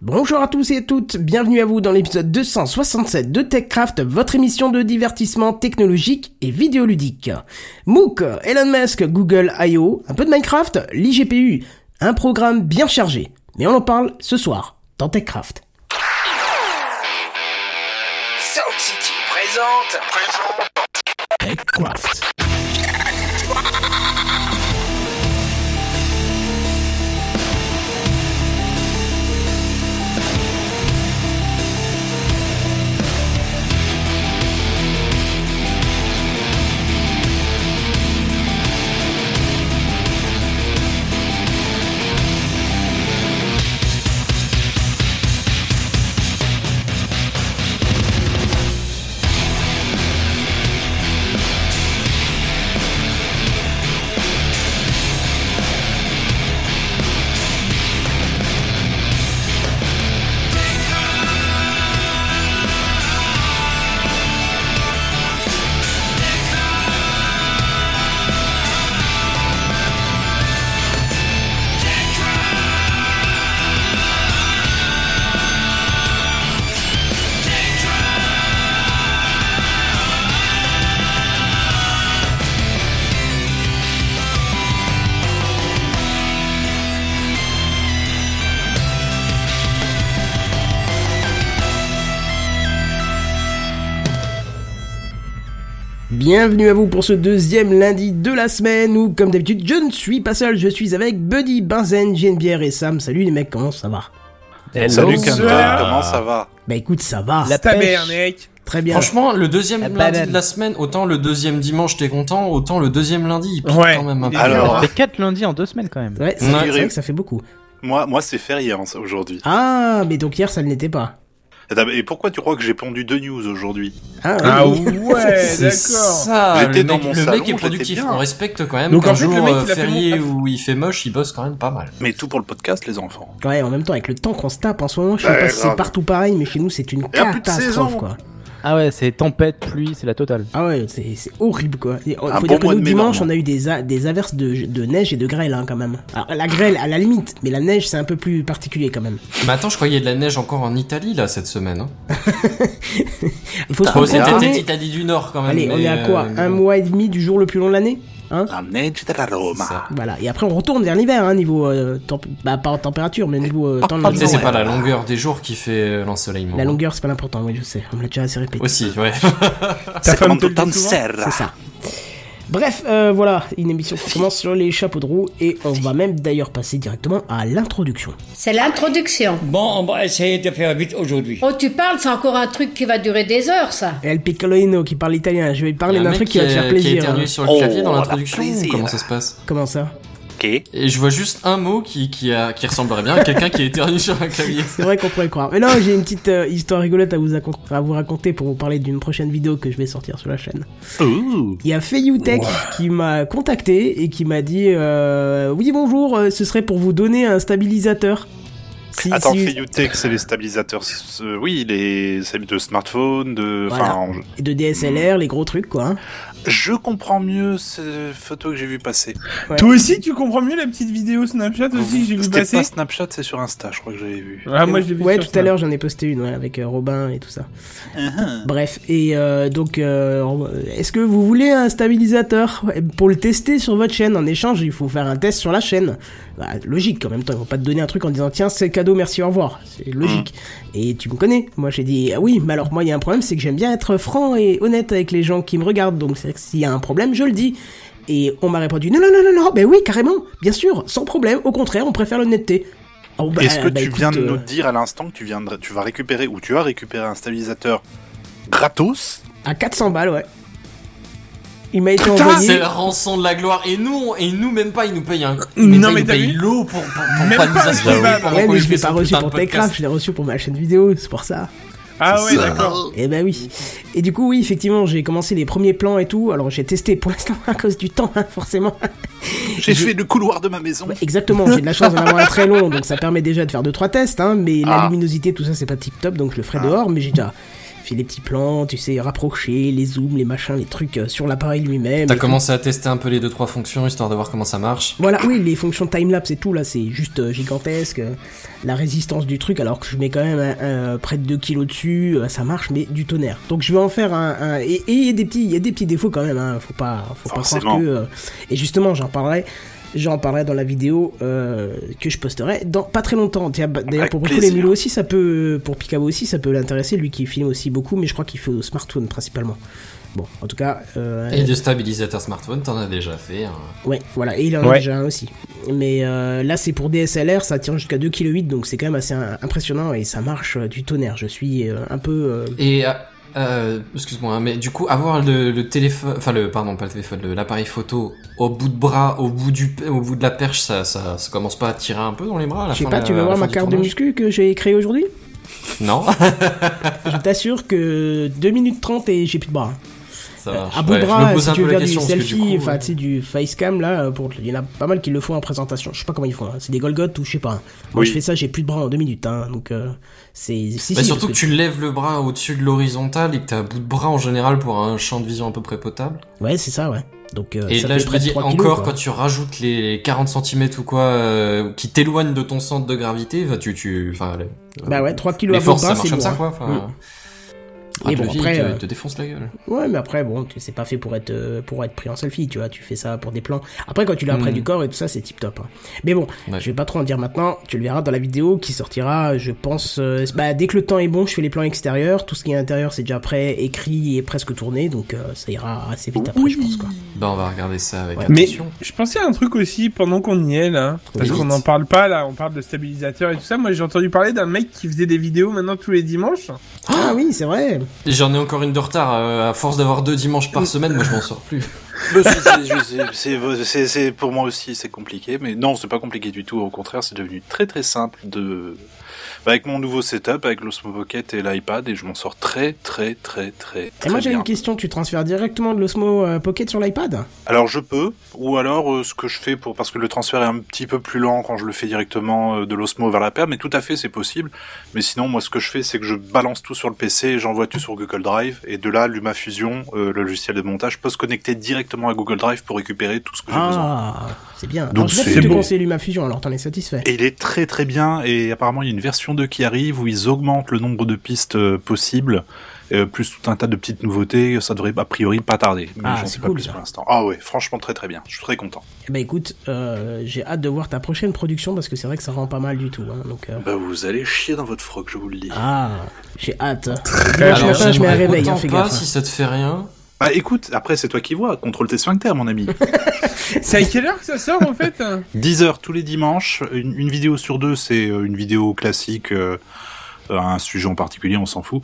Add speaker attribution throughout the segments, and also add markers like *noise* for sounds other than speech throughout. Speaker 1: Bonjour à tous et à toutes, bienvenue à vous dans l'épisode 267 de TechCraft, votre émission de divertissement technologique et vidéoludique. MOOC, Elon Musk, Google I.O., un peu de Minecraft, l'IGPU, un programme bien chargé. Mais on en parle ce soir dans TechCraft.
Speaker 2: Sound City présente.
Speaker 3: TechCraft.
Speaker 1: Bienvenue à vous pour ce deuxième lundi de la semaine où, comme d'habitude, je ne suis pas seul, je suis avec Buddy, Benzen, Geneviève et Sam. Salut les mecs, comment ça va
Speaker 4: Salut
Speaker 5: Bonsoir.
Speaker 4: Quentin, comment ça va
Speaker 1: Bah écoute, ça va,
Speaker 6: La pêche.
Speaker 1: très bien.
Speaker 5: Franchement, le deuxième
Speaker 6: La
Speaker 5: lundi
Speaker 6: banane.
Speaker 5: de la semaine, autant le deuxième dimanche t'es content, autant le deuxième lundi il pique
Speaker 6: Ouais.
Speaker 5: quand même un peu.
Speaker 4: Alors,
Speaker 6: Ça fait 4 lundis en 2 semaines quand même.
Speaker 1: Ouais, c'est
Speaker 5: Ouais.
Speaker 1: c'est vrai que ça fait beaucoup.
Speaker 4: moi, moi c'est férié hein, ça, aujourd'hui.
Speaker 1: Ah, mais donc hier ça ne l'était pas.
Speaker 4: Attends, Et pourquoi tu crois que j'ai pondu deux news aujourd'hui
Speaker 1: Ah, oui.
Speaker 6: ouais,
Speaker 5: C'est ça,
Speaker 4: J'étais
Speaker 5: le
Speaker 4: dans
Speaker 5: mec,
Speaker 4: mon
Speaker 5: le
Speaker 4: salon,
Speaker 5: mec est
Speaker 4: j'étais
Speaker 5: productif,
Speaker 4: bien.
Speaker 5: on respecte quand même
Speaker 6: Donc,
Speaker 5: qu'un
Speaker 6: en fait, le
Speaker 5: jour
Speaker 6: mec,
Speaker 5: euh,
Speaker 6: il a fait mon
Speaker 5: férié
Speaker 6: taf.
Speaker 5: où il fait moche, il bosse quand même pas mal.
Speaker 4: Mais tout pour le podcast, les enfants.
Speaker 1: Ouais, en même temps, avec le temps qu'on se tape en ce moment, je sais
Speaker 4: Ouais,
Speaker 1: pas si c'est
Speaker 4: grave.
Speaker 1: partout pareil, mais chez nous c'est une
Speaker 4: y a plus de
Speaker 1: catastrophe
Speaker 4: saison.
Speaker 1: quoi.
Speaker 6: Ah ouais, c'est tempête, pluie, c'est la totale.
Speaker 1: Ah ouais, c'est c'est horrible quoi. Il faut
Speaker 4: Un
Speaker 1: dire
Speaker 4: Ah, bon
Speaker 1: que
Speaker 4: mois
Speaker 1: nous,
Speaker 4: de mai,
Speaker 1: dimanche, on
Speaker 4: normalement.
Speaker 1: a eu des, a- des averses de, de neige et de grêle hein, quand même. Alors, la grêle à la limite, mais la neige c'est un peu plus particulier quand même.
Speaker 5: Mais attends, je croyais de la neige encore en Italie là cette semaine. Hein.
Speaker 1: Il faut se
Speaker 4: Ah,
Speaker 5: Bon, c'est
Speaker 4: bien.
Speaker 5: peut-être
Speaker 1: contenir.
Speaker 5: l'Italie du Nord quand même.
Speaker 1: Allez, on
Speaker 5: mais,
Speaker 1: est à quoi
Speaker 5: euh,
Speaker 1: Un mois et demi du jour le plus long de l'année Hein
Speaker 4: La neige de la
Speaker 5: c'est
Speaker 4: Roma.
Speaker 5: ça.
Speaker 1: Voilà, et après on retourne vers l'hiver, hein, niveau. euh, temp- bah, pas en température, mais niveau euh, temps de
Speaker 5: Tu sais, Ah, c'est
Speaker 1: journée.
Speaker 5: pas la longueur des jours qui fait euh, l'ensoleillement.
Speaker 1: La longueur c'est pas l'important, oui, je sais, on me l'a déjà assez répété.
Speaker 5: Aussi, ouais.
Speaker 6: Ta femme te le dit
Speaker 4: Tanto
Speaker 6: souvent
Speaker 1: C'est
Speaker 4: serra.
Speaker 1: ça. Bref, euh, voilà, une émission qui commence sur les chapeaux de roue et on va même d'ailleurs passer directement à l'introduction.
Speaker 7: C'est l'introduction.
Speaker 8: Bon, on va essayer de faire vite aujourd'hui.
Speaker 7: Oh, tu parles, c'est encore un truc qui va durer des heures, ça.
Speaker 1: El Piccolino qui parle italien, je vais
Speaker 5: Il y
Speaker 1: parler
Speaker 5: a
Speaker 1: d'un
Speaker 5: un
Speaker 1: truc
Speaker 5: mec
Speaker 1: qui va te faire
Speaker 5: est- qui a
Speaker 1: plaisir. hein.
Speaker 5: éternué sur le
Speaker 4: Oh,
Speaker 5: clavier dans
Speaker 4: la
Speaker 5: l'introduction ou
Speaker 4: plaisir.
Speaker 5: comment ça se passe
Speaker 1: Comment ça
Speaker 5: *laughs*
Speaker 4: Ok.
Speaker 5: Et je vois juste un mot qui, qui, a, qui ressemblerait bien à quelqu'un qui est éternu sur un clavier.
Speaker 1: *laughs* C'est vrai qu'on pourrait croire. Mais non, j'ai une petite euh, histoire rigolote à vous, acon- à vous raconter pour vous parler d'une prochaine vidéo que je vais sortir sur la chaîne. Il y a Fayutech qui m'a contacté et qui m'a dit euh, Oui, bonjour, euh, ce serait pour vous donner un stabilisateur. Si-
Speaker 4: Attends,
Speaker 1: si-
Speaker 4: Fayutech, c'est les stabilisateurs. euh, oui, les stabilis de smartphone, de.
Speaker 1: Voilà.
Speaker 4: Enfin,
Speaker 1: De DSLR, les gros trucs quoi. hein.
Speaker 4: je- je comprends mieux ces photos que j'ai vu passer.
Speaker 1: Ouais.
Speaker 9: Toi aussi, tu comprends mieux la petite vidéo Snapchat aussi que j'ai vu
Speaker 4: C'était
Speaker 9: passer
Speaker 4: pas Snapchat, c'est sur Insta, je crois que j'avais vu.
Speaker 9: Ah, moi, je l'ai vu
Speaker 1: Ouais,
Speaker 9: sur
Speaker 1: tout à
Speaker 9: Snap.
Speaker 1: l'heure j'en ai posté une ouais, avec euh, Robin et tout ça.
Speaker 4: Uh-huh.
Speaker 1: Bref, et euh, donc, euh, est-ce que vous voulez un stabilisateur Eh, pour le tester sur votre chaîne En échange, il faut faire un test sur la chaîne. Bah, logique, en même temps, ils vont pas te donner un truc en disant tiens, c'est cadeau, merci, au revoir. C'est logique.
Speaker 4: Mm.
Speaker 1: Et tu me connais. Moi, j'ai dit ah oui, mais alors moi, il y a un problème, c'est que j'aime bien être franc et honnête avec les gens qui me regardent. Donc, c'est que s'il y a un problème, je le dis. Et on m'a répondu non, non, non, non, non, ben oui, carrément, bien sûr, sans problème. Au contraire, on préfère l'honnêteté. Oh, bah,
Speaker 4: Est-ce que
Speaker 1: bah,
Speaker 4: tu
Speaker 1: écoute,
Speaker 4: viens de
Speaker 1: euh,
Speaker 4: nous dire à l'instant que tu, viendrais, tu vas récupérer ou tu as récupéré un stabilisateur gratos
Speaker 1: À 400 balles, ouais. Il m'a été
Speaker 4: Putain,
Speaker 5: C'est
Speaker 1: envoyé.
Speaker 5: la rançon de la gloire. Et nous, on- et nous même pas, ils nous payent un.
Speaker 9: Non,
Speaker 5: pas, ils
Speaker 9: mais
Speaker 5: nous
Speaker 9: t'as
Speaker 5: payent
Speaker 9: vu
Speaker 5: l'eau pour, pour, pour
Speaker 9: Même
Speaker 5: pas nous
Speaker 9: pas,
Speaker 5: assurer
Speaker 9: c'est pas-
Speaker 5: pendant
Speaker 1: Ouais,
Speaker 5: qu'on
Speaker 1: mais
Speaker 5: lui
Speaker 1: je
Speaker 5: fait
Speaker 1: l'ai
Speaker 5: son
Speaker 1: pas reçu
Speaker 5: putain
Speaker 1: pour
Speaker 5: de podcast.
Speaker 1: Techcraft, je l'ai reçu pour ma chaîne vidéo, c'est pour ça.
Speaker 9: Ah ouais, d'accord.
Speaker 1: Et ben oui. Et du coup, oui, effectivement, j'ai commencé les premiers plans et tout. Alors, j'ai testé pour l'instant *laughs* à cause du temps, hein, forcément.
Speaker 4: J'ai fait le couloir de ma maison.
Speaker 1: Ouais, exactement, j'ai de la chance d'en avoir un très long, donc ça permet déjà de faire deux trois tests. Hein, mais la
Speaker 4: Ah.
Speaker 5: Ah.
Speaker 1: luminosité, tout ça, c'est pas tip top, donc je le ferai dehors. Mais j'ai déjà fait des petits plans, tu sais, rapprocher, les zooms, les machins, les trucs euh, sur l'appareil lui-même.
Speaker 5: T'as
Speaker 1: et tout.
Speaker 5: commencé à tester un peu les deux trois fonctions histoire de voir comment ça marche.
Speaker 1: Voilà, oui, les fonctions timelapse et tout, là, c'est juste euh, gigantesque. euh, La résistance du truc, alors que je mets quand même euh, euh, près de 2 kilos dessus, euh, ça marche, mais du tonnerre. Donc je vais en faire un... un- et et il y, a des petits- il y a des petits défauts quand même, hein, faut pas, faut pas croire
Speaker 4: Forcément.
Speaker 1: que... euh, et justement, j'en parlerai... J'en parlerai dans la vidéo euh, que je posterai dans pas très longtemps. Tiens, bah, D'ailleurs,
Speaker 4: Avec
Speaker 1: pour beaucoup les
Speaker 4: plaisir.
Speaker 1: mulots aussi, ça peut, pour Picabo aussi, ça peut l'intéresser, lui qui filme aussi beaucoup, mais je crois qu'il fait au smartphone principalement. Bon, en tout cas, euh,
Speaker 5: Et du stabilisateur smartphone, t'en as déjà fait. hein.
Speaker 1: Ouais, voilà, et il en a
Speaker 6: Ouais.
Speaker 1: déjà un aussi. Mais euh, là, c'est pour DSLR, ça tient jusqu'à 2,8 kg, donc c'est quand même assez euh, impressionnant et ça marche euh, du tonnerre. Je suis euh, un peu. euh,
Speaker 5: Et euh, euh, excuse-moi, hein, mais du coup, avoir le, le téléphone, enfin le pardon, pas le téléphone, le- l'appareil photo au bout de bras, au bout du, au bout de la perche, ça, ça, ça commence pas à tirer un peu dans les bras à la
Speaker 1: je sais
Speaker 5: fin
Speaker 1: pas,
Speaker 5: de-
Speaker 1: tu
Speaker 5: à
Speaker 1: vas
Speaker 5: la
Speaker 1: voir
Speaker 5: fin
Speaker 1: ma
Speaker 5: du
Speaker 1: carte de
Speaker 5: tournage
Speaker 1: muscu que j'ai créée aujourd'hui
Speaker 5: Non,
Speaker 1: Je t'assure que 2 minutes 30 et j'ai plus de bras.
Speaker 5: ça
Speaker 1: Euh,
Speaker 5: marche.
Speaker 1: à bout
Speaker 5: Ouais,
Speaker 1: de
Speaker 5: je
Speaker 1: bras,
Speaker 5: me pose
Speaker 1: si
Speaker 5: un
Speaker 1: tu
Speaker 5: peu
Speaker 1: veux
Speaker 5: la
Speaker 1: faire du
Speaker 5: question, parce que du
Speaker 1: selfie,
Speaker 5: coup, euh,
Speaker 1: enfin, tu sais, du facecam, là, euh, pour... il y en a pas mal qui le font en présentation. Je sais pas comment ils font, hein, c'est des Golgoth ou je sais pas. hein. Moi,
Speaker 4: Oui.
Speaker 1: je fais ça, j'ai plus de bras en 2 minutes, hein, donc euh, c'est. Si,
Speaker 5: Bah,
Speaker 1: si,
Speaker 5: surtout
Speaker 1: parce
Speaker 5: que tu lèves le bras au-dessus de l'horizontale et que t'as un bout de bras en général pour un champ de vision à peu près potable.
Speaker 1: Ouais, c'est ça, ouais. Donc, euh,
Speaker 5: et
Speaker 1: ça
Speaker 5: là,
Speaker 1: fait
Speaker 5: je te
Speaker 1: près de
Speaker 5: dis
Speaker 1: 3
Speaker 5: encore,
Speaker 1: kilos, quoi.
Speaker 5: quand tu rajoutes les 40 cm ou quoi, euh, qui t'éloignent de ton centre de gravité, enfin, tu, tu, enfin, le-
Speaker 1: Bah ouais, 3 kilos
Speaker 5: les
Speaker 1: à bout de
Speaker 5: forces, ça
Speaker 1: bras,
Speaker 5: marche
Speaker 1: c'est hein.
Speaker 5: comme ça,
Speaker 1: lourd.
Speaker 5: quoi. Enfin,
Speaker 1: Mais
Speaker 5: ah,
Speaker 1: bon,
Speaker 5: le vide,
Speaker 1: après,
Speaker 5: te-
Speaker 1: euh,
Speaker 5: te défonce la gueule.
Speaker 1: Ouais, mais après, bon, tu- c'est pas fait pour être, euh, pour être pris en selfie, tu vois. Tu fais ça pour des plans. Après, quand tu l'as près
Speaker 5: Hmm.
Speaker 1: du corps et tout ça, c'est tip top. hein. Mais bon,
Speaker 5: Ouais.
Speaker 1: je vais pas trop en dire maintenant. Tu le verras dans la vidéo qui sortira, je pense. euh, bah, dès que le temps est bon, je fais les plans extérieurs. Tout ce qui est intérieur, c'est déjà prêt, écrit et presque tourné. Donc, euh, ça ira assez vite après, je pense, quoi.
Speaker 5: Bah, on va regarder ça avec
Speaker 1: Ouais.
Speaker 9: Mais
Speaker 5: attention.
Speaker 9: je pensais à un truc aussi pendant qu'on y est là, parce
Speaker 5: Vite.
Speaker 9: qu'on n'en parle pas là, on parle de stabilisateur et tout ça. Moi j'ai entendu parler d'un mec qui faisait des vidéos maintenant tous les dimanches.
Speaker 1: Ah
Speaker 5: Oh
Speaker 1: oui, c'est vrai.
Speaker 5: Et J'en ai encore une de retard. euh, à force d'avoir deux dimanches par semaine, moi je m'en sors plus.
Speaker 4: Bah, c'est- c'est- je- c'est- c'est- c'est- Pour moi aussi, c'est compliqué, mais non, c'est pas compliqué du tout. Au contraire, c'est devenu très très simple de. bah, Avec mon nouveau setup, avec l'Osmo Pocket et l'iPad, et je m'en sors très très très très
Speaker 1: Et
Speaker 4: très
Speaker 1: moi, j'ai
Speaker 4: bien.
Speaker 1: une question. Tu transfères directement de l'Osmo euh, Pocket sur l'iPad
Speaker 4: Alors je peux, ou alors euh, ce que je fais pour parce que le transfert est un petit peu plus lent quand je le fais directement euh, de l'osmo vers la paire, mais tout à fait c'est possible. Mais sinon moi ce que je fais c'est que je balance tout sur le PC, et j'envoie tout sur Google Drive et de là LumaFusion, euh, le logiciel de montage, peut se connecter directement à Google Drive pour récupérer tout ce que j'ai besoin.
Speaker 1: Ah, c'est bien.
Speaker 4: Donc,
Speaker 1: Alors,
Speaker 4: c'est
Speaker 1: je te
Speaker 4: bon.
Speaker 1: conseiller LumaFusion, alors t'en es satisfait.
Speaker 4: Et il est très très bien et apparemment il y a une version 2 qui arrive où ils augmentent le nombre de pistes euh, possibles. euh, plus tout un tas de petites nouveautés, ça devrait a priori pas tarder. Mais
Speaker 1: Ah,
Speaker 4: j'en
Speaker 1: c'est
Speaker 4: sais pas
Speaker 1: cool,
Speaker 4: plus
Speaker 1: ça.
Speaker 4: pour l'instant. Ah ouais, franchement très très bien. Je suis très content.
Speaker 1: Eh ben écoute, euh, j'ai hâte de voir ta prochaine production parce que c'est vrai que ça rend pas mal du tout. Hein, donc, euh,
Speaker 4: Bah vous allez chier dans votre froc, je vous le dis.
Speaker 1: Ah, j'ai hâte.
Speaker 9: bien.
Speaker 1: Dimanche matin, Euh, je mets un
Speaker 5: j'aimerais
Speaker 1: réveil, hein,
Speaker 5: autant
Speaker 1: fais
Speaker 5: pas
Speaker 1: gaffe.
Speaker 5: si ça te fait rien.
Speaker 4: Bah écoute, après c'est toi qui vois, contrôle tes sphincters mon *laughs* ami.
Speaker 9: C'est à quelle heure que ça sort en fait
Speaker 8: *laughs*
Speaker 4: 10 heures tous les dimanches, une, une vidéo sur deux c'est euh, une vidéo classique, euh, euh, un sujet en particulier, on s'en fout.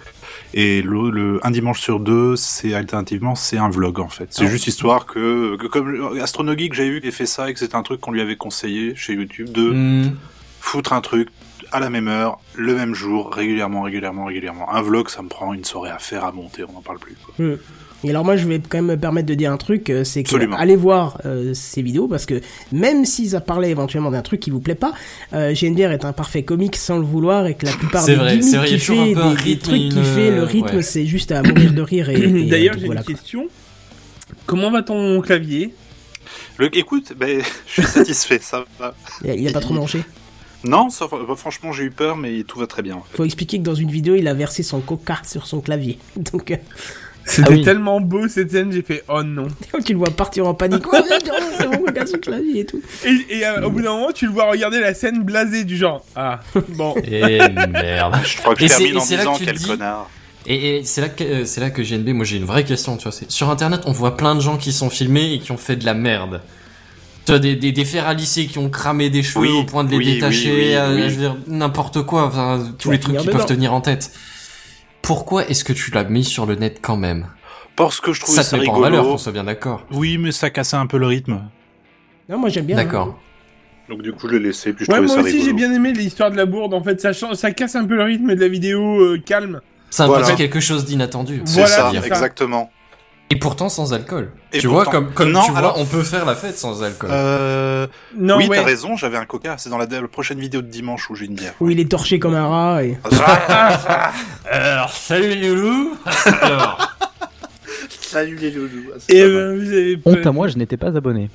Speaker 4: Et le, le- un dimanche sur deux, c'est alternativement c'est un vlog en fait. C'est juste histoire que, que comme Astronogeek j'avais vu qu'il fait ça et que c'était un truc qu'on lui avait conseillé chez YouTube de
Speaker 5: Hmm.
Speaker 4: foutre un truc à la même heure, le même jour, régulièrement, régulièrement, régulièrement. Un vlog ça me prend une soirée à faire, à monter, on n'en parle plus. quoi.
Speaker 1: Et alors moi je vais quand même me permettre de dire un truc, euh, c'est que
Speaker 4: Absolument.
Speaker 1: allez voir euh, ces vidéos parce que même si ça parlait éventuellement d'un truc qui vous plaît pas, euh, GNDR est un parfait comique sans le vouloir et que la plupart
Speaker 5: C'est
Speaker 1: des
Speaker 5: vrai,
Speaker 1: gimmicks
Speaker 5: c'est vrai, il y a
Speaker 1: qu'il
Speaker 5: toujours
Speaker 1: fait,
Speaker 5: un peu un
Speaker 1: des, des
Speaker 5: rythme,
Speaker 1: trucs qu'il
Speaker 5: une,
Speaker 1: fait, le
Speaker 5: euh,
Speaker 1: rythme
Speaker 5: ouais.
Speaker 1: c'est juste à mourir de
Speaker 9: *coughs*
Speaker 1: rire. Et, et,
Speaker 9: D'ailleurs
Speaker 1: donc
Speaker 9: j'ai
Speaker 1: voilà,
Speaker 9: une
Speaker 1: quoi.
Speaker 9: question. Comment va ton clavier
Speaker 4: Le, écoute, ben, *laughs* je suis satisfait, ça va.
Speaker 1: Il a- il a pas trop mangé.
Speaker 4: Non, ça va- bah, franchement, j'ai eu peur, mais tout va très bien. en fait.
Speaker 1: Faut expliquer que dans une vidéo il a versé son coca sur son clavier. *laughs* Donc euh,
Speaker 9: C'était
Speaker 6: Ah oui.
Speaker 9: tellement beau cette scène, j'ai fait oh non.
Speaker 1: tu le vois partir en panique. Oh, c'est mon coca sur le clavier et tout.
Speaker 9: Et, et, euh, au bout d'un moment, tu le vois regarder la scène blasée du genre ah
Speaker 8: *laughs*
Speaker 9: bon.
Speaker 5: Et merde.
Speaker 4: Je crois que
Speaker 5: Et
Speaker 4: je
Speaker 5: c'est-
Speaker 4: termine
Speaker 5: et
Speaker 4: en
Speaker 5: c'est là que
Speaker 4: disant
Speaker 5: tu te
Speaker 4: quel
Speaker 5: dis-
Speaker 4: connard.
Speaker 5: Et, et c'est là que euh, c'est là que GNB, moi j'ai une vraie question, tu vois. c'est- Sur internet, on voit plein de gens qui sont filmés et qui ont fait de la merde. Tu vois, des, des, des fers à lisser qui ont cramé des cheveux
Speaker 4: Oui,
Speaker 5: au point de les
Speaker 4: oui, oui,
Speaker 5: détacher,
Speaker 4: oui,
Speaker 5: euh,
Speaker 4: oui.
Speaker 5: je veux dire, n'importe quoi, enfin, tous
Speaker 1: vas
Speaker 5: les trucs
Speaker 1: finir
Speaker 5: qui peuvent
Speaker 1: dedans.
Speaker 5: te venir en tête. Pourquoi est-ce que tu l'as mis sur le net quand même
Speaker 4: Parce que je trouve
Speaker 5: Ça
Speaker 4: ça,
Speaker 5: te met pas en
Speaker 4: rigolo.
Speaker 5: valeur, qu'on soit bien d'accord.
Speaker 4: Oui, mais ça cassait un peu le rythme.
Speaker 1: Non, moi j'aime bien. hein.
Speaker 5: D'accord.
Speaker 4: Donc du coup, je l'ai laissé, puis je
Speaker 9: Ouais,
Speaker 4: trouvais ça
Speaker 9: moi aussi
Speaker 4: rigolo.
Speaker 9: j'ai bien aimé l'histoire de la bourde en fait, ça, change- ça casse un peu le rythme de la vidéo euh, calme.
Speaker 5: C'est un
Speaker 4: Voilà.
Speaker 5: petit quelque chose d'inattendu.
Speaker 4: C'est
Speaker 9: Voilà,
Speaker 4: ça,
Speaker 9: c'est ça.
Speaker 4: exactement.
Speaker 5: Et pourtant sans alcool.
Speaker 4: Et
Speaker 5: tu vois
Speaker 4: pourtant-
Speaker 5: comme comme
Speaker 4: Non,
Speaker 5: tu vois,
Speaker 4: alors-
Speaker 5: on peut faire la fête sans alcool.
Speaker 4: Euh...
Speaker 9: Non,
Speaker 4: oui,
Speaker 9: ouais.
Speaker 4: t'as raison, j'avais un coca. C'est dans la, la prochaine vidéo de dimanche où j'ai une bière.
Speaker 1: Où il est torché comme un rat et.
Speaker 4: Ah,
Speaker 8: Alors, salut les
Speaker 5: *laughs*
Speaker 8: loulous Alors,
Speaker 3: Salut les loulous. Ah, c'est
Speaker 9: Et
Speaker 3: pas
Speaker 4: euh,
Speaker 3: mal.
Speaker 9: ben, vous avez.
Speaker 6: Honte à moi, je n'étais pas abonné.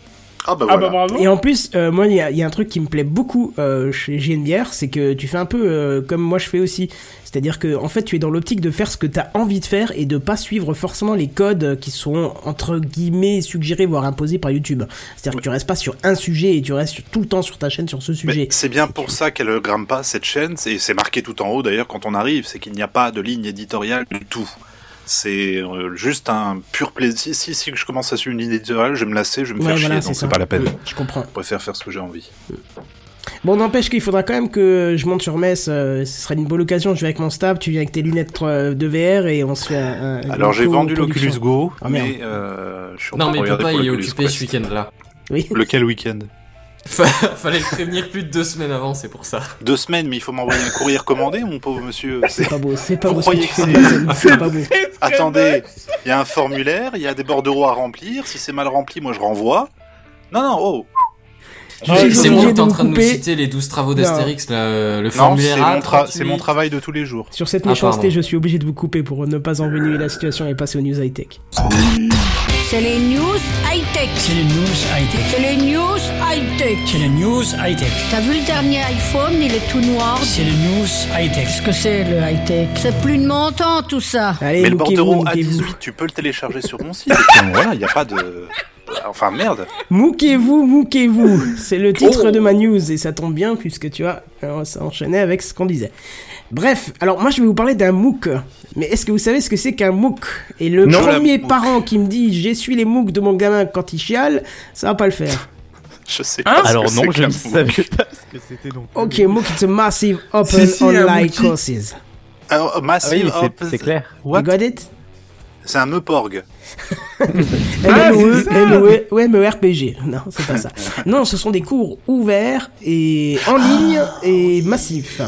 Speaker 3: Ah bah voilà.
Speaker 9: Ah bah bravo.
Speaker 1: Et en plus, euh, moi, il y a, il y a un truc qui me plaît beaucoup euh, chez JNBR, c'est que tu fais un peu euh, comme moi je fais aussi. C'est-à-dire que, en fait, tu es dans l'optique de faire ce que tu as envie de faire et de pas suivre forcément les codes euh, qui sont, entre guillemets, suggérés, voire imposés par YouTube. C'est-à-dire que tu restes pas sur un sujet et tu restes tout le temps sur ta chaîne sur ce sujet.
Speaker 4: Mais c'est bien pour ça qu'elle euh, grimpe pas cette chaîne, et c'est marqué tout en haut d'ailleurs quand on arrive, c'est qu'il n'y a pas de ligne éditoriale du tout. C'est euh, juste un pur plaisir. Si, si je commence à suivre une ligne éditoriale, je vais me lasser, je vais me faire chier, donc
Speaker 1: ça.
Speaker 4: c'est pas la peine.
Speaker 1: Mm, Je comprends.
Speaker 4: Je préfère faire ce que j'ai envie.
Speaker 1: Bon, n'empêche qu'il faudra quand même que je monte sur Metz. euh, ce serait une bonne occasion. Je vais avec mon stab, tu viens avec tes lunettes euh, de VR et on se fait un. un-
Speaker 4: Alors
Speaker 1: une
Speaker 4: j'ai vendu
Speaker 1: co-production.
Speaker 4: l'Oculus Go,
Speaker 1: Ah, merde.
Speaker 4: mais euh, je suis en train
Speaker 5: Non,
Speaker 4: de
Speaker 5: mais
Speaker 4: regarder
Speaker 5: papa,
Speaker 4: pour
Speaker 5: il est
Speaker 4: l'Oculus
Speaker 5: occupé ce
Speaker 4: Quest.
Speaker 5: week-end-là.
Speaker 1: Oui.
Speaker 4: Lequel week-end
Speaker 5: *laughs* Fallait le prévenir plus de deux semaines avant, c'est pour ça.
Speaker 4: Deux semaines, mais il faut m'envoyer un courrier commandé, mon pauvre monsieur.
Speaker 1: *laughs* C'est
Speaker 4: C'est-
Speaker 1: pas beau, c'est pas
Speaker 4: Vous
Speaker 1: beau. ce que tu
Speaker 4: croyez que
Speaker 1: fais,
Speaker 4: c'est-
Speaker 1: Jason, C'est pas beau.
Speaker 4: *laughs* Attendez, il y a un formulaire, il y a des bordereaux à remplir. Si c'est mal rempli, moi je renvoie. Non, non, oh,
Speaker 1: Ah, Je suis obligé
Speaker 5: C'est moi qui
Speaker 1: de
Speaker 5: t'es en
Speaker 1: vous
Speaker 5: train de nous
Speaker 1: couper.
Speaker 5: citer les 12 travaux
Speaker 1: Non.
Speaker 5: d'Astérix, là, euh, le
Speaker 4: non, c'est
Speaker 5: formulaire
Speaker 4: mon, tra-
Speaker 5: A38.
Speaker 4: c'est mon travail de tous les jours.
Speaker 1: Sur cette
Speaker 5: Ah,
Speaker 1: méchanceté,
Speaker 5: pardon.
Speaker 1: je suis obligé de vous couper pour ne pas envenimer la situation et passer aux news high-tech.
Speaker 10: C'est les news high-tech.
Speaker 8: c'est les news high-tech.
Speaker 10: C'est les news high-tech.
Speaker 8: C'est les news high-tech.
Speaker 10: T'as vu le dernier iPhone, il est tout noir.
Speaker 8: C'est les news high-tech.
Speaker 10: que c'est le high-tech C'est plus de mon temps tout ça.
Speaker 1: Allez,
Speaker 4: mais le
Speaker 1: mouquez-vous,
Speaker 4: bordereau
Speaker 1: mouquez-vous.
Speaker 4: A18, tu peux le télécharger sur mon site. Et puis, voilà, il n'y a pas de. Enfin, merde.
Speaker 1: Mouquez-vous, mouquez-vous. C'est le titre de ma news et ça tombe bien puisque tu vois, alors, ça enchaînait avec ce qu'on disait. Bref, alors moi je vais vous parler d'un MOOC. Mais est-ce que vous savez ce que c'est qu'un MOOC Et le
Speaker 4: Non, la
Speaker 1: premier
Speaker 4: MOOC.
Speaker 1: parent qui me dit j'essuie les MOOC de mon gamin quand il chiale, ça va pas le faire.
Speaker 4: *laughs* Je sais
Speaker 9: Hein
Speaker 4: pas. ce que
Speaker 6: Alors
Speaker 4: c'est
Speaker 6: non,
Speaker 4: que
Speaker 6: je
Speaker 4: la
Speaker 6: ne
Speaker 4: mou-
Speaker 6: savais pas ce que c'était donc.
Speaker 1: Ok, MOOC it's a massive open
Speaker 9: Si, si, un
Speaker 1: online
Speaker 9: MOOC.
Speaker 1: courses.
Speaker 4: Alors,
Speaker 6: Ah oui,
Speaker 4: Massive
Speaker 6: c'est-
Speaker 4: Op-
Speaker 6: c'est clair.
Speaker 1: You
Speaker 4: What
Speaker 1: got it
Speaker 4: C'est un meuporg.
Speaker 9: Ah,
Speaker 1: MMOE,
Speaker 9: c'est ça
Speaker 1: MOE, ou MERPG. *laughs* Non, c'est pas ça. Non, ce sont des cours ouverts et en ligne et massifs.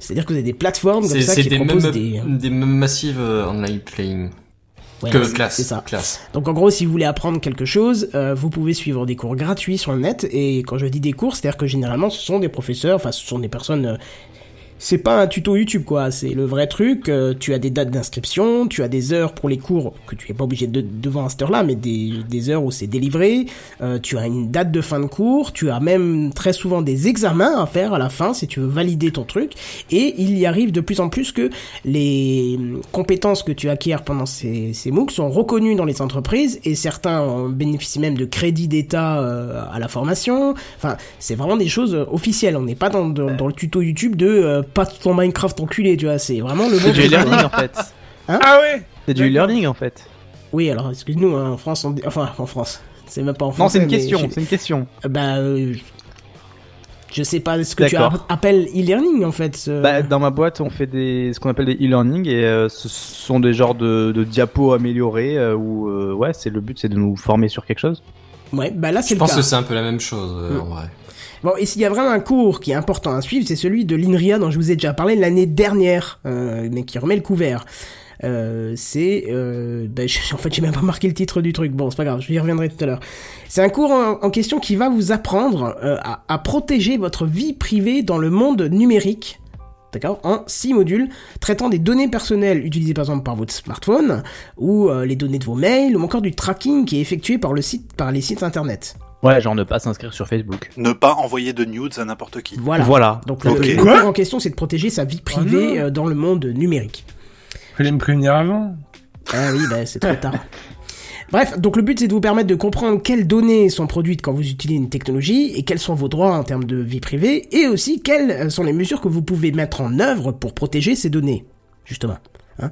Speaker 1: C'est-à-dire que vous avez des plateformes comme
Speaker 5: C'est
Speaker 1: ça
Speaker 5: c'est
Speaker 1: qui
Speaker 5: des
Speaker 1: proposent
Speaker 5: mêmes,
Speaker 1: des...
Speaker 5: des mêmes massives euh, online playing.
Speaker 1: Ouais,
Speaker 5: que
Speaker 1: c'est-
Speaker 5: classe.
Speaker 1: C'est ça.
Speaker 5: classe.
Speaker 1: Donc en gros, si vous voulez apprendre quelque chose, euh, vous pouvez suivre des cours gratuits sur le net. Et quand je dis des cours, c'est-à-dire que généralement, ce sont des professeurs, enfin, ce sont des personnes... euh, c'est pas un tuto YouTube quoi, c'est le vrai truc. euh, tu as des dates d'inscription, tu as des heures pour les cours que tu n'es pas obligé de devant à cette heure-là, mais des, des heures où c'est délivré. euh, tu as une date de fin de cours, tu as même très souvent des examens à faire à la fin si tu veux valider ton truc. Et il y arrive de plus en plus que les compétences que tu acquiers pendant ces, ces MOOC sont reconnues dans les entreprises et certains en bénéficient même de crédits d'État euh, à la formation. Enfin, c'est vraiment des choses euh, officielles. On n'est pas dans, dans, dans le tuto YouTube de euh, pas ton Minecraft enculé, tu vois. C'est vraiment le bon
Speaker 6: C'est du
Speaker 1: truc.
Speaker 6: e-learning en fait.
Speaker 9: Ah ouais
Speaker 6: C'est du e-learning en fait.
Speaker 1: Oui, alors excuse-nous, hein, en France, on dit- enfin en France, c'est même pas en France.
Speaker 6: Non, c'est une question. C'est une question.
Speaker 1: Bah, euh, je sais pas ce que tu
Speaker 6: D'accord.
Speaker 1: a- appelles e-learning en fait. ce-
Speaker 6: Bah, dans ma boîte, on fait des, ce qu'on appelle des e-learning et euh, ce sont des genres de, de diapos améliorés euh, où, euh, ouais, c'est le but, c'est de nous former sur quelque chose.
Speaker 1: Ouais, bah là c'est
Speaker 5: Je
Speaker 1: le
Speaker 5: pense
Speaker 1: cas.
Speaker 5: que c'est un peu la même chose, euh,
Speaker 4: Mm.
Speaker 5: en vrai.
Speaker 1: Bon, et s'il y a vraiment un cours qui est important à suivre, c'est celui de l'INRIA dont je vous ai déjà parlé l'année dernière, euh, mais qui remet le couvert. Euh, c'est euh, ben, j'ai- en fait j'ai même pas marqué le titre du truc bon c'est pas grave je y reviendrai tout à l'heure c'est un cours en, en question qui va vous apprendre euh, à, à protéger votre vie privée dans le monde numérique d'accord en six modules traitant des données personnelles utilisées par exemple par votre smartphone ou euh, les données de vos mails ou encore du tracking qui est effectué par le site par les sites internet
Speaker 6: Ouais, genre ne pas s'inscrire sur Facebook.
Speaker 4: Ne pas envoyer de nudes à n'importe qui.
Speaker 1: voilà donc le,
Speaker 6: euh,
Speaker 4: Ok.
Speaker 1: le
Speaker 9: Quoi
Speaker 1: cours en question, c'est de protéger sa vie privée
Speaker 9: Oh non.
Speaker 1: euh, dans le monde numérique.
Speaker 9: Fallait me prévenir avant.
Speaker 1: Ah oui, bah, c'est trop
Speaker 9: *laughs*
Speaker 1: tard. Bref, donc le but c'est de vous permettre de comprendre quelles données sont produites quand vous utilisez une technologie et quels sont vos droits en termes de vie privée et aussi quelles euh, sont les mesures que vous pouvez mettre en œuvre pour protéger ces données, justement. hein.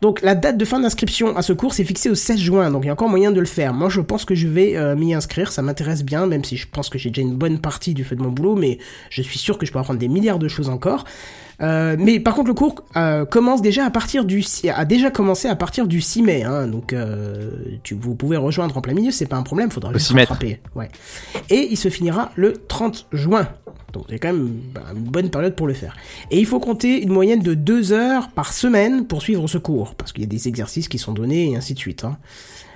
Speaker 1: Donc la date de fin d'inscription à ce cours c'est fixée au 16 juin, donc il y a encore moyen de le faire. Moi je pense que je vais euh, m'y inscrire, ça m'intéresse bien, même si je pense que j'ai déjà une bonne partie du fait de mon boulot, mais je suis sûr que je peux apprendre des milliards de choses encore. Euh, mais par contre, le cours euh, commence déjà à partir du si- a déjà commencé à partir du 6 mai, hein, donc euh, tu, vous pouvez rejoindre en plein milieu, c'est pas un problème, faudra juste
Speaker 6: 6 mètres.
Speaker 1: rattraper. Ouais. Et il se finira le 30 juin, donc c'est quand même bah, une bonne période pour le faire. Et il faut compter une moyenne de deux heures par semaine pour suivre ce cours, parce qu'il y a des exercices qui sont donnés et ainsi de suite. hein.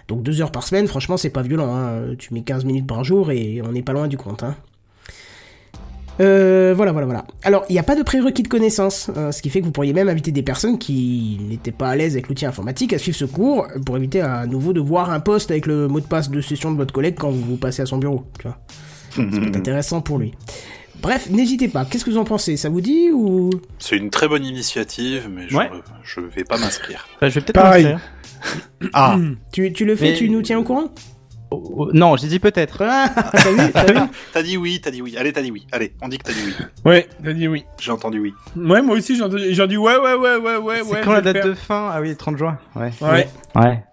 Speaker 1: Donc deux heures par semaine, franchement, c'est pas violent. hein. Tu mets 15 minutes par jour et on n'est pas loin du compte. hein. Euh, voilà, voilà, voilà. Alors, il n'y a pas de prérequis de connaissances, euh, ce qui fait que vous pourriez même inviter des personnes qui n'étaient pas à l'aise avec l'outil informatique à suivre ce cours pour éviter à nouveau de voir un poste avec le mot de passe de session de votre collègue quand vous passez à son bureau, tu vois. Ça peut être intéressant pour lui. Bref, n'hésitez pas. Qu'est-ce que vous en pensez Ça vous dit ou
Speaker 4: C'est une très bonne initiative, mais je,
Speaker 6: Ouais.
Speaker 4: je vais pas m'inscrire.
Speaker 6: Bah, je vais peut-être
Speaker 9: Pareil.
Speaker 6: m'inscrire.
Speaker 4: Ah,
Speaker 1: tu, tu le fais
Speaker 6: Mais-
Speaker 1: Tu nous tiens au
Speaker 5: *laughs*
Speaker 1: courant
Speaker 6: Oh, Non, j'ai dit peut-être.
Speaker 1: Ah, T'as vu, t'as vu
Speaker 4: t'as dit oui, t'as dit oui. Allez, t'as dit oui. Allez, on dit que t'as dit oui.
Speaker 9: Ouais, t'as dit oui.
Speaker 4: J'ai entendu oui.
Speaker 9: Ouais, moi aussi, j'ai entendu, j'ai dit ouais, ouais, ouais, ouais, ouais, ouais.
Speaker 6: *laughs* C'est quand
Speaker 9: je
Speaker 6: la
Speaker 9: vais
Speaker 6: date
Speaker 9: le
Speaker 6: de fin Ah oui, 30 juin. Ouais.
Speaker 9: faire. Ouais.
Speaker 6: Ouais.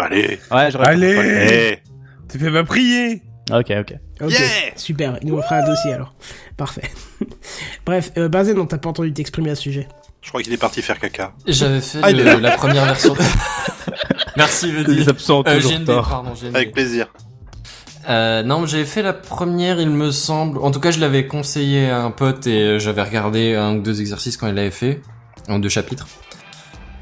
Speaker 4: Allez.
Speaker 6: Ouais, j'aurais.
Speaker 9: Allez,
Speaker 4: Eh.
Speaker 9: tu fais pas prier.
Speaker 6: Ok, ok.
Speaker 1: Ok,
Speaker 4: Yeah
Speaker 1: super. Il nous fera un dossier alors. Parfait. *laughs* Bref, euh, Bazen, on t'a pas entendu t'exprimer à ce sujet.
Speaker 4: Je crois qu'il est parti faire caca.
Speaker 5: J'avais fait
Speaker 4: Ah, il
Speaker 5: le-
Speaker 4: est là.
Speaker 5: la
Speaker 4: *laughs*
Speaker 5: première version. Merci, Veddy.
Speaker 6: Les absents ont
Speaker 5: Euh,
Speaker 6: toujours
Speaker 5: GND,
Speaker 6: tort.
Speaker 5: pardon, GND.
Speaker 4: Avec plaisir.
Speaker 5: Euh, non, mais j'avais fait la première, il me semble. En tout cas, je l'avais conseillé à un pote et euh, j'avais regardé un ou deux exercices quand il l'avait fait, en deux chapitres.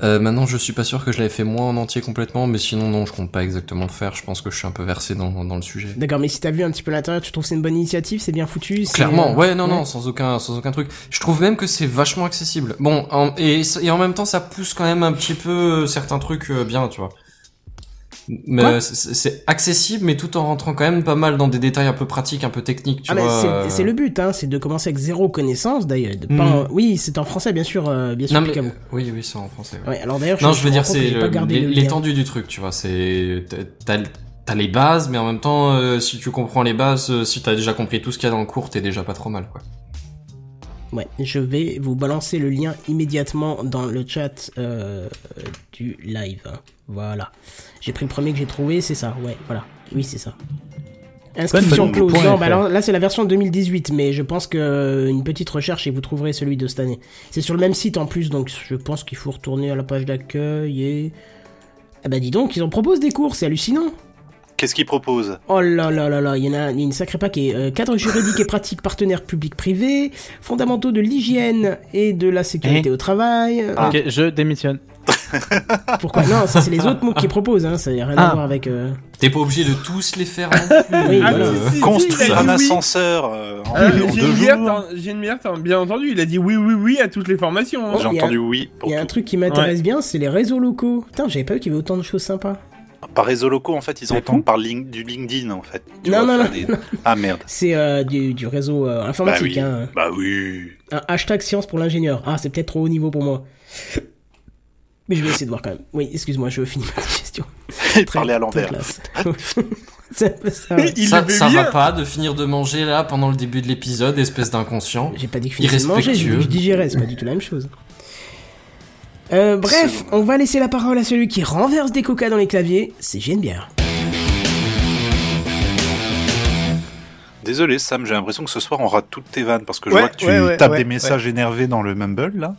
Speaker 5: Euh, maintenant, je suis pas sûr que je l'avais fait moi en entier complètement, mais sinon, non, je compte pas exactement le faire. Je pense que je suis un peu versé dans, dans le sujet.
Speaker 1: D'accord, mais si t'as vu un petit peu l'intérieur, tu trouves que c'est une bonne initiative, c'est bien foutu. c'est- euh,
Speaker 5: Clairement, ouais, non,
Speaker 1: Ouais.
Speaker 5: non, sans aucun, sans aucun truc. Je trouve même que c'est vachement accessible. Bon, en- et, et en même temps, ça pousse quand même un petit peu euh, certains trucs euh, bien, tu vois. Mais
Speaker 1: Quoi
Speaker 5: euh, c'est- c'est accessible, mais tout en rentrant quand même pas mal dans des détails un peu pratiques, un peu techniques, tu
Speaker 1: Ah ben,
Speaker 5: vois.
Speaker 1: c'est-
Speaker 5: euh.
Speaker 1: c'est le but, hein, c'est de commencer avec zéro connaissance d'ailleurs. de pas-
Speaker 5: Mhm.
Speaker 1: Oui, c'est en français, bien sûr, euh, bien sûr,
Speaker 5: Non, mais-
Speaker 1: Picabo.
Speaker 5: Oui, oui, c'est en français. ouais.
Speaker 1: Ouais, alors d'ailleurs,
Speaker 5: non,
Speaker 1: me
Speaker 5: je veux
Speaker 1: rends
Speaker 5: dire,
Speaker 1: compte
Speaker 5: c'est
Speaker 1: que j'ai pas
Speaker 5: le-
Speaker 1: gardé
Speaker 5: l'é-
Speaker 1: le lien.
Speaker 5: l'étendue du truc, tu vois. C'est t'as t'as les bases, mais en même temps, euh, si tu comprends les bases, euh, si t'as déjà compris tout ce qu'il y a dans le cours, t'es déjà pas trop mal, quoi.
Speaker 1: Ouais, je vais vous balancer le lien immédiatement dans le chat euh, euh, du live. Voilà. J'ai pris le premier que j'ai trouvé, c'est ça. Ouais, voilà. Oui, c'est ça. Inscription
Speaker 6: bonne
Speaker 1: close.
Speaker 6: idée.
Speaker 1: Non,
Speaker 6: Point
Speaker 1: bah
Speaker 6: fr.
Speaker 1: alors, là c'est la version 2018, mais je pense que euh, une petite recherche et vous trouverez celui de cette année. C'est sur le même site en plus, donc je pense qu'il faut retourner à la page d'accueil et. Ah bah dis donc, ils en proposent des cours, c'est hallucinant.
Speaker 4: Qu'est-ce qu'il propose
Speaker 1: Oh là là là là, il y en a il y a une sacrée paquet. Euh, cadre juridique et pratique partenaire public-privé, fondamentaux de l'hygiène et de la sécurité au travail. euh,
Speaker 5: Ah.
Speaker 6: Ok, je démissionne.
Speaker 1: Pourquoi Non, ça c'est les autres MOOC qui proposent, hein, ça n'a rien à
Speaker 6: Ah.
Speaker 1: voir avec... euh,
Speaker 5: T'es pas obligé de tous
Speaker 1: *laughs*
Speaker 5: les faire. non plus,
Speaker 1: Oui,
Speaker 5: euh,
Speaker 9: Ah,
Speaker 1: voilà.
Speaker 9: mais si, si, si, il
Speaker 4: Construire
Speaker 9: a dit
Speaker 4: un
Speaker 9: oui.
Speaker 4: ascenseur euh, en,
Speaker 9: Ah,
Speaker 4: en
Speaker 9: mais
Speaker 4: deux
Speaker 9: Gilles Guillard,
Speaker 4: jours.
Speaker 9: t'as- Gilles Guillard, t'as bien entendu, il a dit oui, oui, oui à toutes les formations. hein.
Speaker 4: J'ai
Speaker 1: Oh, il y a-
Speaker 4: entendu oui pour
Speaker 1: Il y a un
Speaker 4: tout.
Speaker 1: truc qui m'intéresse bien, c'est les réseaux locaux. Putain, j'avais pas vu qu'il y avait autant de choses sympas.
Speaker 4: Par réseau locaux, en fait, ils
Speaker 6: C'est fou.
Speaker 4: entendent par link- du LinkedIn, en fait. Tu
Speaker 1: Non, non,
Speaker 4: faire
Speaker 1: non,
Speaker 4: Ah merde.
Speaker 1: C'est euh, du, du réseau euh,
Speaker 4: Bah
Speaker 1: informatique.
Speaker 4: oui.
Speaker 1: hein.
Speaker 4: Bah oui. *laughs*
Speaker 1: Un hashtag science pour l'ingénieur. Ah, c'est peut-être trop haut niveau pour moi. Mais je vais essayer de voir quand même. Oui, excuse-moi, je finis ma *laughs* digestion.
Speaker 4: Il
Speaker 1: Très-
Speaker 4: parlait à
Speaker 1: très
Speaker 4: l'envers. *laughs*
Speaker 1: classe. *laughs* C'est un peu ça, ouais.
Speaker 9: Il
Speaker 5: ça
Speaker 9: le fait
Speaker 5: ça va
Speaker 9: bien.
Speaker 5: pas de finir de manger là pendant le début de l'épisode, espèce d'inconscient.
Speaker 1: J'ai pas dit que je finissais de manger, j'ai dit que je
Speaker 5: Irrespectueux.
Speaker 1: digérais, c'est pas du tout la même chose. Euh, bref, on va laisser la parole à celui qui renverse des coca dans les claviers, c'est Genebière.
Speaker 4: Désolé, Sam, j'ai l'impression que ce soir on rate toutes tes vannes parce que je
Speaker 6: Ouais,
Speaker 4: vois que tu
Speaker 6: ouais, ouais,
Speaker 4: tapes
Speaker 6: ouais,
Speaker 4: des messages énervés dans le Mumble là.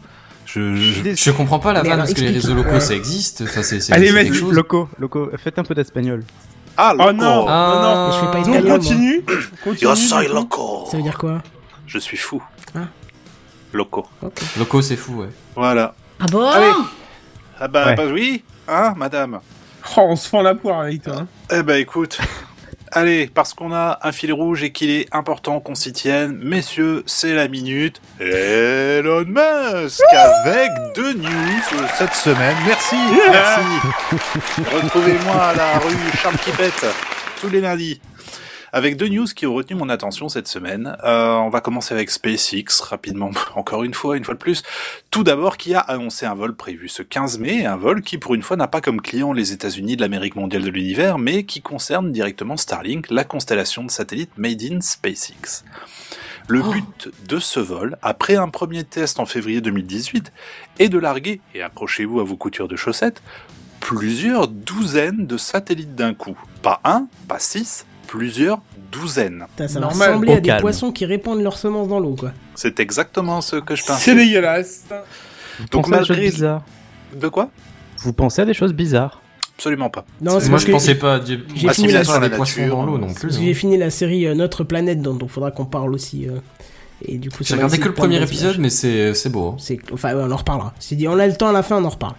Speaker 4: Je,
Speaker 6: *laughs*
Speaker 4: je-
Speaker 5: Je comprends pas la
Speaker 1: Mais
Speaker 5: vanne
Speaker 1: alors,
Speaker 5: parce que les
Speaker 1: explique.
Speaker 5: réseaux locaux
Speaker 1: Ouais.
Speaker 5: ça existe. Ça c'est c'est-
Speaker 9: Allez,
Speaker 5: c'est
Speaker 9: vas-y,
Speaker 5: quelque chose.
Speaker 6: Loco, loco, faites un peu d'espagnol.
Speaker 4: Ah,
Speaker 9: Oh
Speaker 4: loco.
Speaker 9: non,
Speaker 5: Ah.
Speaker 1: Je fais pas
Speaker 9: non, non. Donc
Speaker 1: italien, moi.
Speaker 9: continue.
Speaker 6: hein.
Speaker 9: continue
Speaker 4: Yo soy
Speaker 9: du coup.
Speaker 4: loco.
Speaker 1: Ça veut dire quoi
Speaker 4: Je suis fou.
Speaker 1: Ah.
Speaker 4: Loco.
Speaker 1: Ok.
Speaker 5: Locaux c'est fou, ouais.
Speaker 4: Voilà.
Speaker 10: Ah bon
Speaker 4: Allez. Ah bah,
Speaker 6: Ouais.
Speaker 4: bah oui, hein, madame.
Speaker 9: Oh, on se fend la poire avec toi. hein.
Speaker 4: Eh bah écoute. Allez, parce qu'on a un fil rouge et qu'il est important qu'on s'y tienne, messieurs, c'est la minute Elon Musk avec deux news cette semaine. Merci, merci. Retrouvez-moi à la rue Charles Pipette tous les lundis. Avec deux news qui ont retenu mon attention cette semaine, Euh, on va commencer avec SpaceX rapidement, *laughs* encore une fois, une fois de plus. Tout d'abord, qui a annoncé un vol prévu ce 15 mai, un vol qui pour une fois n'a pas comme client les États-Unis de l'Amérique mondiale de l'univers, mais qui concerne directement Starlink, la constellation de satellites Made in SpaceX. Le but de ce vol, après un premier test en février 2018, est de larguer, et accrochez-vous à vos coutures de chaussettes, plusieurs douzaines de satellites d'un coup. Pas un, pas six, plusieurs douzaines.
Speaker 1: Putain, ça va
Speaker 9: Normal.
Speaker 1: ressembler
Speaker 6: Au
Speaker 1: à des
Speaker 6: calme.
Speaker 1: poissons qui répandent leurs semences dans l'eau, quoi.
Speaker 4: C'est exactement ce que je
Speaker 9: C'est
Speaker 4: pensais.
Speaker 9: dégueulasse.
Speaker 6: Donc, pensez à des choses bizarres.
Speaker 4: De quoi
Speaker 6: Vous pensez à des choses bizarres.
Speaker 4: Absolument pas.
Speaker 1: Non, c'est
Speaker 5: Moi
Speaker 1: parce
Speaker 5: je
Speaker 1: que-
Speaker 5: pensais pas à des
Speaker 1: J'ai
Speaker 5: à
Speaker 1: fini la-
Speaker 5: des
Speaker 4: la
Speaker 5: poissons
Speaker 4: nature,
Speaker 5: dans l'eau
Speaker 4: euh,
Speaker 5: non plus.
Speaker 1: parce que
Speaker 5: hein.
Speaker 1: J'ai fini la série euh, Notre planète, dont il faudra qu'on parle aussi. euh, et du coup, ça
Speaker 5: J'ai
Speaker 1: m'a
Speaker 5: regardé
Speaker 1: laissé
Speaker 5: que le
Speaker 1: plein de
Speaker 5: premier
Speaker 1: bonnes images.
Speaker 5: épisode, mais c'est c'est beau. hein.
Speaker 1: C'est, enfin, ouais, on en reparlera. C'est dit, on a le temps à la fin, on en reparle.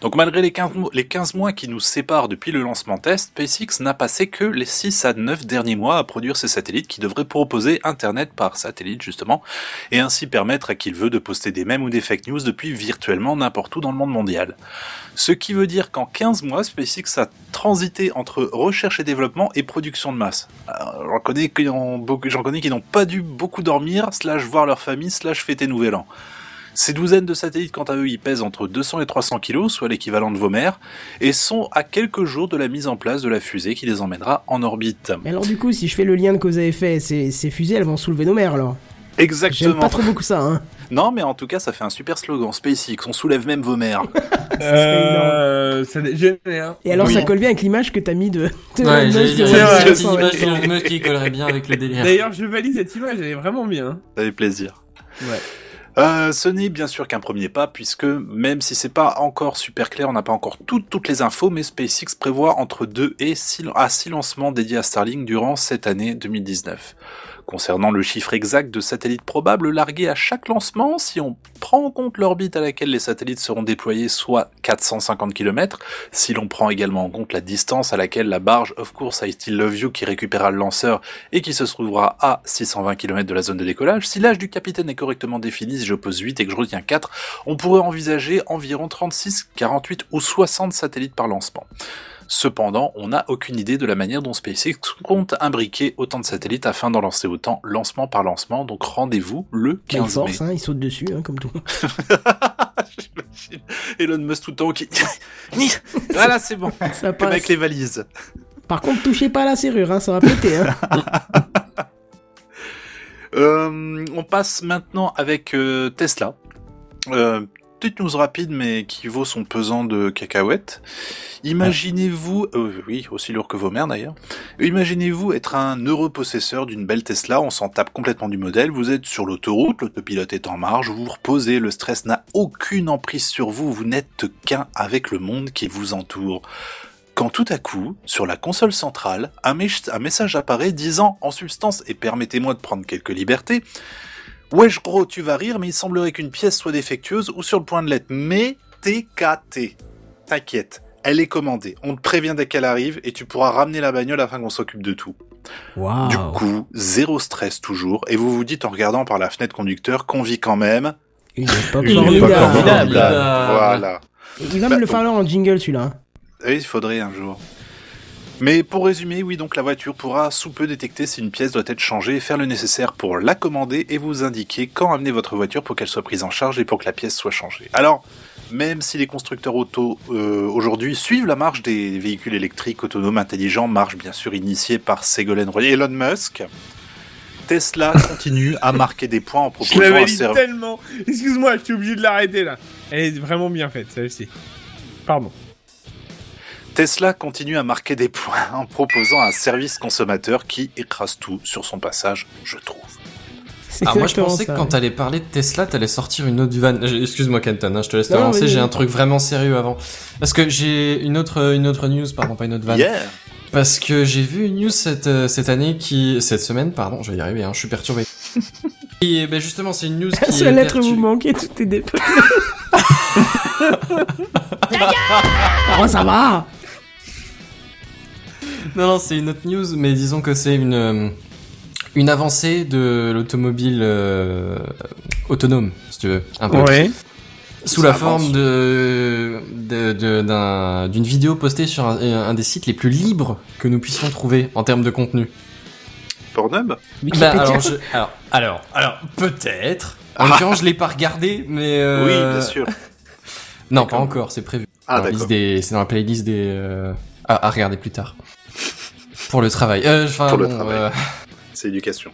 Speaker 4: Donc malgré les 15, mois- les 15 mois qui nous séparent depuis le lancement test, SpaceX n'a passé que les 6 à 9 derniers mois à produire ses satellites qui devraient proposer Internet par satellite justement, et ainsi permettre à qui le veut de poster des mèmes ou des fake news depuis virtuellement n'importe où dans le monde mondial. Ce qui veut dire qu'en 15 mois, SpaceX a transité entre recherche et développement et production de masse. Alors, J'en connais, qui ont beaucoup- j'en connais qui n'ont pas dû beaucoup dormir, slash voir leur famille, slash fêter Nouvel An. Ces douzaines de satellites, quant à eux, ils pèsent entre 200 et 300 kilos, soit l'équivalent de vos mères, et sont à quelques jours de la mise en place de la fusée qui les emmènera en orbite.
Speaker 1: Mais alors du coup, si je fais le lien de cause à effet, ces, ces fusées, elles vont soulever nos mères alors.
Speaker 4: Exactement.
Speaker 1: J'aime pas trop beaucoup ça, hein.
Speaker 4: Non, mais en tout cas, ça fait un super slogan. SpaceX, on soulève même vos mères.
Speaker 1: Ah,
Speaker 9: Euh, ça dégénère. hein.
Speaker 1: Et alors
Speaker 4: Oui.
Speaker 1: ça colle bien avec l'image que t'as mis de... de
Speaker 5: Ouais,
Speaker 1: Elon
Speaker 5: j'allais
Speaker 1: Musk euh,
Speaker 5: dire,
Speaker 1: et
Speaker 5: il y
Speaker 1: Elon
Speaker 5: a une
Speaker 1: Musk,
Speaker 5: petite
Speaker 1: ouais.
Speaker 5: image d'Elon Musk qui collerait bien avec le délire.
Speaker 9: D'ailleurs, je valide cette image, elle est vraiment bien.
Speaker 4: Ça fait plaisir.
Speaker 9: Ouais.
Speaker 4: Euh, ce n'est bien sûr qu'un premier pas, puisque même si c'est pas encore super clair, on n'a pas encore toutes toutes les infos, mais SpaceX prévoit entre 2 et 6 à six lancements dédiés à Starlink durant cette année 2019. Concernant le chiffre exact de satellites probables largués à chaque lancement, si on prend en compte l'orbite à laquelle les satellites seront déployés, soit 450 km, si l'on prend également en compte la distance à laquelle la barge Of Course I Still Love You qui récupérera le lanceur et qui se trouvera à 620 km de la zone de décollage, si l'âge du capitaine est correctement défini, si je pose 8 et que je retiens 4, on pourrait envisager environ 36, 48 ou 60 satellites par lancement. Cependant, on n'a aucune idée de la manière dont SpaceX compte imbriquer autant de satellites afin d'en lancer autant lancement par lancement, donc rendez-vous le
Speaker 1: Quelle
Speaker 4: 15 mai.
Speaker 1: force, hein, il saute dessus, hein, comme
Speaker 5: *laughs*
Speaker 1: tout.
Speaker 4: Elon Musk tout le temps qui... Ni voilà, c'est bon,
Speaker 1: Ça
Speaker 4: comme
Speaker 1: passe.
Speaker 4: avec les valises.
Speaker 1: Par contre, touchez pas à la serrure, hein, ça va péter.
Speaker 5: *laughs*
Speaker 1: Hein.
Speaker 4: Euh, on passe maintenant avec euh, Tesla. Euh, petite news rapide, mais qui vaut son pesant de cacahuètes. Imaginez-vous, euh, oui, aussi lourd que vos mères d'ailleurs. Imaginez-vous être un heureux possesseur d'une belle Tesla, on s'en tape complètement du modèle, vous êtes sur l'autoroute, l'autopilote est en marge, vous vous reposez, le stress n'a aucune emprise sur vous, vous n'êtes qu'un avec le monde qui vous entoure. Quand tout à coup, sur la console centrale, un, mech- un message apparaît disant en substance, et permettez-moi de prendre quelques libertés, Wesh gros, tu vas rire, mais il semblerait qu'une pièce soit défectueuse ou sur le point de l'être. Mais TKT, t'inquiète, elle est commandée. On te prévient dès qu'elle arrive et tu pourras ramener la bagnole afin qu'on s'occupe de tout. Du
Speaker 1: Waouh.
Speaker 4: coup, zéro stress toujours, et vous vous dites en regardant par la fenêtre conducteur qu'on vit quand même.
Speaker 1: Une époque
Speaker 4: Une époque
Speaker 1: formidable.
Speaker 6: formidable.
Speaker 4: Voilà.
Speaker 1: Il va me
Speaker 4: Bah,
Speaker 1: le falloir en jingle celui-là. hein.
Speaker 4: Oui, Eh, il faudrait un jour. Mais pour résumer, oui, donc la voiture pourra sous peu détecter si une pièce doit être changée et faire le nécessaire pour la commander et vous indiquer quand amener votre voiture pour qu'elle soit prise en charge et pour que la pièce soit changée. Alors, même si les constructeurs auto euh, aujourd'hui suivent la marche des véhicules électriques autonomes intelligents, marche bien sûr initiée par Ségolène Royal et Elon Musk, Tesla continue à marquer des points en
Speaker 9: Je
Speaker 4: proposant
Speaker 9: la
Speaker 4: un
Speaker 9: valide
Speaker 4: service.
Speaker 9: tellement. Excuse-moi, je suis obligé de l'arrêter là. Elle est vraiment bien faite, celle-ci. Pardon.
Speaker 4: Tesla continue à marquer des points en proposant un service consommateur qui écrase tout sur son passage, je trouve.
Speaker 1: C'est
Speaker 5: Ah, moi je
Speaker 1: exactement
Speaker 5: pensais que
Speaker 1: ça,
Speaker 5: quand
Speaker 1: ouais.
Speaker 5: t'allais parler de Tesla, t'allais sortir une autre vanne. Je- Excuse-moi Kenton, hein, je te laisse te
Speaker 1: Non,
Speaker 5: lancer,
Speaker 1: vas-y.
Speaker 5: j'ai un truc vraiment sérieux avant. Parce que j'ai une autre, une autre news, pardon, pas une autre vanne.
Speaker 4: Yeah
Speaker 5: Parce que j'ai vu une news cette, euh, cette année qui... Cette semaine, pardon, je vais y arriver, hein, je suis perturbé. Et ben justement, c'est une news qui...
Speaker 1: La seule
Speaker 5: est
Speaker 1: lettre
Speaker 5: vertu-
Speaker 1: vous manquez, tout est
Speaker 5: *laughs*
Speaker 1: dépeuplé. oh, ça
Speaker 5: Bah,
Speaker 1: va
Speaker 5: Non, non, c'est une autre news, mais disons que c'est une, euh, une avancée de l'automobile euh, autonome, si tu veux. Un peu. Sous la
Speaker 4: Ça avance.
Speaker 5: forme de de- de- d'un- d'une vidéo postée sur un, euh, un des sites les plus libres que nous puissions trouver en termes de contenu.
Speaker 4: Pornhub
Speaker 5: Bah,
Speaker 1: Wikipédia.
Speaker 5: alors, je- alors, alors, alors, peut-être. En l'occurrence, je l'ai pas regardé, mais euh,
Speaker 4: Oui, bien sûr.
Speaker 5: Non, pas encore, c'est prévu.
Speaker 4: Ah,
Speaker 5: Dans la liste
Speaker 4: d'accord.
Speaker 5: des- C'est dans la playlist des. euh, à, à regarder
Speaker 4: *laughs*
Speaker 5: plus tard. Pour le travail. Euh, enfin,
Speaker 4: Pour le
Speaker 5: bon,
Speaker 4: travail.
Speaker 5: euh,
Speaker 4: C'est éducation.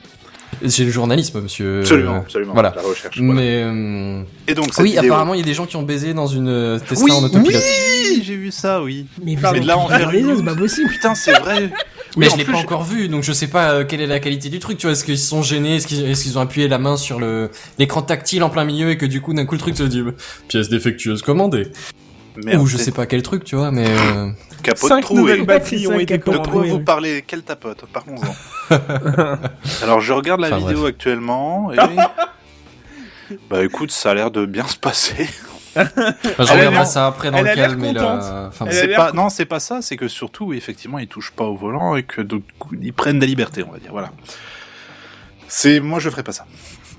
Speaker 5: C'est le journalisme, monsieur.
Speaker 4: Absolument,
Speaker 5: Euh,
Speaker 4: absolument.
Speaker 5: voilà.
Speaker 4: La recherche. voilà.
Speaker 5: Mais euh,
Speaker 4: Et donc, cette
Speaker 5: oui,
Speaker 4: vidéo-
Speaker 5: apparemment, il y a des gens qui ont baisé dans une euh, Tesla
Speaker 4: Oui,
Speaker 5: en autopilote.
Speaker 4: oui, j'ai vu ça, oui.
Speaker 1: Mais
Speaker 5: Ah,
Speaker 1: vous
Speaker 4: Mais
Speaker 1: êtes
Speaker 4: de là, en faire
Speaker 1: regardez
Speaker 4: une
Speaker 1: ça,
Speaker 4: news.
Speaker 1: c'est pas possible.
Speaker 4: Putain, c'est
Speaker 5: *laughs*
Speaker 4: vrai.
Speaker 5: mais
Speaker 4: Oui, en
Speaker 5: je l'ai
Speaker 4: plus,
Speaker 5: pas encore vu, donc je sais pas euh, quelle est la qualité du truc. Tu vois, est-ce qu'ils se sont gênés, est-ce qu'ils est-ce qu'ils ont appuyé la main sur le l'écran tactile en plein milieu et que du coup d'un coup le truc se dit bah, pièce défectueuse commandée
Speaker 4: Merde,
Speaker 5: ou je sais pas quel truc, tu vois, mais
Speaker 4: *coughs*
Speaker 5: euh,
Speaker 4: Capote
Speaker 9: Cinq
Speaker 4: trouée.
Speaker 9: nouvelles
Speaker 1: C'est
Speaker 9: batteries
Speaker 1: ça
Speaker 9: ont
Speaker 1: qu'a
Speaker 9: été
Speaker 1: pas
Speaker 4: De
Speaker 1: Pardon,
Speaker 4: quoi
Speaker 1: oui,
Speaker 4: vous
Speaker 1: oui.
Speaker 4: parlez Quelle tapote
Speaker 5: *laughs*
Speaker 4: Parlons-en. Alors, je regarde la
Speaker 5: Enfin, *laughs*
Speaker 4: vidéo actuellement et... bah écoute, ça a l'air de bien se passer.
Speaker 5: Enfin, je
Speaker 4: Elle a
Speaker 5: regarderai
Speaker 4: l'air-
Speaker 5: ça après dans
Speaker 9: elle
Speaker 5: le
Speaker 9: a l'air
Speaker 5: calme. mais là,
Speaker 9: contente.
Speaker 5: enfin,
Speaker 9: Elle a
Speaker 5: c'est-
Speaker 4: C'est
Speaker 9: l'air
Speaker 4: pas,
Speaker 9: cool.
Speaker 4: non, c'est pas ça, c'est que surtout, effectivement, ils touchent pas au volant et que donc, du coup, ils prennent la liberté, on va dire. Voilà. C'est, moi, je ferais pas ça.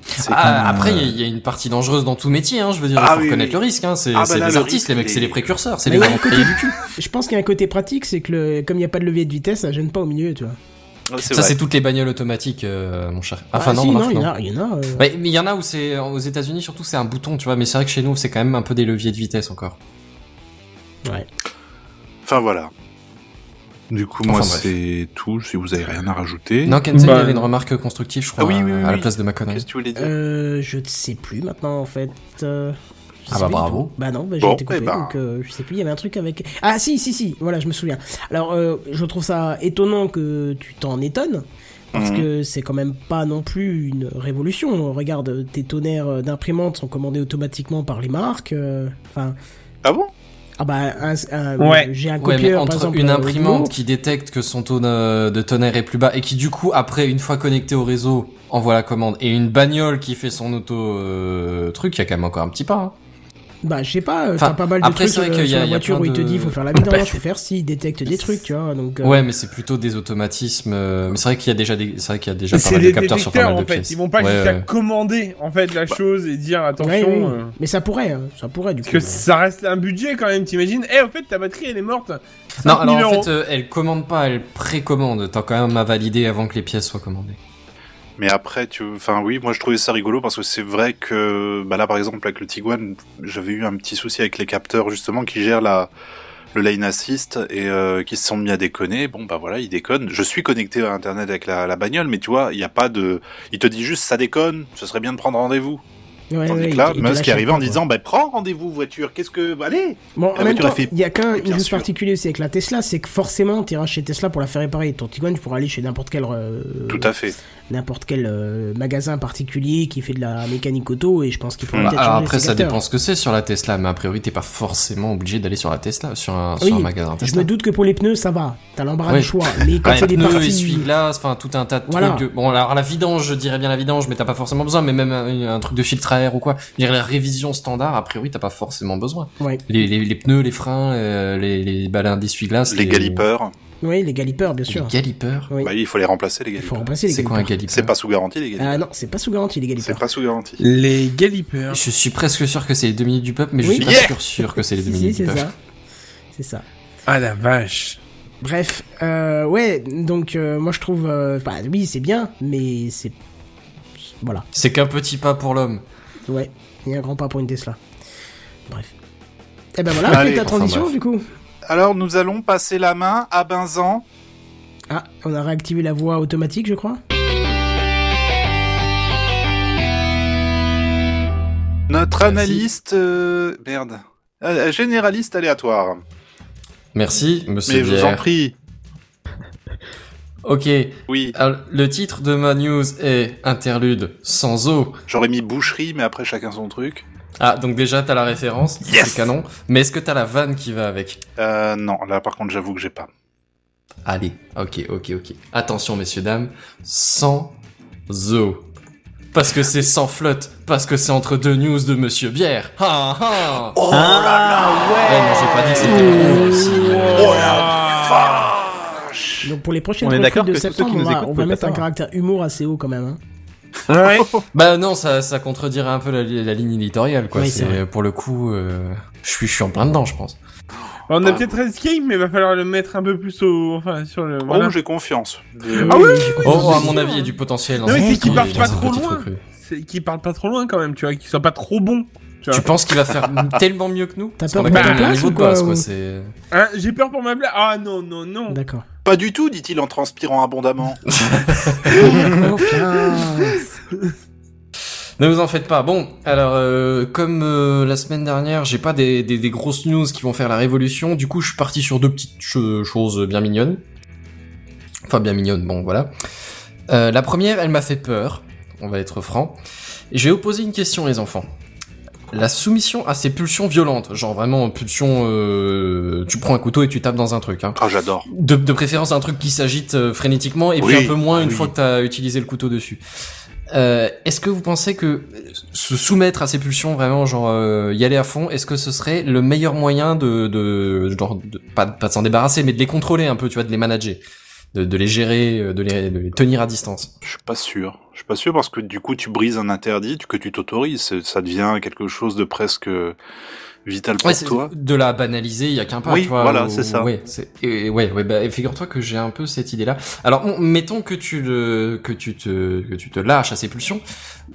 Speaker 4: C'est
Speaker 5: Ah,
Speaker 4: comme,
Speaker 5: après,
Speaker 4: euh,
Speaker 5: il y a- il y, a une partie dangereuse dans tout métier. Hein, je veux dire, il
Speaker 4: Ah
Speaker 5: faut
Speaker 4: oui,
Speaker 5: reconnaître
Speaker 4: oui.
Speaker 5: le risque. Hein, c'est
Speaker 4: Ah, bah
Speaker 5: c'est
Speaker 4: là,
Speaker 5: les
Speaker 4: le
Speaker 5: artistes, les
Speaker 4: risque,
Speaker 5: mecs, c'est les
Speaker 4: les-
Speaker 5: précurseurs, c'est les
Speaker 1: Mais
Speaker 5: mecs
Speaker 1: oui,
Speaker 5: qui ont payé du cul.
Speaker 1: Je pense qu'il y a un côté pratique, c'est que le- comme il n'y a pas de levier de vitesse, ça gêne pas au milieu, tu vois.
Speaker 4: c'est
Speaker 5: Ça,
Speaker 4: vrai.
Speaker 5: c'est toutes les bagnoles automatiques, euh, mon cher. Enfin
Speaker 1: Ah,
Speaker 5: non,
Speaker 1: si,
Speaker 5: remarque,
Speaker 1: il y en
Speaker 5: non.
Speaker 1: a, il y en a. euh.
Speaker 5: Ouais, mais il y en a où c'est aux États-Unis surtout c'est un bouton, tu vois. Mais c'est vrai que chez nous c'est quand même un peu des leviers de vitesse encore.
Speaker 4: Enfin, voilà. Du coup, moi,
Speaker 5: Enfin, bref.
Speaker 4: c'est tout. Si vous avez rien à rajouter.
Speaker 5: Non, Kenzie, il y
Speaker 9: Bah,
Speaker 5: avait une
Speaker 9: non.
Speaker 5: remarque constructive, je crois,
Speaker 4: Ah oui, oui, oui,
Speaker 5: à la
Speaker 4: oui.
Speaker 5: place de ma connerie.
Speaker 4: Qu'est-ce que tu voulais dire
Speaker 1: Euh, je ne sais plus maintenant en fait. Euh, je
Speaker 5: Ah
Speaker 1: sais plus
Speaker 5: bah
Speaker 1: du
Speaker 5: bravo.
Speaker 1: tout. Bah non, bah, j'ai
Speaker 4: Bon,
Speaker 1: été coupé,
Speaker 4: eh ben.
Speaker 1: donc euh, je sais plus, il y avait un truc avec... Ah si, si, si, voilà, je me souviens. Alors, euh, je trouve ça étonnant que tu t'en étonnes, parce
Speaker 4: Mhm.
Speaker 1: que c'est quand même pas non plus une révolution. Regarde, tes tonnerres d'imprimantes sont commandés automatiquement par les marques. euh, Enfin,
Speaker 4: Ah bon
Speaker 1: ah bah, un, un- euh,
Speaker 9: Ouais.
Speaker 1: j'ai un
Speaker 5: Ouais,
Speaker 1: copieur,
Speaker 5: mais
Speaker 1: par
Speaker 5: entre
Speaker 1: exemple,
Speaker 5: une
Speaker 1: euh,
Speaker 5: imprimante
Speaker 1: Hugo.
Speaker 5: qui détecte que son taux de de tonnerre est plus bas et qui du coup après une fois connectée au réseau envoie la commande et une bagnole qui fait son auto euh, truc, il y a quand même encore un petit pas. hein.
Speaker 1: Bah, je sais pas, euh,
Speaker 5: Enfin,
Speaker 1: t'as pas mal de
Speaker 5: après, c'est
Speaker 1: trucs
Speaker 5: vrai
Speaker 1: euh,
Speaker 5: qu'il y
Speaker 1: sur
Speaker 5: a-
Speaker 1: la
Speaker 5: il y a
Speaker 1: voiture
Speaker 5: plein
Speaker 1: où il te
Speaker 5: de-
Speaker 1: dit, faut faire la
Speaker 5: *laughs*
Speaker 1: vidange, faut faire ci, il détecte des trucs, tu vois, donc... euh,
Speaker 5: Ouais, mais c'est plutôt des automatismes. euh, Mais c'est vrai qu'il y a déjà des, c'est vrai qu'il y a déjà pas
Speaker 9: C'est
Speaker 5: mal de
Speaker 9: des
Speaker 5: capteurs sur pas
Speaker 9: détecteurs
Speaker 5: mal de
Speaker 9: en fait.
Speaker 5: pièces.
Speaker 9: Ils vont pas
Speaker 5: Ouais,
Speaker 9: jusqu'à
Speaker 5: ouais. Bah.
Speaker 9: commander en fait la chose et dire
Speaker 1: Ouais,
Speaker 9: attention.
Speaker 1: oui.
Speaker 9: euh,
Speaker 1: Mais ça pourrait, hein, ça pourrait du
Speaker 9: Parce
Speaker 1: coup.
Speaker 9: que ça reste un budget quand même, t'imagines Eh, en fait, ta batterie elle est morte.
Speaker 5: Non,
Speaker 9: 5000
Speaker 5: alors en
Speaker 9: euros.
Speaker 5: fait, euh, elle commande pas, elle précommande. T'as quand même à valider avant que les pièces soient commandées.
Speaker 4: Mais après, tu, enfin oui, moi je trouvais ça rigolo parce que c'est vrai que, bah là par exemple avec le Tiguan, j'avais eu un petit souci avec les capteurs justement qui gèrent la le lane assist et euh, qui se sont mis à déconner. Bon bah voilà, ils déconnent. Je suis connecté à internet avec la, la bagnole, mais tu vois, il n'y a pas de, il te dit juste ça déconne, ce serait bien de prendre rendez-vous.
Speaker 1: Ouais,
Speaker 4: Tandis
Speaker 1: ouais,
Speaker 4: que
Speaker 1: il
Speaker 4: là,
Speaker 1: te- il te
Speaker 4: Musk
Speaker 1: lâche
Speaker 4: est arrivé
Speaker 1: pas,
Speaker 4: en
Speaker 1: quoi.
Speaker 4: disant, bah prends rendez-vous voiture, qu'est-ce que, bah, allez.
Speaker 1: Bon, en
Speaker 4: la
Speaker 1: même
Speaker 4: voiture a
Speaker 1: temps,
Speaker 4: fait-
Speaker 1: il y a qu'un
Speaker 4: Bien
Speaker 1: juste
Speaker 4: sûr.
Speaker 1: particulier aussi avec la Tesla, c'est que forcément, tu iras chez Tesla pour la faire réparer. Ton Tiguan, tu pourras aller chez n'importe quel, euh,
Speaker 4: Tout à fait.
Speaker 1: n'importe quel euh, magasin particulier qui fait de la mécanique auto, et je pense qu'il pourra
Speaker 5: Bah,
Speaker 1: peut-être
Speaker 5: alors
Speaker 1: changer
Speaker 5: après,
Speaker 1: ses
Speaker 5: ça
Speaker 1: capteurs.
Speaker 5: dépend ce que c'est sur la Tesla, mais a priori, t'es pas forcément obligé d'aller sur la Tesla, sur un, sur
Speaker 1: Oui,
Speaker 5: un magasin
Speaker 1: Je
Speaker 5: Tesla.
Speaker 1: me doute que pour les pneus, ça va. T'as l'embarras
Speaker 5: Ouais.
Speaker 1: du choix. Mais quand
Speaker 5: Ouais,
Speaker 1: c'est des
Speaker 5: pneus,
Speaker 1: parties...
Speaker 5: essuie-glace, enfin tout un tas de
Speaker 1: Voilà.
Speaker 5: trucs. de- Bon, alors la vidange, je dirais bien la vidange, mais t'as pas forcément besoin. Mais même un, un truc de filtre à air ou quoi. Je dirais la révision standard, a priori, t'as pas forcément besoin.
Speaker 1: Ouais.
Speaker 5: Les, les, les pneus, les freins, euh, les, les balins d'essuie-glace,
Speaker 4: Les galipeurs,
Speaker 1: Oui, les galipeurs, bien
Speaker 5: Les
Speaker 1: sûr.
Speaker 5: galipeurs.
Speaker 1: Oui.
Speaker 4: bah oui, il faut les remplacer les
Speaker 1: Il faut
Speaker 4: galipeurs.
Speaker 1: remplacer les
Speaker 5: C'est quoi un
Speaker 1: galipeurs.
Speaker 5: galipeur
Speaker 4: C'est pas sous garantie les galipeurs.
Speaker 1: Ah non, c'est pas sous garantie, les
Speaker 4: c'est
Speaker 1: galipeurs.
Speaker 4: pas sous garantie.
Speaker 9: Les galipeurs.
Speaker 5: Je suis presque sûr que c'est les deux minutes du peuple, mais je
Speaker 1: Oui.
Speaker 5: suis pas
Speaker 4: Yeah.
Speaker 5: sûr sûr que c'est les
Speaker 1: *laughs* Si,
Speaker 5: deux
Speaker 1: si,
Speaker 5: minutes
Speaker 1: c'est
Speaker 5: du peuple.
Speaker 1: ça. C'est ça.
Speaker 9: Ah la vache.
Speaker 1: Bref, euh, ouais, donc euh, moi je trouve, euh, bah oui c'est bien, mais c'est, voilà,
Speaker 5: C'est qu'un petit pas pour l'homme.
Speaker 1: ouais, il y a un grand pas pour une Tesla. Bref. Et ben voilà,
Speaker 4: Allez,
Speaker 1: fais ta
Speaker 5: enfin,
Speaker 1: transition
Speaker 5: bref.
Speaker 1: du coup.
Speaker 4: Alors nous allons passer la main à Binzan.
Speaker 1: Ah, on a réactivé la voix automatique, je crois.
Speaker 4: Notre
Speaker 5: Merci.
Speaker 4: analyste, euh, merde, Euh, généraliste aléatoire.
Speaker 5: Merci, monsieur
Speaker 4: Mais je vous en
Speaker 5: Bière.
Speaker 4: prie,
Speaker 5: Ok,
Speaker 4: oui,
Speaker 5: alors, le titre de ma news est Interlude sans eau.
Speaker 4: j'aurais mis boucherie, mais après chacun son truc.
Speaker 5: Ah, donc déjà t'as la référence,
Speaker 4: Yes.
Speaker 5: c'est canon. Mais est-ce que t'as la vanne qui va avec
Speaker 4: Euh, non, là par contre j'avoue que j'ai pas.
Speaker 5: Allez, ok, ok, ok. Attention messieurs dames, sans eau. Parce que c'est sans flotte, parce que c'est entre deux news de Monsieur Bière. Ah ah
Speaker 4: Oh là
Speaker 5: Ouais, non, j'ai pas dit que c'était drôle aussi. euh.
Speaker 4: là Oh
Speaker 9: Ah.
Speaker 4: la vache
Speaker 1: Donc pour les prochaines
Speaker 6: On est
Speaker 1: recrues
Speaker 6: d'accord
Speaker 1: de
Speaker 6: que tous ceux qui
Speaker 1: septembre, on
Speaker 6: nous
Speaker 1: va,
Speaker 6: écoutent
Speaker 1: on va
Speaker 6: peuvent
Speaker 1: mettre
Speaker 6: pas
Speaker 1: un
Speaker 6: savoir.
Speaker 1: caractère humour assez haut quand même. Hein.
Speaker 9: Ouais.
Speaker 5: Bah non, ça, ça contredirait un peu la, la ligne éditoriale, quoi.
Speaker 1: Oui, c'est
Speaker 5: c'est
Speaker 1: vrai.
Speaker 5: pour le coup, euh, je suis, je suis en plein dedans, je pense.
Speaker 9: On
Speaker 4: Ah.
Speaker 9: a peut-être escape, mais va falloir le mettre un peu plus au, enfin sur le. voilà.
Speaker 4: Oh, j'ai confiance.
Speaker 9: Ah oui, oui,
Speaker 1: j'ai
Speaker 9: oui,
Speaker 5: Oh,
Speaker 1: confiance.
Speaker 5: oh, à mon avis, il y a du potentiel. hein.
Speaker 9: Non,
Speaker 5: dans
Speaker 9: mais
Speaker 5: ce
Speaker 9: c'est
Speaker 5: petit-
Speaker 9: qu'il parte
Speaker 5: dans
Speaker 9: pas
Speaker 5: cette
Speaker 9: trop
Speaker 5: petite
Speaker 9: loin.
Speaker 5: recrue.
Speaker 9: C'est qui parle pas trop loin quand même, tu vois, qui soit pas trop bon. Tu vois.
Speaker 5: Tu penses qu'il va faire tellement mieux que nous
Speaker 1: T'as
Speaker 5: Parce qu'on
Speaker 1: peur
Speaker 5: a
Speaker 9: pour
Speaker 5: quand
Speaker 9: ta
Speaker 5: même un
Speaker 1: place
Speaker 5: niveau
Speaker 1: ou
Speaker 5: de
Speaker 1: quoi,
Speaker 5: base,
Speaker 1: ou-
Speaker 5: quoi. C'est.
Speaker 9: Hein, J'ai peur pour ma blague. Ah non non
Speaker 5: Mm.
Speaker 9: non.
Speaker 1: D'accord.
Speaker 4: Pas du tout, dit-il en transpirant abondamment.
Speaker 1: Confiance.
Speaker 5: Ne vous en faites pas. Bon, alors euh, comme euh, la semaine dernière, j'ai pas des, des, des grosses news qui vont faire la révolution. Du coup, je suis parti sur deux petites cho- choses bien mignonnes. Enfin, bien mignonnes. Bon, voilà. Euh, la première, elle m'a fait peur. On va être franc. Et je vais vous poser une question, les enfants. La soumission à ces pulsions violentes, genre vraiment pulsion, euh, tu prends un couteau et tu tapes dans un truc. Hein.
Speaker 4: Ah, j'adore.
Speaker 5: De, de préférence un truc qui s'agite euh, frénétiquement et
Speaker 4: Oui, Ah
Speaker 5: puis un peu moins une
Speaker 4: oui.
Speaker 5: fois que t'as utilisé le couteau dessus. Euh, est-ce que vous pensez que se soumettre à ses pulsions, vraiment, genre euh, y aller à fond, est-ce que ce serait le meilleur moyen de, de genre, de- pas, pas de s'en débarrasser, mais de les contrôler un peu, tu vois, de les manager, de, de les gérer, euh, de les, de les tenir à distance
Speaker 4: Je suis pas sûr. Je suis pas sûr parce que du coup, tu brises un interdit que tu t'autorises. C'est- Ça devient quelque chose de presque euh, vital pour
Speaker 5: Ouais, c'est-
Speaker 4: toi.
Speaker 5: de la banaliser, il y a qu'un pas.
Speaker 4: Oui,
Speaker 5: tu vois,
Speaker 4: voilà,
Speaker 5: ou-
Speaker 4: c'est ça.
Speaker 5: Ouais, c'est- et, et ouais, ouais, bah, et figure-toi que j'ai un peu cette idée-là. Alors, bon, mettons que tu le, que tu te, que tu te lâches à ses pulsions,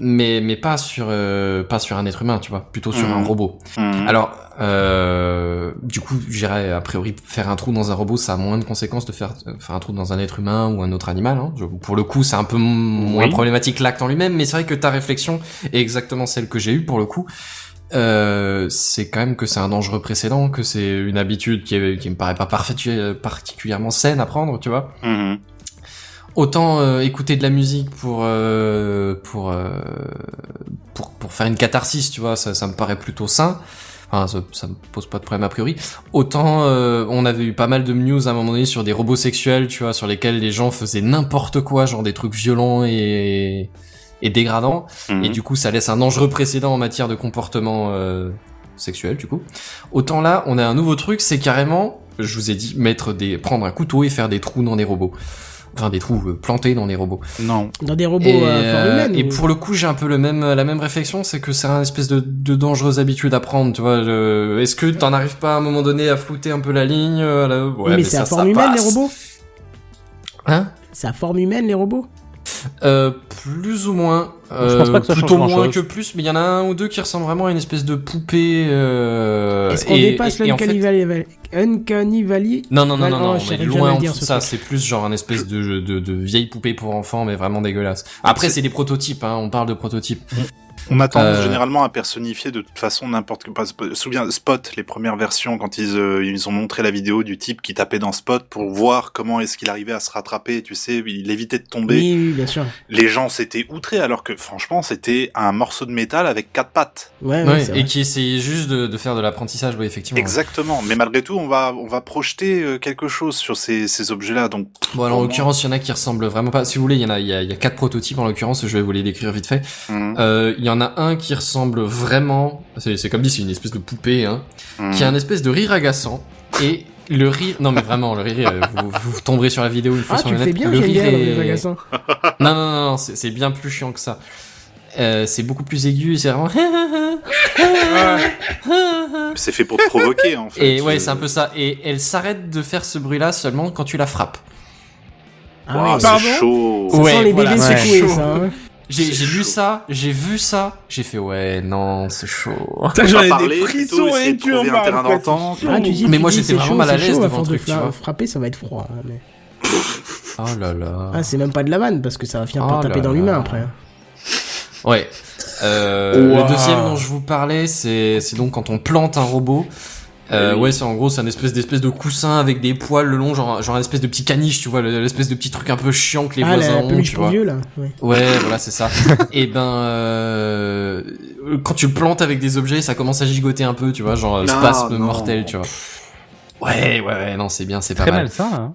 Speaker 5: mais mais pas sur, euh, pas sur un être humain, tu vois, plutôt sur
Speaker 4: Mhm.
Speaker 5: un robot.
Speaker 4: Mhm.
Speaker 5: Alors, euh, du coup, j'irais a priori faire un trou dans un robot, ça a moins de conséquences de faire, euh, faire un trou dans un être humain ou un autre animal. hein. Je- pour le coup, c'est un peu m- moins
Speaker 6: Oui.
Speaker 5: problématique l'acte en lui-même, mais c'est vrai que ta réflexion est exactement celle que j'ai eue pour le coup. Euh, c'est quand même que c'est un dangereux précédent, que c'est une habitude qui, est- qui me paraît pas parfaite- euh, particulièrement saine à prendre, tu vois.
Speaker 4: Mhm.
Speaker 5: Autant euh, écouter de la musique pour euh, pour, euh, pour pour faire une catharsis, tu vois, ça, ça me paraît plutôt sain. Enfin, ça, ça me pose pas de problème a priori. Autant euh, on avait eu pas mal de news à un moment donné sur des robots sexuels, tu vois, sur lesquels les gens faisaient n'importe quoi, genre des trucs violents et et dégradants.
Speaker 4: Mhm.
Speaker 5: Et du coup, ça laisse un dangereux précédent en matière de comportement euh, sexuel, du coup. Autant là, on a un nouveau truc, c'est carrément, je vous ai dit, mettre des, prendre un couteau et faire des trous dans des robots. Enfin, des trous euh, plantés dans des robots.
Speaker 4: Non.
Speaker 1: Dans des robots
Speaker 5: et,
Speaker 1: euh, forme
Speaker 5: euh,
Speaker 1: humaine,
Speaker 5: et
Speaker 1: ou-
Speaker 5: pour le coup, j'ai un peu le même, la même réflexion, c'est que c'est un espèce de, de dangereuse habitude à prendre, tu vois. le- Est-ce que t'en arrives pas à un moment donné à flouter un peu la ligne euh, là- ouais,
Speaker 1: Oui, mais, c'est
Speaker 5: ça,
Speaker 1: à forme
Speaker 5: ça
Speaker 1: humaine les
Speaker 5: passe.
Speaker 1: robots
Speaker 5: Hein
Speaker 1: C'est à forme humaine les robots
Speaker 5: Euh, plus ou moins.
Speaker 6: Je pense pas que ça
Speaker 5: Euh,
Speaker 6: change
Speaker 5: plutôt moins
Speaker 6: grand-chose.
Speaker 5: que plus, mais il y en a un ou deux qui ressemblent vraiment à une espèce de poupée. Euh,
Speaker 1: Est-ce qu'on
Speaker 5: et-
Speaker 1: dépasse
Speaker 5: et- et en fait-
Speaker 1: l'Uncanny Valley- Uncanny Valley
Speaker 5: Non, non, non,
Speaker 1: Ouais,
Speaker 5: non,
Speaker 1: non,
Speaker 5: non,
Speaker 1: je
Speaker 5: mais
Speaker 1: savais jamais
Speaker 5: loin en
Speaker 1: dire
Speaker 5: dessous
Speaker 1: ce
Speaker 5: de ça,
Speaker 1: truc.
Speaker 5: c'est plus genre un espèce de, de, de vieille poupée pour enfants, mais vraiment dégueulasse.
Speaker 1: Ah,
Speaker 5: Après, c'est des prototypes, hein, on parle de prototypes.
Speaker 4: On a tendance
Speaker 5: Euh,
Speaker 4: généralement à personnifier de toute façon n'importe quoi. Sp- Souviens Spot, les premières versions, quand ils, euh, ils ont montré la vidéo du type qui tapait dans Spot pour voir comment est-ce qu'il arrivait à se rattraper, tu sais, il évitait de tomber.
Speaker 1: Oui, oui, bien sûr.
Speaker 4: Les gens s'étaient outrés alors que franchement c'était un morceau de métal avec quatre pattes.
Speaker 1: Ouais, ouais,
Speaker 5: Ouais,
Speaker 1: c'est
Speaker 5: et
Speaker 1: vrai.
Speaker 5: qui essayait juste de, de faire de l'apprentissage, oui, effectivement. ouais.
Speaker 4: Exactement. Mais malgré tout on va on va projeter euh, quelque chose sur ces, ces objets-là. Donc
Speaker 5: Bon, alors,
Speaker 4: Pour
Speaker 5: en
Speaker 4: moi.
Speaker 5: l'occurrence, il y en a qui ressemblent vraiment pas. Si vous voulez, il y en a, il y a, il y a quatre prototypes, en l'occurrence, je vais vous les décrire vite fait.
Speaker 4: hum,
Speaker 5: Euh, Il y en a un qui ressemble vraiment, c'est c'est comme dit, c'est une espèce de poupée, hein,
Speaker 4: hum.
Speaker 5: qui a un espèce de rire agaçant et le rire non mais vraiment le rire euh, vous, vous tomberez sur la vidéo une fois
Speaker 1: Ah,
Speaker 5: sur
Speaker 1: tu
Speaker 5: le
Speaker 1: le fais
Speaker 5: net
Speaker 1: bien,
Speaker 5: le
Speaker 1: j'aime
Speaker 5: rire
Speaker 1: bien,
Speaker 5: est-
Speaker 1: les Ah agaçants.
Speaker 5: non non non, non, c'est c'est bien plus chiant que ça euh, c'est beaucoup plus aigu et c'est vraiment *laughs*
Speaker 4: c'est fait pour te provoquer en fait.
Speaker 5: *laughs* et ouais
Speaker 4: Euh,
Speaker 5: c'est un peu ça et elle s'arrête de faire ce bruit là seulement quand tu la frappes
Speaker 1: Ah
Speaker 4: ouah,
Speaker 1: ouais.
Speaker 9: Pardon
Speaker 4: c'est chaud.
Speaker 1: Ça sent
Speaker 5: bah, Ouais,
Speaker 1: les
Speaker 5: voilà,
Speaker 1: bébés
Speaker 5: c'est
Speaker 1: secoués,
Speaker 5: chaud.
Speaker 1: ça. hein.
Speaker 5: j'ai
Speaker 4: C'est
Speaker 5: j'ai lu
Speaker 4: chaud.
Speaker 5: ça j'ai vu ça j'ai fait ouais non c'est chaud
Speaker 9: Putain,
Speaker 4: On va
Speaker 9: j'en ai
Speaker 4: parler,
Speaker 9: des
Speaker 4: plutôt
Speaker 9: frissons
Speaker 4: essayer
Speaker 9: et
Speaker 4: de
Speaker 9: tu en
Speaker 4: trouver un
Speaker 9: parles.
Speaker 4: terrain
Speaker 9: quoi.
Speaker 4: d'entente.
Speaker 9: C'est
Speaker 1: Ah, tu dis,
Speaker 5: Mais
Speaker 1: tu
Speaker 5: moi,
Speaker 1: dis,
Speaker 5: j'étais
Speaker 1: c'est
Speaker 5: vraiment
Speaker 1: chaud,
Speaker 5: mal à
Speaker 1: c'est
Speaker 5: l'aise
Speaker 1: chaud,
Speaker 5: devant
Speaker 1: force
Speaker 5: le
Speaker 1: de
Speaker 5: truc, tu
Speaker 1: fra-
Speaker 5: vois.
Speaker 1: Frapper, ça va être froid. hein, mais-
Speaker 5: oh là là
Speaker 1: Ah, c'est même pas de la vanne parce que ça va finir
Speaker 5: Oh
Speaker 1: par taper
Speaker 5: là
Speaker 1: dans
Speaker 5: là.
Speaker 1: l'humain après. hein.
Speaker 5: Ouais. Euh,
Speaker 9: Ouah.
Speaker 5: Le deuxième dont je vous parlais, c'est c'est donc quand on plante un robot. Euh, ouais, c'est en gros, c'est un espèce d'espèce de coussin avec des poils le long, genre, genre un espèce de petit caniche, tu vois, le- l'espèce de petit truc un peu chiant que les
Speaker 1: Ah,
Speaker 5: voisins
Speaker 1: la, la
Speaker 5: ont,
Speaker 1: peluche
Speaker 5: tu
Speaker 1: pour
Speaker 5: vois.
Speaker 1: vieux là. ouais. *laughs*
Speaker 5: Ouais, voilà, c'est ça. Et ben, euh, quand tu le plantes avec des objets, ça commence à gigoter un peu, tu vois, genre euh,
Speaker 4: Non,
Speaker 5: spasme
Speaker 4: non.
Speaker 5: mortel, tu vois. Ouais, ouais, ouais, non, c'est bien, c'est pas
Speaker 6: Très
Speaker 5: mal.
Speaker 6: mal ça. hein.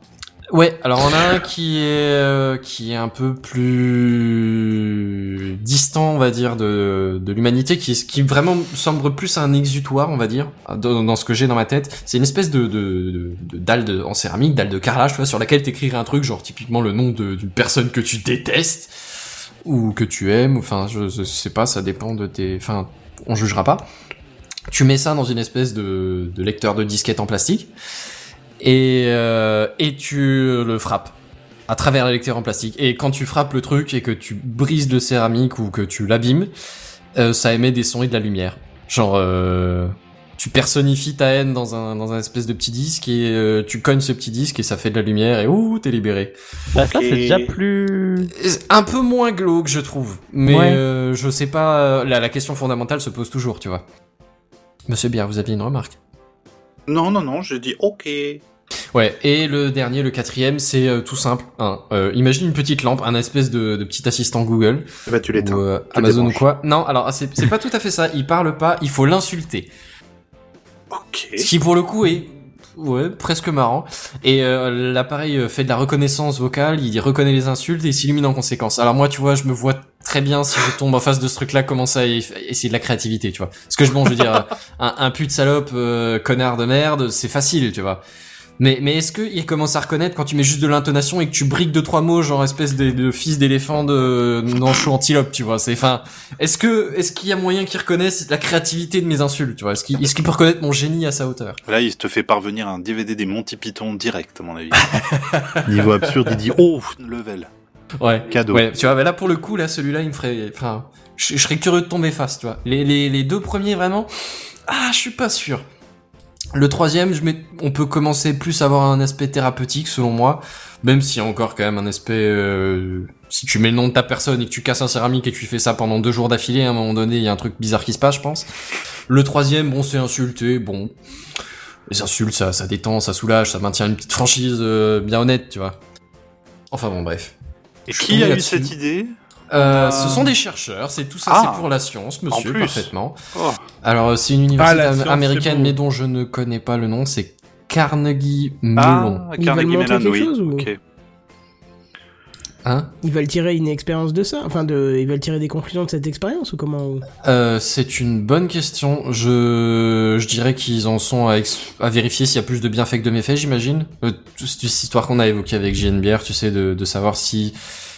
Speaker 5: Ouais, alors on a un qui est euh, qui est un peu plus distant, on va dire, de, de l'humanité, qui qui vraiment semble plus un exutoire, on va dire, dans, dans ce que j'ai dans ma tête. C'est une espèce de, de, de, de dalle de, en céramique, dalle de carrelage, tu vois, sur laquelle t'écrirais un truc, genre typiquement le nom de- d'une personne que tu détestes ou que tu aimes, ou- enfin, je, je sais pas, ça dépend de tes, enfin, on jugera pas. Tu mets ça dans une espèce de, de lecteur de disquette en plastique et, euh, et tu le frappes à travers le lecteur en plastique. Et quand tu frappes le truc et que tu brises le céramique ou que tu l'abîmes, euh, ça émet des sons et de la lumière. Genre, euh, tu personnifies ta haine dans un, dans un espèce de petit disque et euh, tu cognes ce petit disque et ça fait de la lumière et ouh, t'es libéré.
Speaker 6: Bah, ça c'est déjà
Speaker 3: Et-
Speaker 6: plus.
Speaker 5: Un peu moins glauque, je trouve. Mais
Speaker 6: Ouais.
Speaker 5: euh, je sais pas, euh, la, la question fondamentale se pose toujours, tu vois. Monsieur Bière, vous aviez une remarque
Speaker 4: Non non non, je dis ok.
Speaker 5: Ouais, et le dernier, le quatrième, c'est euh, tout simple. hein. Euh, imagine une petite lampe, un espèce de, de petit assistant Google
Speaker 4: Bah tu
Speaker 5: ou
Speaker 4: l'éteins.
Speaker 5: euh,
Speaker 4: tu
Speaker 5: Amazon ou
Speaker 4: débranches.
Speaker 5: quoi. Non, alors ah, c'est c'est pas tout à fait ça. Il parle pas, il faut l'insulter.
Speaker 4: Ok.
Speaker 5: Ce qui pour le coup est ouais, presque marrant. Et euh, l'appareil euh, fait de la reconnaissance vocale, il reconnaît les insultes et il s'illumine en conséquence. Alors moi, tu vois, je me vois très bien si je tombe en face de ce truc-là, commencer à y- essayer de la créativité, tu vois. Parce que bon, je veux dire, *laughs* un, un pute salope, euh, connard de merde, c'est facile, tu vois. Mais, mais est-ce qu'il commence à reconnaître quand tu mets juste de l'intonation et que tu briques deux trois mots genre espèce de, de fils d'éléphant de non je suis antilope tu vois c'est enfin est-ce que est-ce qu'il y a moyen qu'il reconnaisse la créativité de mes insultes tu vois est-ce qu'il est-ce qu'il peut reconnaître mon génie à sa hauteur
Speaker 4: Là, il te fait parvenir un DVD des Monty Python direct, à mon avis. *laughs* Niveau absurde, *laughs* il dit Oh, level.
Speaker 5: Ouais.
Speaker 4: Cadeau.
Speaker 5: Ouais, tu vois, mais là pour le coup, là, celui-là, il me ferait. Enfin, je, je serais curieux de tomber face, tu vois. Les, les, les deux premiers, vraiment. Ah, je suis pas sûr. Le troisième, je mets- on peut commencer plus à avoir un aspect thérapeutique, selon moi. Même s'il y a encore quand même un aspect. euh, si tu mets le nom de ta personne et que tu casses un céramique et que tu fais ça pendant deux jours d'affilée, à un moment donné, il y a un truc bizarre qui se passe, je pense. Le troisième, bon, c'est insulté, bon. Les insultes, ça, ça détend, ça soulage, ça maintient une petite franchise euh, bien honnête, tu vois. Enfin bon, bref.
Speaker 4: Et
Speaker 5: Je suis
Speaker 4: qui a
Speaker 5: tombé
Speaker 4: eu
Speaker 5: là-dessus.
Speaker 4: cette idée
Speaker 5: Euh,
Speaker 4: Euh,
Speaker 5: Ce sont des chercheurs, c'est tout ça,
Speaker 4: Ah.
Speaker 5: c'est pour la science, monsieur,
Speaker 4: En plus.
Speaker 5: parfaitement.
Speaker 4: Oh.
Speaker 5: Alors, euh, c'est une université
Speaker 9: Ah, la
Speaker 5: am-
Speaker 9: science, c'est
Speaker 5: américaine,
Speaker 9: beau.
Speaker 5: mais dont je ne connais pas le nom, c'est Carnegie Mellon.
Speaker 4: Ah,
Speaker 1: Ils
Speaker 4: Carnegie
Speaker 1: veulent monter
Speaker 4: Mellon,
Speaker 1: quelque
Speaker 4: oui.
Speaker 1: chose ou-
Speaker 4: Ok.
Speaker 5: Hein
Speaker 1: Ils veulent tirer une expérience de ça Enfin, de, ils veulent tirer des conclusions de cette expérience ou comment
Speaker 5: Euh, c'est une bonne question. Je, je dirais qu'ils en sont à, ex- à vérifier s'il y a plus de bienfaits que de méfaits, j'imagine. Euh, toute cette histoire qu'on a évoquée avec JNBR, tu sais, de, de savoir si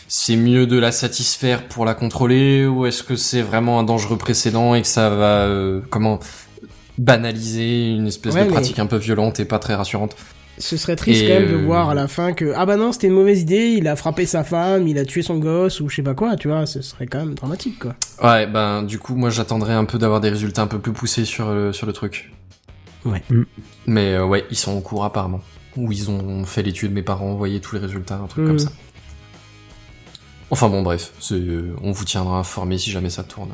Speaker 5: c'est mieux de la satisfaire pour la contrôler ou est-ce que c'est vraiment un dangereux précédent et que ça va, euh, comment, banaliser une espèce
Speaker 1: Ouais,
Speaker 5: de
Speaker 1: mais-
Speaker 5: pratique un peu violente et pas très rassurante.
Speaker 1: Ce serait triste
Speaker 5: Et
Speaker 1: quand même de
Speaker 5: euh,
Speaker 1: voir à la fin que ah bah non c'était une mauvaise idée, il a frappé sa femme, il a tué son gosse ou je sais pas quoi, tu vois, ce serait quand même dramatique quoi.
Speaker 5: Ouais, ben du coup, moi j'attendrais un peu d'avoir des résultats un peu plus poussés sur le, sur le truc.
Speaker 1: Ouais.
Speaker 6: Mm.
Speaker 5: Mais euh, ouais, ils sont en cours apparemment. Ou ils ont fait l'étude, mes parents envoyé tous les résultats, un truc
Speaker 1: Mm.
Speaker 5: comme ça. Enfin bon, bref, c'est, euh, on vous tiendra informé si jamais ça tourne.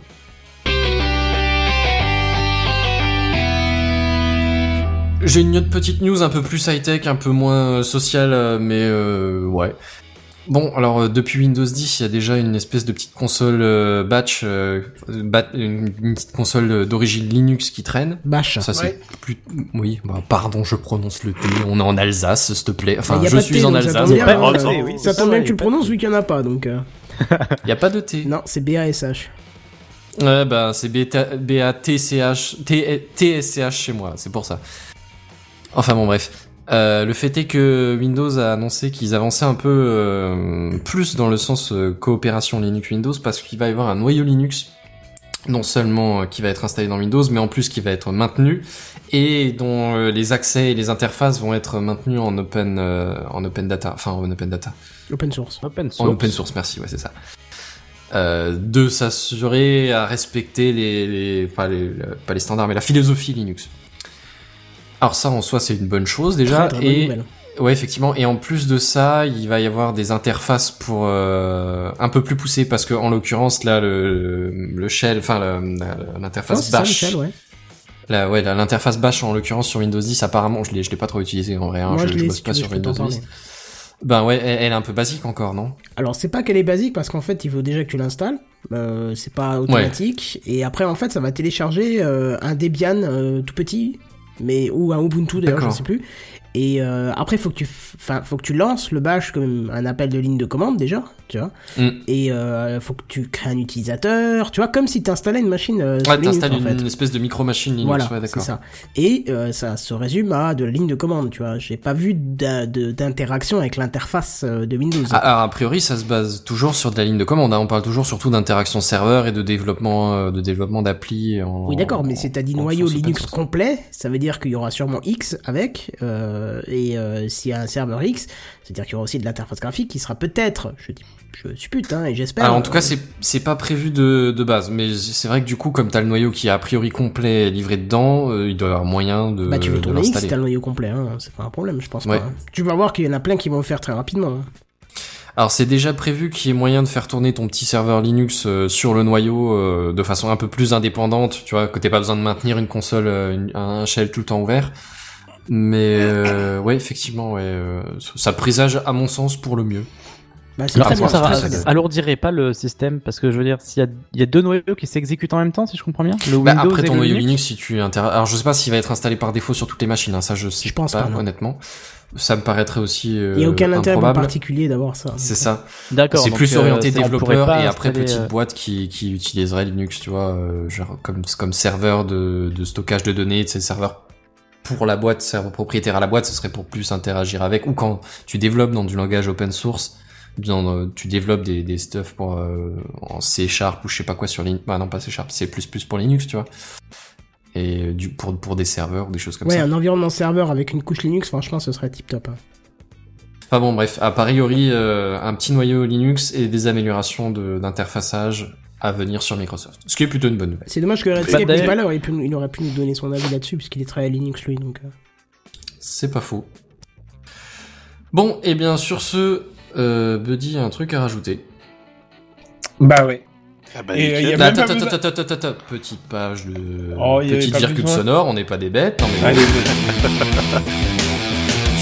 Speaker 5: J'ai une autre petite news un peu plus high-tech, un peu moins euh, sociale, euh, mais euh, ouais. Bon, alors euh, depuis Windows 10, il y a déjà une espèce de petite console euh, batch, euh, bat- une, une petite console euh, d'origine Linux qui traîne.
Speaker 1: Bâche.
Speaker 5: Ça c'est
Speaker 9: Ouais.
Speaker 5: plus, oui, bah, pardon, je prononce le T. On est en Alsace, s'il te plaît. Enfin,
Speaker 1: Il Bah, y a
Speaker 5: je
Speaker 1: pas de
Speaker 5: suis
Speaker 1: T,
Speaker 5: en
Speaker 1: donc ça
Speaker 5: Alsace.
Speaker 1: tombe bien,
Speaker 6: Ouais,
Speaker 1: hein,
Speaker 6: ouais,
Speaker 1: ça-
Speaker 6: ouais,
Speaker 1: ça
Speaker 6: oui, c'est
Speaker 1: tombe
Speaker 6: ça,
Speaker 1: bien
Speaker 6: il
Speaker 1: que
Speaker 6: y
Speaker 1: tu
Speaker 6: a
Speaker 1: le
Speaker 6: pas
Speaker 1: prononces vu qu'il y en a pas donc. euh,
Speaker 5: Il y a pas de T.
Speaker 1: Non, c'est BASH.
Speaker 5: Ouais, bah c'est bêta- B-A-T-C-H, T- T-S-C-H chez moi, c'est pour ça. Enfin bon, bref. Euh, le fait est que Windows a annoncé qu'ils avançaient un peu euh, plus dans le sens euh, coopération Linux-Windows parce qu'il va y avoir un noyau Linux non seulement euh, qui va être installé dans Windows, mais en plus qui va être maintenu et dont euh, les accès et les interfaces vont être maintenus en open, euh, en open data, enfin en open data,
Speaker 1: Open source.
Speaker 6: Open source.
Speaker 5: en open source, merci, ouais, c'est ça. Euh, de s'assurer à respecter les, les, pas les, le- pas les standards, mais la philosophie Linux. Alors ça, en soi, c'est une bonne chose
Speaker 1: Très,
Speaker 5: déjà.
Speaker 1: très bonne
Speaker 5: et
Speaker 1: nouvelle.
Speaker 5: ouais, effectivement. Et en plus de ça, il va y avoir des interfaces pour euh, un peu plus poussées parce que en l'occurrence là, le, le shell, enfin le- la-
Speaker 1: Non,
Speaker 5: l'interface
Speaker 1: c'est ça,
Speaker 5: bash,
Speaker 1: Michel, ouais.
Speaker 5: la- ouais, la- l'interface bash en l'occurrence sur Windows 10, apparemment, je l'ai, je l'ai pas trop utilisé en vrai. hein,
Speaker 1: Moi
Speaker 5: je,
Speaker 1: je
Speaker 5: je
Speaker 1: l'ai
Speaker 5: bosse
Speaker 1: si tu
Speaker 5: pas
Speaker 1: veux,
Speaker 5: sur
Speaker 1: je peux t'en
Speaker 5: Windows 10.
Speaker 1: parler.
Speaker 5: Ben ouais, elle, elle est un peu basique encore, non
Speaker 1: Alors c'est pas qu'elle est basique parce qu'en fait il faut déjà que tu l'installes. Euh, c'est pas automatique et après en fait ça va télécharger euh, un Debian euh, tout petit mais ou un Ubuntu d'ailleurs je
Speaker 5: D'accord.
Speaker 1: sais plus et euh, après faut que tu f- enfin faut que tu lances le bash comme un appel de ligne de commande déjà tu vois
Speaker 5: Mm.
Speaker 1: et euh, faut que tu crées un utilisateur tu vois comme si tu installais une machine euh, sur
Speaker 5: Ouais,
Speaker 1: Linux,
Speaker 5: t'installes
Speaker 1: en fait.
Speaker 5: une, une espèce de micro-machine Linux,
Speaker 1: Voilà,
Speaker 5: ouais,
Speaker 1: c'est
Speaker 5: d'accord.
Speaker 1: ça. Et euh, ça se résume à de la ligne de commande, tu vois. J'ai pas vu d'in- de- d'interaction avec l'interface euh, de Windows.
Speaker 5: Ah, Alors, a priori, ça se base toujours sur de la ligne de commande. hein. On parle toujours surtout d'interaction serveur et de développement, euh, de développement d'appli. en-
Speaker 1: Oui, d'accord, mais c'est t'as dit
Speaker 5: en
Speaker 1: noyau
Speaker 5: source open
Speaker 1: Linux
Speaker 5: source.
Speaker 1: complet, ça veut dire qu'il y aura sûrement X avec, euh, et euh, s'il y a un serveur X, c'est-à-dire qu'il y aura aussi de l'interface graphique qui sera peut-être, je, dis- je suppute, hein, et j'espère.
Speaker 5: Alors, Ah, en tout cas, c'est c'est pas prévu de, de base, mais c'est vrai que du coup, comme t'as le noyau qui est a priori complet livré dedans, euh, il doit y avoir moyen de,
Speaker 1: Bah, tu veux
Speaker 5: de
Speaker 1: tourner X,
Speaker 5: l'installer.
Speaker 1: t'as le noyau complet, hein, c'est pas un problème, je pense
Speaker 5: Ouais.
Speaker 1: pas. hein. Tu vas voir qu'il y en a plein qui vont le faire très rapidement. hein.
Speaker 5: Alors c'est déjà prévu qu'il y ait moyen de faire tourner ton petit serveur Linux euh, sur le noyau euh, de façon un peu plus indépendante, tu vois, que t'aies pas besoin de maintenir une console, euh, une- un shell tout le temps ouvert. Mais euh, ouais, effectivement, ouais, euh, ça présage à mon sens pour le mieux.
Speaker 1: Bah, c'est
Speaker 6: Alors,
Speaker 1: très
Speaker 6: est-ce
Speaker 1: bien,
Speaker 6: que
Speaker 5: Ah,
Speaker 6: ça
Speaker 1: très, très bien.
Speaker 6: ra- alourdirait pas le système Parce que je veux dire, s'il y a, il y a deux noyaux qui s'exécutent en même temps, si je comprends bien le
Speaker 5: Bah,
Speaker 6: Windows
Speaker 5: après
Speaker 6: et
Speaker 5: ton
Speaker 6: le
Speaker 5: noyau
Speaker 6: Linux.
Speaker 5: Linux, si tu inter... alors je sais pas s'il va être installé par défaut sur toutes les machines, hein, ça je sais
Speaker 1: Je pense pas, non.
Speaker 5: honnêtement. ça me paraîtrait aussi euh,
Speaker 1: Il n'y a aucun intérêt
Speaker 5: improbable.
Speaker 1: particulier d'avoir ça.
Speaker 5: C'est ça.
Speaker 6: D'accord.
Speaker 5: C'est
Speaker 6: donc,
Speaker 5: plus
Speaker 6: euh,
Speaker 5: orienté
Speaker 6: ça, on pourrait
Speaker 5: développeur
Speaker 6: pas
Speaker 5: et après
Speaker 6: installer,
Speaker 5: petite
Speaker 6: euh,
Speaker 5: boîte qui, qui utiliserait Linux, tu vois, euh, genre comme, comme serveur de, de stockage de données, c'est serveur pour la boîte, serveur propriétaire à la boîte, ce serait pour plus interagir avec. Ou quand tu développes dans du langage open source, dans, euh, tu développes des, des stuff pour, euh, en C Sharp ou je sais pas quoi sur Linux. Bah non, pas C Sharp, C++ pour Linux, tu vois. Et euh, du, pour, pour des serveurs ou des choses comme
Speaker 1: ouais,
Speaker 5: ça.
Speaker 1: un environnement serveur avec une couche Linux, franchement, ce serait hein. tip top.
Speaker 5: Enfin bon, bref, a priori, euh, un petit noyau Linux et des améliorations de- d'interfaçage à venir sur Microsoft. Ce qui est plutôt une bonne nouvelle.
Speaker 1: C'est dommage
Speaker 9: Bah,
Speaker 1: que Redscape
Speaker 6: d'ailleurs-
Speaker 1: n'est pas là, il, peut- il aurait pu nous donner son avis là-dessus, puisqu'il est très Linux lui, donc. euh.
Speaker 5: C'est pas faux. Bon, et bien sur ce, euh, Buddy a un truc à rajouter.
Speaker 9: Bah ouais.
Speaker 3: Ah bah,
Speaker 9: Et, euh,
Speaker 3: nickel.
Speaker 9: y a-
Speaker 5: Attends,
Speaker 9: même pas
Speaker 5: attends,
Speaker 9: besoin-
Speaker 5: attends, attends, attends, attends, petite page de...
Speaker 9: Oh, il y avait
Speaker 5: petite
Speaker 9: pas
Speaker 5: virgule
Speaker 9: besoin.
Speaker 5: sonore, on n'est pas des bêtes. Non, mais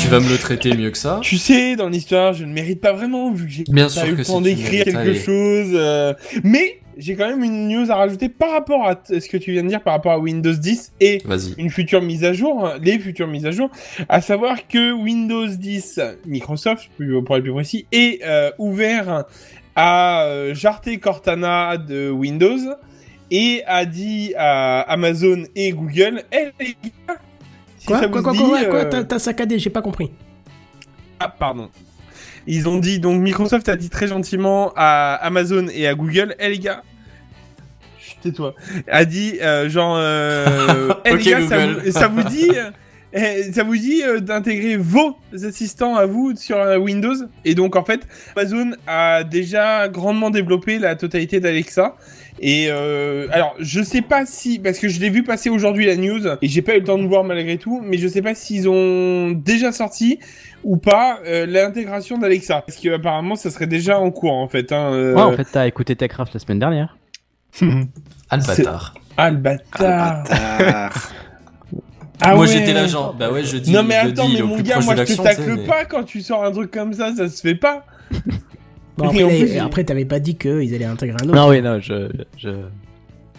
Speaker 5: tu vas me le traiter mieux que ça.
Speaker 9: Tu sais, dans l'histoire, je ne mérite pas vraiment, vu que j'ai
Speaker 5: Bien
Speaker 9: pas
Speaker 5: sûr
Speaker 9: eu
Speaker 5: que
Speaker 9: le
Speaker 5: si,
Speaker 9: temps
Speaker 5: tu
Speaker 9: d'écrire
Speaker 5: mérites,
Speaker 9: quelque
Speaker 5: allez.
Speaker 9: chose. euh, Mais j'ai quand même une news à rajouter par rapport à t- ce que tu viens de dire par rapport à Windows 10 et
Speaker 5: Vas-y.
Speaker 9: une future mise à jour, hein, les futures mises à jour, à savoir que Windows 10, Microsoft, plus- pour être plus précis, est euh, ouvert à euh, jarter Cortana de Windows et a dit à Amazon et Google, Eh, les gars, si
Speaker 1: Quoi,
Speaker 9: ça
Speaker 1: quoi,
Speaker 9: vous
Speaker 1: quoi,
Speaker 9: dit,
Speaker 1: quoi, ouais, quoi,
Speaker 9: euh,
Speaker 1: t'as- t'as saccadé, j'ai pas compris.
Speaker 9: ah, pardon. Ils ont dit, donc Microsoft a dit très gentiment à Amazon et à Google, Eh les gars, Chut, tais-toi, a dit euh, genre, euh,
Speaker 5: *laughs*
Speaker 9: Eh, les
Speaker 5: Ok,
Speaker 9: gars, ça
Speaker 5: Google.
Speaker 9: vous, ça vous dit, euh, eh, ça vous dit euh, d'intégrer vos assistants à vous sur euh, Windows Et donc en fait, Amazon a déjà grandement développé la totalité d'Alexa. Et euh, alors, je sais pas si, parce que je l'ai vu passer aujourd'hui la news, et j'ai pas eu le temps de voir malgré tout, mais je sais pas s'ils ont déjà sorti ou pas euh, l'intégration d'Alexa. Parce que apparemment, ça serait déjà en cours en fait. Hein, euh,
Speaker 6: Ouais, en fait, t'as écouté Techcraft la semaine dernière.
Speaker 5: Ah, le
Speaker 9: C'est-
Speaker 5: bâtard.
Speaker 9: Ah le bâtard.
Speaker 3: Bâtard.
Speaker 9: Ah
Speaker 5: Moi
Speaker 9: ouais.
Speaker 5: j'étais là genre, bah ouais, je dis,
Speaker 9: Non mais
Speaker 5: je
Speaker 9: attends,
Speaker 5: dis, il
Speaker 9: mais
Speaker 5: est au
Speaker 9: mon
Speaker 5: plus
Speaker 9: gars,
Speaker 5: proche
Speaker 9: moi
Speaker 5: de
Speaker 9: je te
Speaker 5: l'action. tu sais,
Speaker 9: tacle
Speaker 5: mais-
Speaker 9: pas quand tu sors un truc comme ça, ça se fait pas. *laughs*
Speaker 1: Bon,
Speaker 9: Et en
Speaker 1: après,
Speaker 9: plus,
Speaker 1: les-
Speaker 9: j'ai-
Speaker 1: après, t'avais pas dit qu'ils allaient intégrer un autre.
Speaker 6: Non, oui, non, je. je...
Speaker 5: Oui,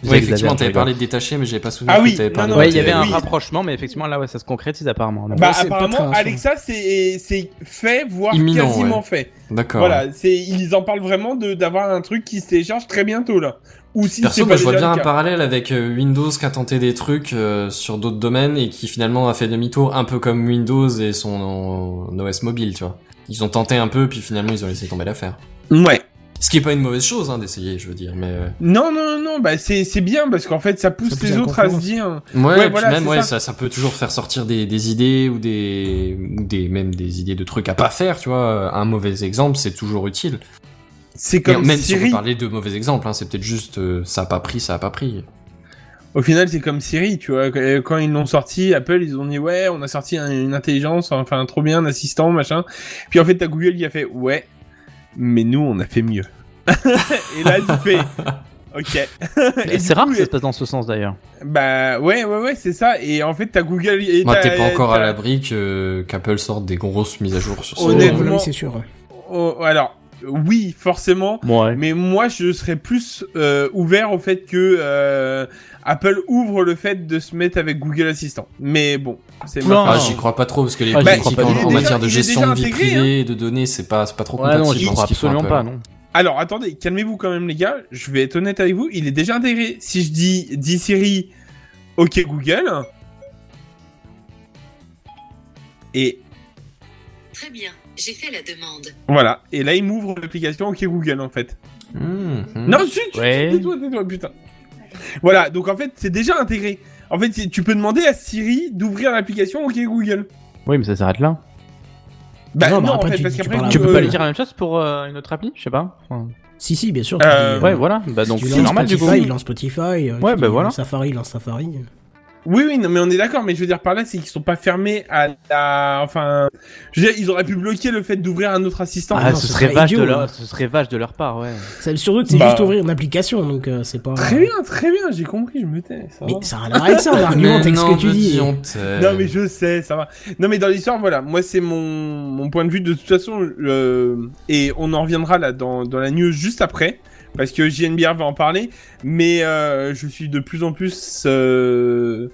Speaker 5: effectivement,
Speaker 6: j'exagère,
Speaker 5: t'avais
Speaker 6: je rigole.
Speaker 5: parlé de détaché, mais j'avais pas souvenir
Speaker 9: Ah oui,
Speaker 5: que t'avais
Speaker 9: non,
Speaker 5: parlé
Speaker 9: non,
Speaker 5: de
Speaker 6: Ouais, il y avait
Speaker 5: détaché.
Speaker 6: un
Speaker 9: Oui.
Speaker 6: rapprochement, mais effectivement, là, ouais, ça se concrétise apparemment. donc.
Speaker 9: Bah
Speaker 1: c'est pas très
Speaker 9: apparemment,
Speaker 1: rassurant.
Speaker 9: Alexa, c'est c'est fait, voire
Speaker 5: Imminent,
Speaker 9: quasiment
Speaker 5: ouais.
Speaker 9: fait.
Speaker 5: D'accord.
Speaker 9: Voilà, c'est ils en parlent vraiment de d'avoir un truc qui se télécharge très bientôt là. Ou si
Speaker 5: Perso,
Speaker 9: c'est
Speaker 5: bah,
Speaker 9: pas
Speaker 5: je vois
Speaker 9: déjà
Speaker 5: bien
Speaker 9: le
Speaker 5: un
Speaker 9: cas.
Speaker 5: parallèle avec euh, Windows qui a tenté des trucs euh, sur d'autres domaines et qui finalement a fait demi-tour, un peu comme Windows et son euh, OS mobile, tu vois. Ils ont tenté un peu, puis finalement ils ont laissé tomber l'affaire.
Speaker 9: Ouais.
Speaker 5: Ce qui est pas une mauvaise chose hein, d'essayer, je veux dire, mais euh,
Speaker 9: Non non non, non, bah c'est c'est bien parce qu'en fait ça pousse,
Speaker 1: Ça pousse
Speaker 9: les
Speaker 1: la
Speaker 9: autres à se
Speaker 1: concurrence.
Speaker 9: dire.
Speaker 5: ouais,
Speaker 9: Ouais,
Speaker 5: puis
Speaker 9: voilà,
Speaker 5: même
Speaker 9: c'est
Speaker 5: ouais,
Speaker 9: ça.
Speaker 5: ça. ça peut toujours faire sortir des, des idées ou des ou des même des idées de trucs à pas faire, tu vois. Un mauvais exemple, c'est toujours utile.
Speaker 9: C'est
Speaker 5: Et
Speaker 9: comme
Speaker 5: même si on
Speaker 9: Siri.
Speaker 5: peut parler de mauvais exemples, hein, c'est peut-être juste euh, ça a pas pris, ça a pas pris.
Speaker 9: Au final, c'est comme Siri, tu vois. Qu- Quand ils l'ont sorti, Apple, ils ont dit ouais, on a sorti un- une intelligence, enfin trop bien, un assistant, machin. Puis en fait, t'as Google qui a fait ouais, mais nous, on a fait mieux. *laughs* Et là, tu
Speaker 5: *laughs*
Speaker 9: fais ok. Et du
Speaker 6: C'est rare
Speaker 9: coup,
Speaker 6: que ça se passe dans ce sens d'ailleurs.
Speaker 9: Bah ouais, ouais, ouais, c'est ça. Et en fait, t'as Google. Et
Speaker 5: Moi,
Speaker 9: t'as-
Speaker 5: t'es pas encore à
Speaker 9: t'as-
Speaker 5: l'abri que euh, qu'Apple sorte des grosses mises à jour sur
Speaker 1: Oh,
Speaker 5: ça.
Speaker 9: honnêtement-
Speaker 1: oui, c'est sûr.
Speaker 9: Oh, alors, oui, forcément.
Speaker 6: Ouais.
Speaker 9: Mais moi, je serais plus euh, ouvert au fait que euh, Apple ouvre le fait de se mettre avec Google Assistant. Mais bon, c'est
Speaker 6: Non.
Speaker 9: ma
Speaker 5: Ah,
Speaker 9: façon.
Speaker 5: j'y crois pas trop parce que les
Speaker 6: Ah, j'y
Speaker 5: politiques
Speaker 6: crois pas
Speaker 5: en,
Speaker 6: du tout.
Speaker 5: en
Speaker 6: Il est
Speaker 5: matière de
Speaker 9: déjà- il est
Speaker 5: gestion de vie
Speaker 9: déjà intégré, hein.
Speaker 5: privée et de données, c'est pas, c'est pas trop
Speaker 6: Ouais,
Speaker 5: compatible.
Speaker 6: non, j'y
Speaker 5: dans ce
Speaker 6: crois
Speaker 5: qu'ils font
Speaker 6: absolument
Speaker 5: Apple.
Speaker 6: pas, non.
Speaker 9: Alors, attendez, calmez-vous quand même, les gars. Je vais être honnête avec vous. Il est déjà intégré. Si je dis, dis Siri, OK Google. Et
Speaker 11: Très bien, j'ai fait la demande.
Speaker 9: voilà. Et là, il m'ouvre l'application OK Google, en fait.
Speaker 5: Hum, hum.
Speaker 9: Non, chut, chut,
Speaker 6: Ouais.
Speaker 9: tais-toi, tais-toi, putain. Voilà, donc en fait, c'est déjà intégré. En fait, tu peux demander à Siri d'ouvrir l'application OK Google.
Speaker 6: Oui, mais ça s'arrête là.
Speaker 9: Bah
Speaker 1: Non,
Speaker 9: non,
Speaker 1: bah
Speaker 9: en
Speaker 1: après,
Speaker 9: fait,
Speaker 1: tu-
Speaker 9: parce
Speaker 1: tu
Speaker 9: qu'après...
Speaker 1: parles à-
Speaker 6: Tu peux
Speaker 1: Euh,
Speaker 6: pas lui dire la même chose pour euh, une autre appli Je sais pas. Enfin,
Speaker 1: Si, si, bien sûr.
Speaker 9: Euh,
Speaker 1: tu dis,
Speaker 6: Ouais,
Speaker 1: euh,
Speaker 6: voilà. Bah donc
Speaker 1: tu
Speaker 6: c'est
Speaker 1: lances
Speaker 6: normal du coup.
Speaker 1: Spotify, il lance Spotify. euh,
Speaker 6: Ouais,
Speaker 1: tu
Speaker 6: bah
Speaker 1: dis,
Speaker 6: voilà.
Speaker 1: Safari, il lance Safari.
Speaker 9: Oui, oui, non, mais on est d'accord, mais je veux dire par là, c'est qu'ils sont pas fermés à la... Enfin, je veux dire, ils auraient pu bloquer le fait d'ouvrir un autre assistant.
Speaker 6: Ah,
Speaker 1: non, ce
Speaker 6: ce serait
Speaker 1: serait
Speaker 6: vache de
Speaker 1: idiot,
Speaker 6: leur,
Speaker 1: hein.
Speaker 6: ce serait vache de leur part, ouais.
Speaker 1: C'est surtout que c'est
Speaker 9: Bah.
Speaker 1: juste ouvrir une application, donc euh, c'est pas.
Speaker 9: Très bien, très bien, j'ai compris, je me tais, ça
Speaker 1: Mais
Speaker 9: va.
Speaker 1: ça a l'air avec ça,
Speaker 6: *laughs*
Speaker 1: on argumente
Speaker 5: Mais
Speaker 1: avec ce
Speaker 5: Ah, non, euh,
Speaker 1: que tu
Speaker 5: je
Speaker 1: dis.
Speaker 5: dis, on
Speaker 6: Euh.
Speaker 5: t'aime.
Speaker 9: Non, mais je sais, ça va. Non, mais dans l'histoire, voilà, moi, c'est mon... mon point de vue, de toute façon, euh, et on en reviendra là dans, dans la news juste après, parce que JNBR va en parler, mais euh, je suis de plus en plus... euh,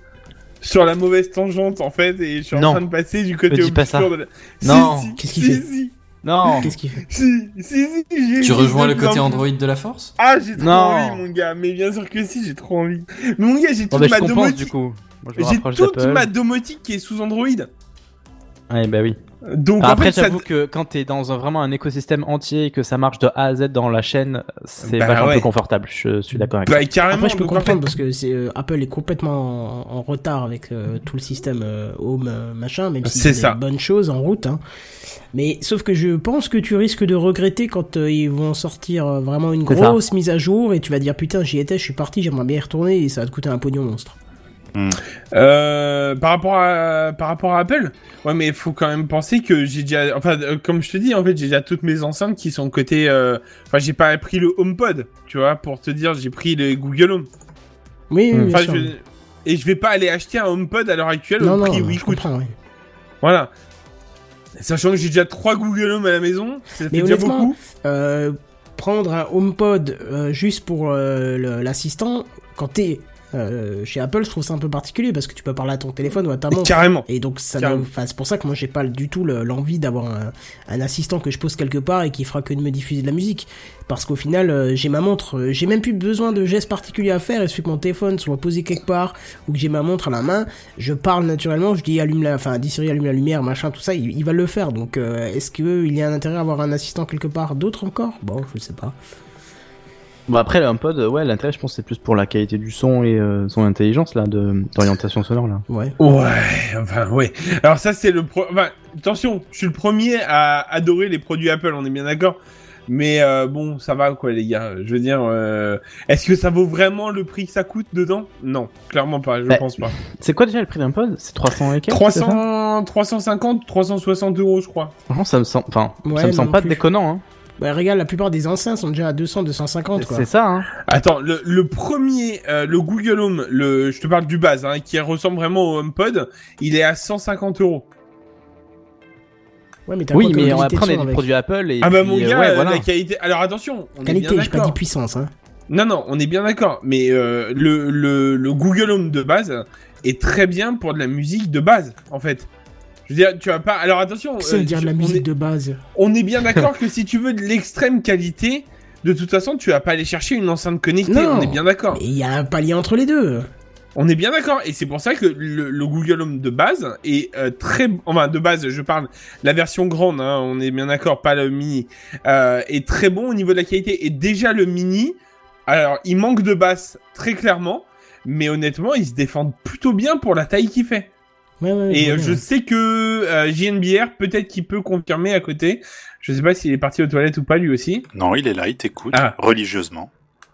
Speaker 9: sur la mauvaise tangente en fait et je suis
Speaker 6: Non.
Speaker 9: en train de passer du côté
Speaker 6: Ne dis pas
Speaker 9: obscur
Speaker 6: ça.
Speaker 9: de la...
Speaker 6: Non.
Speaker 9: Si, si,
Speaker 6: Qu'est-ce qu'il
Speaker 9: si,
Speaker 6: fait
Speaker 9: si,
Speaker 6: Non.
Speaker 1: Qu'est-ce qu'il fait
Speaker 9: si, si, si, j'ai-
Speaker 5: Tu rejoins
Speaker 9: j'ai
Speaker 5: le
Speaker 9: envie.
Speaker 5: côté Android de la force
Speaker 9: Ah, j'ai trop
Speaker 6: Non.
Speaker 9: envie, mon gars. Mais bien sûr que si, j'ai trop envie. Mais mon gars, j'ai
Speaker 6: Bon,
Speaker 9: toute
Speaker 6: bah, je
Speaker 9: ma
Speaker 6: compense
Speaker 9: domotique.
Speaker 6: du coup. Moi, je me
Speaker 9: J'ai
Speaker 6: rapproche
Speaker 9: toute
Speaker 6: d'Apple.
Speaker 9: ma domotique qui est sous Android.
Speaker 6: Ouais, bah oui.
Speaker 9: Donc en
Speaker 6: Après,
Speaker 9: fait, ça.
Speaker 6: j'avoue que quand t'es dans un- vraiment un écosystème entier et que ça marche de A à Z dans la chaîne, c'est
Speaker 9: Bah
Speaker 6: vachement
Speaker 9: ouais.
Speaker 6: plus confortable. Je suis d'accord avec
Speaker 9: Bah, carrément,
Speaker 1: Après, je peux
Speaker 9: donc, en fait-
Speaker 1: comprendre parce que c'est, euh, Apple est complètement en, en retard avec euh, tout le système euh, Home euh, machin, même si
Speaker 9: C'est
Speaker 1: c'est
Speaker 9: ça.
Speaker 1: des bonnes choses en route. hein. Mais sauf que je pense que tu risques de regretter quand euh, ils vont sortir euh, vraiment une
Speaker 6: C'est ça.
Speaker 1: grosse mise à jour et tu vas dire putain j'y étais, je suis parti, j'aimerais bien y retourner et ça va te coûter un pognon monstre.
Speaker 9: Euh, par rapport à par rapport à Apple, ouais, mais faut quand même penser que j'ai déjà, enfin, euh, comme je te dis, en fait, j'ai déjà toutes mes enceintes qui sont côté. euh, Enfin, j'ai pas pris le HomePod, tu vois, pour te dire, j'ai pris le Google Home.
Speaker 1: Oui, oui,
Speaker 6: Mm.
Speaker 1: bien
Speaker 9: Enfin,
Speaker 1: sûr.
Speaker 9: je- et je vais pas aller acheter un HomePod à l'heure actuelle
Speaker 1: Non,
Speaker 9: au
Speaker 1: non,
Speaker 9: prix où il
Speaker 1: je
Speaker 9: coûte.
Speaker 1: comprends, ouais.
Speaker 9: Voilà. Sachant que j'ai déjà trois Google Home à la maison, ça fait
Speaker 1: Mais
Speaker 9: déjà
Speaker 1: honnêtement,
Speaker 9: beaucoup.
Speaker 1: euh, prendre un HomePod euh, juste pour euh, le- l'assistant, quand t'es euh, chez Apple, je trouve ça un peu particulier parce que tu peux parler à ton téléphone ou à ta montre.
Speaker 9: Carrément.
Speaker 1: Et donc, ça
Speaker 9: Carrément.
Speaker 1: me- enfin, c'est pour ça que moi, j'ai pas du tout le- l'envie d'avoir un, un assistant que je pose quelque part et qui fera que de me diffuser de la musique. Parce qu'au final, euh, j'ai ma montre, euh, j'ai même plus besoin de gestes particuliers à faire. Il suffit que mon téléphone soit posé quelque part ou que j'ai ma montre à la main. Je parle naturellement, je dis allume la, enfin, dis Siri, allume la lumière, machin, tout ça. Il, il va le faire. Donc, euh, est-ce qu'il y a un intérêt à avoir un assistant quelque part d'autre encore Bon, je sais pas.
Speaker 6: Bon après le HomePod, euh, ouais, l'intérêt je pense c'est plus pour la qualité du son et euh, son intelligence là, de d'orientation sonore là.
Speaker 1: Ouais.
Speaker 9: Ouais, enfin, ouais. Alors, ça, c'est le. pro- Enfin, attention, je suis le premier à adorer les produits Apple, on est bien d'accord. Mais euh, bon, ça va, quoi, les gars. Je veux dire, euh, est-ce que ça vaut vraiment le prix que ça coûte dedans Non, clairement pas, je
Speaker 6: Ouais.
Speaker 9: pense pas.
Speaker 6: C'est quoi déjà le prix d'un pod C'est 300 et quelques Bah, c'est ça
Speaker 9: 300, 350, 360 euros, je crois.
Speaker 6: Franchement ça me semble, enfin
Speaker 1: Ouais,
Speaker 6: ça me semble
Speaker 1: non
Speaker 6: pas
Speaker 1: plus.
Speaker 6: déconnant. Hein.
Speaker 1: Bah, regarde, la plupart des enceintes sont déjà à 200, 250, quoi.
Speaker 6: C'est ça. Hein.
Speaker 9: Attends, le, le premier, euh, le Google Home, le, je te parle du base, hein, qui ressemble vraiment au HomePod, il est à 150 euros.
Speaker 1: Ouais, mais t'as
Speaker 6: Oui
Speaker 1: quoi comme
Speaker 6: mais on va
Speaker 1: habilitation
Speaker 6: prendre des
Speaker 1: avec
Speaker 6: produits Apple et
Speaker 9: Ah bah
Speaker 6: puis,
Speaker 9: mon
Speaker 6: euh,
Speaker 9: gars,
Speaker 6: ouais,
Speaker 9: euh,
Speaker 6: voilà.
Speaker 9: la qualité. Alors attention, on est
Speaker 1: Qualité,
Speaker 9: bien
Speaker 1: j'ai pas dit
Speaker 9: d'accord. Euh,
Speaker 1: puissance, hein.
Speaker 9: Non non, on est bien d'accord. Mais euh, le, le le Google Home de base est très bien pour de la musique de base en fait. Je veux dire, tu vas pas. Alors attention.
Speaker 1: Qu'est-ce que ça veut
Speaker 9: euh,
Speaker 1: dire de
Speaker 9: tu-
Speaker 1: la
Speaker 9: on
Speaker 1: musique
Speaker 9: est-
Speaker 1: de base
Speaker 9: On est bien d'accord que si tu veux de l'extrême qualité, de toute façon, tu vas pas aller chercher une enceinte connectée.
Speaker 1: Non.
Speaker 9: On est bien d'accord.
Speaker 1: Mais il y a un palier entre les deux.
Speaker 9: On est bien d'accord, et c'est pour ça que le, le Google Home de base est euh, très, enfin de base, je parle la version grande, hein, on est bien d'accord, pas le mini, euh, est très bon au niveau de la qualité. Et déjà le mini, alors il manque de basse très clairement, mais honnêtement, ils se défendent plutôt bien pour la taille qu'il fait.
Speaker 1: Ouais, ouais,
Speaker 9: Et
Speaker 1: ouais,
Speaker 9: euh, je
Speaker 1: ouais.
Speaker 9: sais que euh, JNBR peut-être qu'il peut confirmer à côté. Je sais pas s'il est parti aux toilettes ou pas lui aussi.
Speaker 4: Non, il est là, il t'écoute,
Speaker 9: Ah.
Speaker 4: religieusement.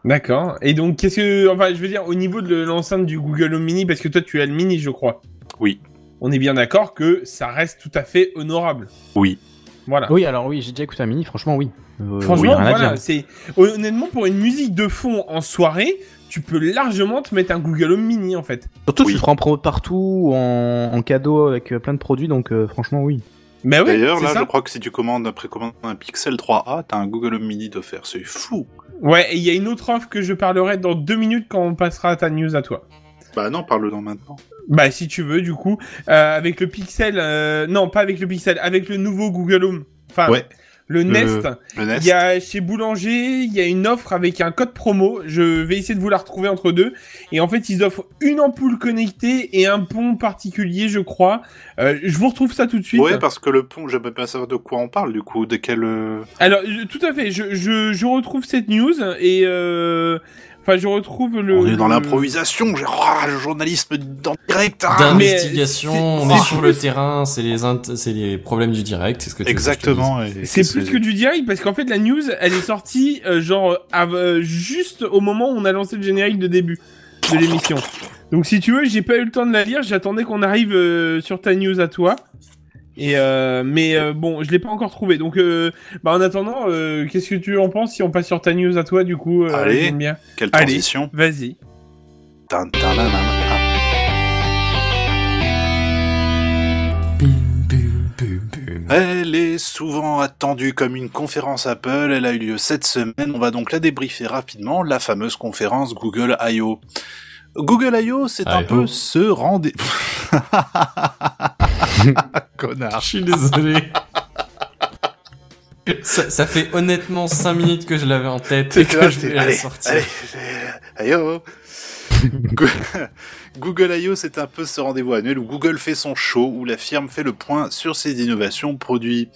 Speaker 9: D'accord. Et donc qu'est-ce que, enfin, je veux dire au niveau de l'enceinte du Google Home Mini, parce que toi tu as le mini, je crois.
Speaker 4: Oui,
Speaker 9: on est bien d'accord que ça reste tout à fait honorable.
Speaker 4: oui.
Speaker 9: Voilà.
Speaker 6: Oui alors oui j'ai déjà écouté un mini franchement oui. Euh, oui,
Speaker 9: Franchement,
Speaker 6: rien à
Speaker 9: voilà,
Speaker 6: dire.
Speaker 9: c'est honnêtement pour une musique de fond en soirée, tu peux largement te mettre un Google Home Mini en fait.
Speaker 6: Surtout
Speaker 4: Oui.
Speaker 6: tu te rends promo partout en, en cadeau avec euh, plein de produits donc euh, franchement oui.
Speaker 9: Mais oui,
Speaker 4: D'ailleurs,
Speaker 9: Ah c'est
Speaker 4: là,
Speaker 9: ça.
Speaker 4: je crois que si tu commandes, précommandes un Pixel 3A, t'as un Google Home Mini d'offert. C'est fou.
Speaker 9: Ouais, et il y a une autre offre que je parlerai dans deux minutes quand on passera à ta news à toi.
Speaker 4: Bah non, parle-en maintenant.
Speaker 9: Bah si tu veux, du coup, euh, avec le Pixel, euh, non pas avec le Pixel, avec le nouveau Google Home, enfin
Speaker 4: Ouais.
Speaker 9: le Nest.
Speaker 4: Le Nest.
Speaker 9: Il y a chez Boulanger, il y a une offre avec un code promo. Je vais essayer de vous la retrouver entre deux. Et en fait, ils offrent une ampoule connectée et un pont particulier, je crois. Euh, je vous retrouve ça tout de suite.
Speaker 4: Ouais, parce que le pont, j'aimerais bien savoir de quoi on parle, du coup, de quel... euh,
Speaker 9: Alors, je- tout à fait. Je, je, je retrouve cette news et euh, enfin, je retrouve le.
Speaker 4: on est dans
Speaker 9: le-
Speaker 4: l'improvisation, j'ai- Ah, le journalisme en direct. ah
Speaker 5: D'investigation,
Speaker 9: Mais c'est-
Speaker 5: on
Speaker 9: c'est
Speaker 5: est sur le
Speaker 9: plus-
Speaker 5: terrain, c'est les, int- c'est les problèmes du direct, c'est ce que tu veux que je te
Speaker 4: Exactement. et-
Speaker 9: C'est plus que du direct parce qu'en fait, la news, elle est sortie euh, genre av- euh, juste au moment où on a lancé le générique de début de l'émission. Donc si tu veux, j'ai pas eu le temps de la lire. J'attendais qu'on arrive euh, sur ta news à toi. Et euh, mais euh, bon, je l'ai pas encore trouvé. Donc euh, bah, en attendant, euh, qu'est-ce que tu en penses si on passe sur ta news à toi du coup euh,
Speaker 4: Allez.
Speaker 9: j'aime bien.
Speaker 4: Quelle
Speaker 9: Allez.
Speaker 4: transition.
Speaker 9: Vas-y.
Speaker 4: Tin, tin, nan, nan,
Speaker 5: Ah.
Speaker 4: nan. Elle est souvent attendue comme une conférence Apple. Elle a eu lieu cette semaine. On va donc la débriefer rapidement. La fameuse conférence Google I.O. Google I.O., c'est un
Speaker 5: I.O..
Speaker 4: peu ce rendez-vous. Connard.
Speaker 5: Je suis désolé. ça, ça fait honnêtement 5 minutes que je l'avais en tête et *laughs* que je voulais la
Speaker 4: allez,
Speaker 5: sortir.
Speaker 4: allez, allez, aïe, oh. Go- *laughs* Google I.O. c'est un peu ce rendez-vous annuel où Google fait son show, où la firme fait le point sur ses innovations, produits.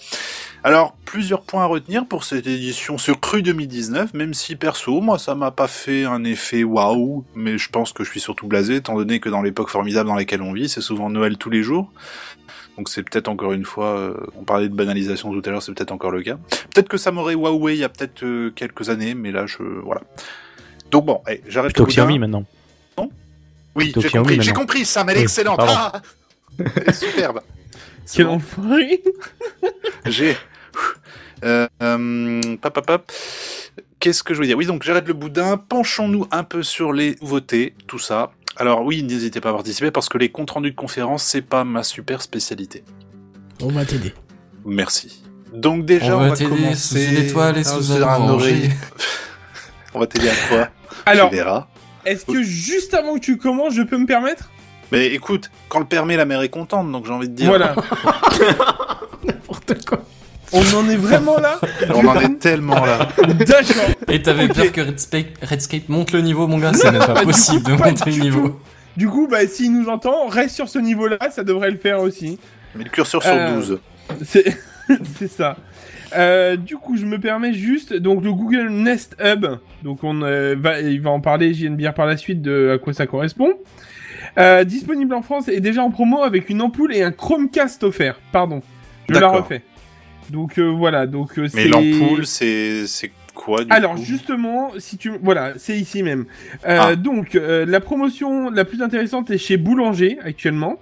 Speaker 4: Alors, plusieurs points à retenir pour cette édition, ce cru 2019, même si perso, moi ça m'a pas fait un effet waouh, mais je pense que je suis surtout blasé, étant donné que dans l'époque formidable dans laquelle on vit, c'est souvent Noël tous les jours. Donc c'est peut-être encore une fois, euh, on parlait de banalisation tout à l'heure, c'est peut-être encore le cas. Peut-être que ça m'aurait waoué il y a peut-être euh, quelques années, mais là je... voilà. Donc bon, allez, j'arrête
Speaker 6: Plutôt
Speaker 4: le
Speaker 6: que
Speaker 4: boudin.
Speaker 6: Xiaomi maintenant.
Speaker 4: Oui,
Speaker 6: Plutôt
Speaker 4: j'ai
Speaker 6: que Xiaomi,
Speaker 4: compris, j'ai
Speaker 6: maintenant.
Speaker 4: compris, Sam, elle est
Speaker 6: Oui,
Speaker 4: excellente.
Speaker 6: pardon.
Speaker 4: Ah *laughs* Elle est superbe. C'est
Speaker 9: Quel
Speaker 4: bon.
Speaker 9: enfoiré
Speaker 4: J'ai. Euh, euh, pap, pap, pap. Qu'est-ce que je veux dire Oui, donc j'arrête le boudin. Penchons-nous un peu sur les nouveautés, tout ça. Alors oui, n'hésitez pas à participer parce que les comptes rendus de conférences, c'est pas ma super spécialité.
Speaker 1: On va t'aider.
Speaker 4: Merci. Donc déjà,
Speaker 5: On
Speaker 4: on
Speaker 5: va
Speaker 4: va,
Speaker 5: t'aider
Speaker 4: commencer.
Speaker 5: sous une étoile et
Speaker 4: Ah,
Speaker 5: sous
Speaker 4: c'est
Speaker 5: un orange.
Speaker 4: oreiller. on va t'aider à quoi
Speaker 9: *laughs* *laughs* Alors,
Speaker 4: Tu verras.
Speaker 9: est-ce que juste avant que tu commences, je peux me permettre
Speaker 4: Mais écoute, quand le permet, la mère est contente, donc j'ai envie de dire.
Speaker 9: Voilà.
Speaker 1: N'importe quoi.
Speaker 9: On en est vraiment là
Speaker 4: *laughs* On en est tellement
Speaker 9: *laughs*
Speaker 4: là.
Speaker 9: D'accord.
Speaker 5: Et t'avais peur que Redscape, Redscape monte le niveau, mon gars C'est même pas
Speaker 9: Pas du
Speaker 5: possible
Speaker 9: tout,
Speaker 5: de
Speaker 9: pas
Speaker 5: monter
Speaker 9: du
Speaker 5: le niveau.
Speaker 9: tout. Du coup, bah, s'il nous entend, reste sur ce niveau-là, ça devrait le faire aussi.
Speaker 4: Mais le curseur sur
Speaker 9: Euh,
Speaker 4: 12.
Speaker 9: C'est *laughs* c'est ça. Euh, du coup, je me permets juste, donc le Google Nest Hub, donc on euh, va, il va en parler, j'y viens bien par la suite de à quoi ça correspond. Euh, disponible en France et déjà en promo avec une ampoule et un Chromecast offert. Pardon, je la
Speaker 4: D'accord.
Speaker 9: refais. Donc euh, voilà, donc euh,
Speaker 4: Mais
Speaker 9: c'est-
Speaker 4: l'ampoule, c'est c'est quoi du
Speaker 9: alors
Speaker 4: coup
Speaker 9: justement, si tu voilà, c'est ici même. Euh,
Speaker 4: Ah.
Speaker 9: Donc euh, la promotion la plus intéressante est chez Boulanger actuellement.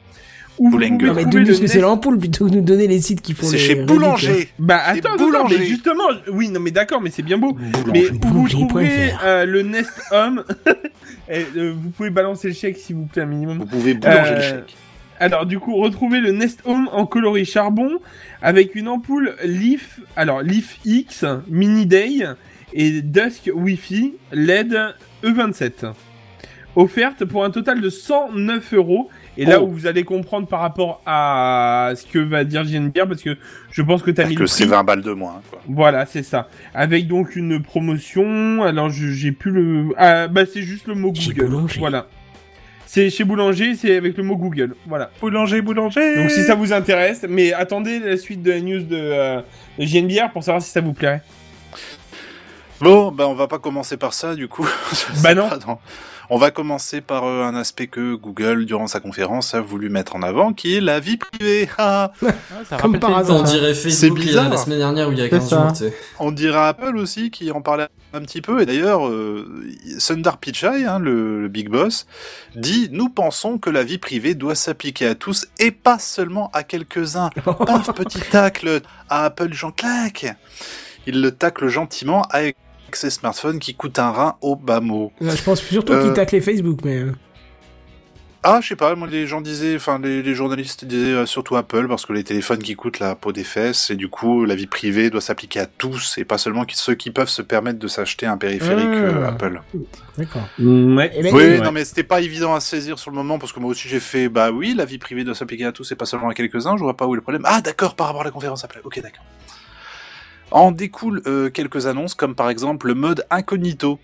Speaker 9: Où vous
Speaker 4: Boulanger.
Speaker 9: pouvez
Speaker 4: Non,
Speaker 1: Mais
Speaker 9: trouver
Speaker 1: dis-nous
Speaker 9: le
Speaker 1: ce que c'est
Speaker 9: Nest-
Speaker 1: l'ampoule plutôt que de nous donner les sites qui font
Speaker 4: C'est
Speaker 1: les
Speaker 4: chez
Speaker 1: Reddit, hein.
Speaker 4: Boulanger.
Speaker 9: Bah
Speaker 4: C'est
Speaker 9: attends, attends,
Speaker 4: Boulanger.
Speaker 9: mais justement, oui, non mais d'accord, mais c'est bien beau. Mais
Speaker 4: Boulanger.
Speaker 9: où
Speaker 1: Boulanger.fr.
Speaker 9: vous trouverez euh, le Nest Home *laughs* Et, euh, Vous pouvez balancer le chèque s'il vous plaît un minimum.
Speaker 4: Vous pouvez boulanger le
Speaker 9: Euh,
Speaker 4: chèque.
Speaker 9: Alors du coup, retrouvez le Nest Home en coloris charbon avec une ampoule Leaf, alors Leaf X, Mini Day et Dusk Wi-Fi LED E27. Offerte pour un total de 109 euros. Et là
Speaker 4: Oh.
Speaker 9: où vous allez comprendre par rapport à ce que va dire JNBR, parce que je pense que t'as mis
Speaker 4: Parce que
Speaker 9: le
Speaker 4: c'est
Speaker 9: prix.
Speaker 4: 20 balles de moins. Quoi.
Speaker 9: Voilà, c'est ça. Avec donc une promotion. Alors, je- j'ai plus le. Ah, bah, c'est juste le mot
Speaker 1: Chez
Speaker 9: Google.
Speaker 1: Boulanger.
Speaker 9: Voilà. C'est chez Boulanger, c'est avec le mot Google. Voilà.
Speaker 4: Boulanger, boulanger
Speaker 9: Donc, si ça vous intéresse, mais attendez la suite de la news de euh, JNBR pour savoir si ça vous plairait.
Speaker 4: Bon, bah on va pas commencer par ça du coup. *laughs* Je
Speaker 9: Bah
Speaker 4: sais
Speaker 9: non.
Speaker 4: pas, On va commencer par euh, un aspect que Google, durant sa conférence, a voulu mettre en avant, qui est la vie privée. Ah
Speaker 1: Comme par
Speaker 5: Attends, on
Speaker 1: hasard.
Speaker 5: dirait
Speaker 4: C'est
Speaker 5: Facebook il y a
Speaker 4: bizarre.
Speaker 5: la semaine dernière ou il y a 15
Speaker 6: ça.
Speaker 5: jours, tu sais.
Speaker 4: On dira Apple aussi qui en parlait un petit peu. Et d'ailleurs, euh, Sundar Pichai, hein, le, le big boss, dit Nous pensons que la vie privée doit s'appliquer à tous et pas seulement à quelques-uns. Paf, petit tacle à Apple, Jean claque Il le tacle gentiment avec ses smartphones qui coûtent un rein au bas mot.
Speaker 1: Ouais, Bah, Je pense surtout
Speaker 4: Euh,
Speaker 1: qu'ils taclent les Facebook, mais. euh,
Speaker 4: Ah, je sais pas, moi les gens disaient, enfin les, les journalistes disaient euh, surtout Apple parce que les téléphones qui coûtent la peau des fesses et du coup la vie privée doit s'appliquer à tous et pas seulement qui- ceux qui peuvent se permettre de s'acheter un périphérique
Speaker 1: Ah.
Speaker 4: euh, Apple.
Speaker 1: D'accord.
Speaker 9: Ouais.
Speaker 1: Eh ben,
Speaker 4: Oui,
Speaker 1: ouais.
Speaker 4: non mais c'était pas évident à saisir sur le moment parce que moi aussi j'ai fait, bah oui, la vie privée doit s'appliquer à tous et pas seulement à quelques-uns, je vois pas où est le problème. Ah d'accord, par rapport à la conférence Apple, ok d'accord. En découlent euh, quelques annonces comme par exemple le mode incognito.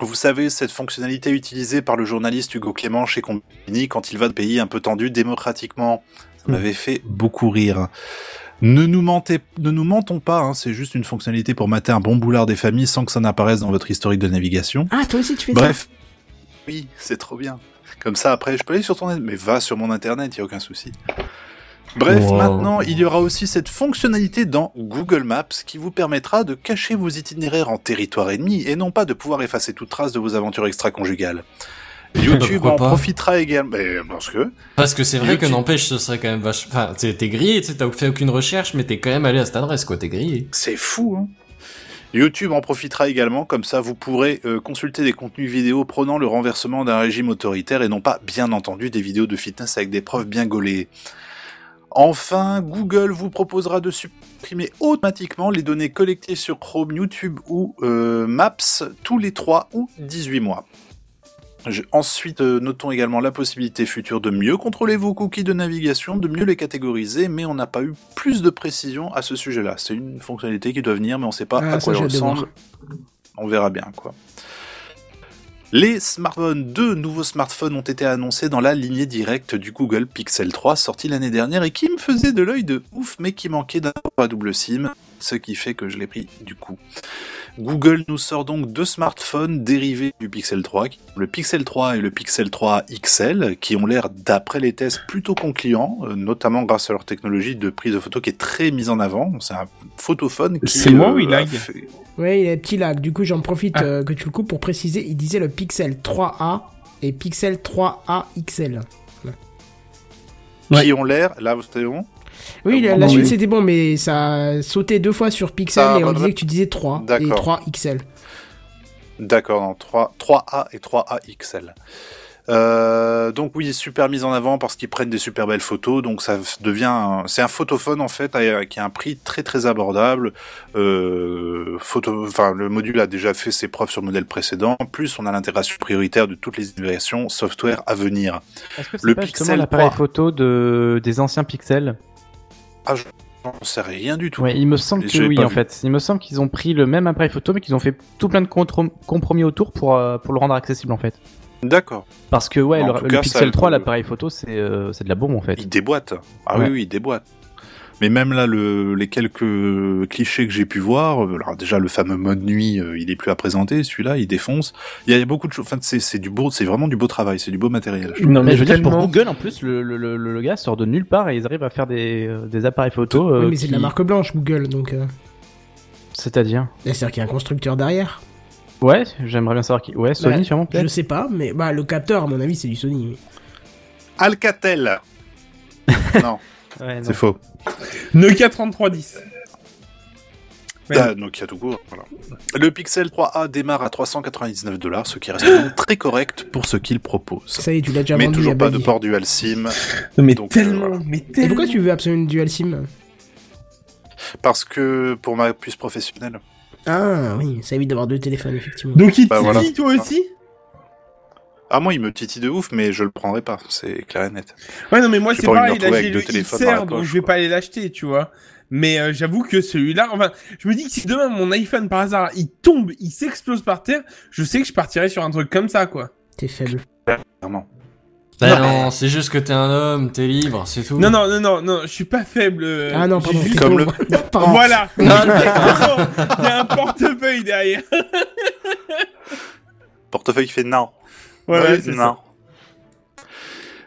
Speaker 4: Vous savez, cette fonctionnalité utilisée par le journaliste Hugo Clément chez Combini quand il va de pays un peu tendu démocratiquement. Ça
Speaker 6: Mm.
Speaker 4: m'avait fait beaucoup rire. Ne nous, mentez, ne nous mentons pas, hein, c'est juste une fonctionnalité pour mater un bon boulard des familles sans que ça n'apparaisse dans votre historique de navigation.
Speaker 1: Ah, toi aussi tu fais ça
Speaker 4: Bref. Oui, c'est trop bien. Comme ça, après, je peux aller sur ton... Mais va sur mon internet, il a aucun souci. Bref,
Speaker 5: Wow.
Speaker 4: maintenant, il y aura aussi cette fonctionnalité dans Google Maps qui vous permettra de cacher vos itinéraires en territoire ennemi et non pas de pouvoir effacer toute trace de vos aventures
Speaker 5: *laughs*
Speaker 4: extra-conjugales. YouTube
Speaker 5: Pourquoi
Speaker 4: en
Speaker 5: pas
Speaker 4: profitera également. Mais Parce que...
Speaker 5: Parce que c'est vrai que
Speaker 4: YouTube.
Speaker 5: n'empêche, ce serait quand même vache. Enfin, t'es t'es grillé, tu sais, t'as fait aucune recherche, mais t'es quand même allé à cette adresse, quoi, t'es grillé.
Speaker 4: C'est fou, hein YouTube en profitera également, comme ça vous pourrez euh, consulter des contenus vidéo prônant le renversement d'un régime autoritaire et non pas, bien entendu, des vidéos de fitness avec des preuves bien gaulées. Enfin, Google vous proposera de supprimer automatiquement les données collectées sur Chrome, YouTube ou euh, Maps tous les 3 ou 18 mois. Je- Ensuite, euh, notons également la possibilité future de mieux contrôler vos cookies de navigation, de mieux les catégoriser, mais on n'a pas eu plus de précision à ce sujet-là. C'est une fonctionnalité qui doit venir, mais on ne sait pas
Speaker 1: Ah,
Speaker 4: à
Speaker 1: ça,
Speaker 4: quoi elle
Speaker 1: j'ai hâte de voir.
Speaker 4: ressemble. On verra bien, quoi. Les smartphones, deux nouveaux smartphones ont été annoncés dans la lignée directe du Google Pixel 3 sorti l'année dernière et qui me faisait de l'œil de ouf mais qui manquait d'un port à double SIM, ce qui fait que je l'ai pris du coup. Google nous sort donc deux smartphones dérivés du Pixel 3, qui sont le Pixel 3 et le Pixel 3 XL, qui ont l'air d'après les tests plutôt concluants, euh, notamment grâce à leur technologie de prise de photo qui est très mise en avant. C'est un photophone qui... euh,
Speaker 9: C'est moi ou il
Speaker 4: a
Speaker 9: lag
Speaker 4: fait-
Speaker 1: Ouais, il y a des petits lags. Du coup, j'en
Speaker 4: Ah.
Speaker 1: profite euh, que tu le coupes pour préciser. Il disait le Pixel 3A et Pixel 3A XL.
Speaker 4: Qui ont l'air... Là, c'est bon
Speaker 1: Oui,
Speaker 4: Ah
Speaker 1: la,
Speaker 4: bon,
Speaker 1: la
Speaker 4: oui.
Speaker 1: suite c'était bon, mais ça a sauté deux fois sur Pixel
Speaker 4: Ça,
Speaker 1: et on
Speaker 4: voilà.
Speaker 1: disait que tu disais 3 et
Speaker 4: D'accord.
Speaker 1: 3 XL.
Speaker 4: D'accord, non, 3, 3A et 3A XL. Euh, donc oui, super mise en avant parce qu'ils prennent des super belles photos, donc ça f- devient, un- c'est un photophone en fait euh, qui a un prix très très abordable. Euh, photo, enfin le module a déjà fait ses preuves sur le modèle précédent. En plus, on a l'intégration prioritaire de toutes les innovations software à venir.
Speaker 6: Le pas justement l'appareil photo de des anciens pixels.
Speaker 4: Ah, je j'en sais rien du tout.
Speaker 6: Ouais, il me semble
Speaker 4: Je
Speaker 6: que
Speaker 4: l'ai
Speaker 6: oui
Speaker 4: pas
Speaker 6: en
Speaker 4: vu.
Speaker 6: fait. Il me semble qu'ils ont pris le même appareil photo mais qu'ils ont fait tout plein de controm- compromis autour pour euh, pour le rendre accessible en fait.
Speaker 4: D'accord.
Speaker 6: Parce que ouais,
Speaker 4: En
Speaker 6: le,
Speaker 4: tout
Speaker 6: le
Speaker 4: cas, ça-
Speaker 6: Pixel 3 l'appareil photo c'est euh, c'est de la bombe en fait.
Speaker 4: Il déboîte. Ah
Speaker 6: Ouais.
Speaker 4: oui, oui, il déboîte. Mais même là, le, les quelques clichés que j'ai pu voir, euh, alors déjà le fameux mode nuit, euh, il est plus à présenter, celui-là, il défonce. Il y a, il y a beaucoup de choses. Enfin, c'est c'est du beau, c'est vraiment du beau travail, c'est du beau matériel.
Speaker 6: Non, mais, je veux dire, pour Google en plus, le, le, le, le gars sort de nulle part et ils arrivent à faire des, euh, des appareils photo.
Speaker 1: Oui,
Speaker 6: euh,
Speaker 1: mais c'est de la
Speaker 6: qui-
Speaker 1: marque blanche, Google, donc. euh,
Speaker 6: C'est-à-dire
Speaker 1: C'est-à-dire qu'il y a un constructeur derrière.
Speaker 6: Ouais, j'aimerais bien savoir qui. Ouais, Sony
Speaker 1: Bah,
Speaker 6: sûrement
Speaker 1: Je
Speaker 6: peut-être.
Speaker 1: sais pas, mais bah, le capteur, à mon avis, c'est du Sony. oui.
Speaker 4: Alcatel. non,
Speaker 6: Ouais,
Speaker 4: c'est faux.
Speaker 9: Nokia 3310. Ouais.
Speaker 4: Ah, donc il y a tout court. voilà. Le Pixel 3A démarre à 399 dollars, ce qui reste donc très correct pour ce qu'il propose.
Speaker 1: Ça y est, tu l'as déjà
Speaker 4: Mais
Speaker 1: vendu.
Speaker 4: toujours
Speaker 1: à
Speaker 4: pas de
Speaker 1: Bunny.
Speaker 4: port dual SIM.
Speaker 9: mais
Speaker 4: donc, euh,
Speaker 9: tellement,
Speaker 4: voilà.
Speaker 9: mais
Speaker 1: Et
Speaker 9: tellement.
Speaker 1: pourquoi tu veux absolument une dual SIM
Speaker 4: Parce que pour ma puce professionnelle.
Speaker 1: Ah oui, ça évite d'avoir deux téléphones, effectivement.
Speaker 9: Donc il te
Speaker 4: Bah,
Speaker 9: dit
Speaker 4: voilà.
Speaker 9: toi aussi
Speaker 4: Ah moi, il me titille de ouf, mais je le prendrai pas. C'est clair et net.
Speaker 9: Ouais, non, mais moi
Speaker 4: J'ai
Speaker 9: c'est
Speaker 4: pas envie de me retrouver
Speaker 9: pareil, là j'ai
Speaker 4: avec deux
Speaker 9: le
Speaker 4: téléphones dans la
Speaker 9: XR, donc
Speaker 4: poche,
Speaker 9: je vais
Speaker 4: quoi.
Speaker 9: pas aller l'acheter, tu vois. Mais euh, j'avoue que celui-là, enfin, je me dis que si demain mon iPhone par hasard il tombe, il s'explose par terre, je sais que je partirai sur un truc comme ça, quoi.
Speaker 1: T'es faible.
Speaker 4: Clairement.
Speaker 5: Bah non, c'est juste que t'es un homme, t'es libre, c'est tout.
Speaker 9: Non, non, non, non, non, je suis pas faible. euh,
Speaker 1: Ah *laughs* non,
Speaker 9: j'ai
Speaker 1: pardon.
Speaker 9: juste-
Speaker 1: t'es
Speaker 4: Comme
Speaker 1: pauvre. Pardon. *laughs*
Speaker 9: Voilà Il y *laughs*
Speaker 5: Non,
Speaker 9: a un portefeuille derrière.
Speaker 4: Portefeuille qui fait non.
Speaker 9: Voilà,
Speaker 4: Ouais,
Speaker 9: c'est ça.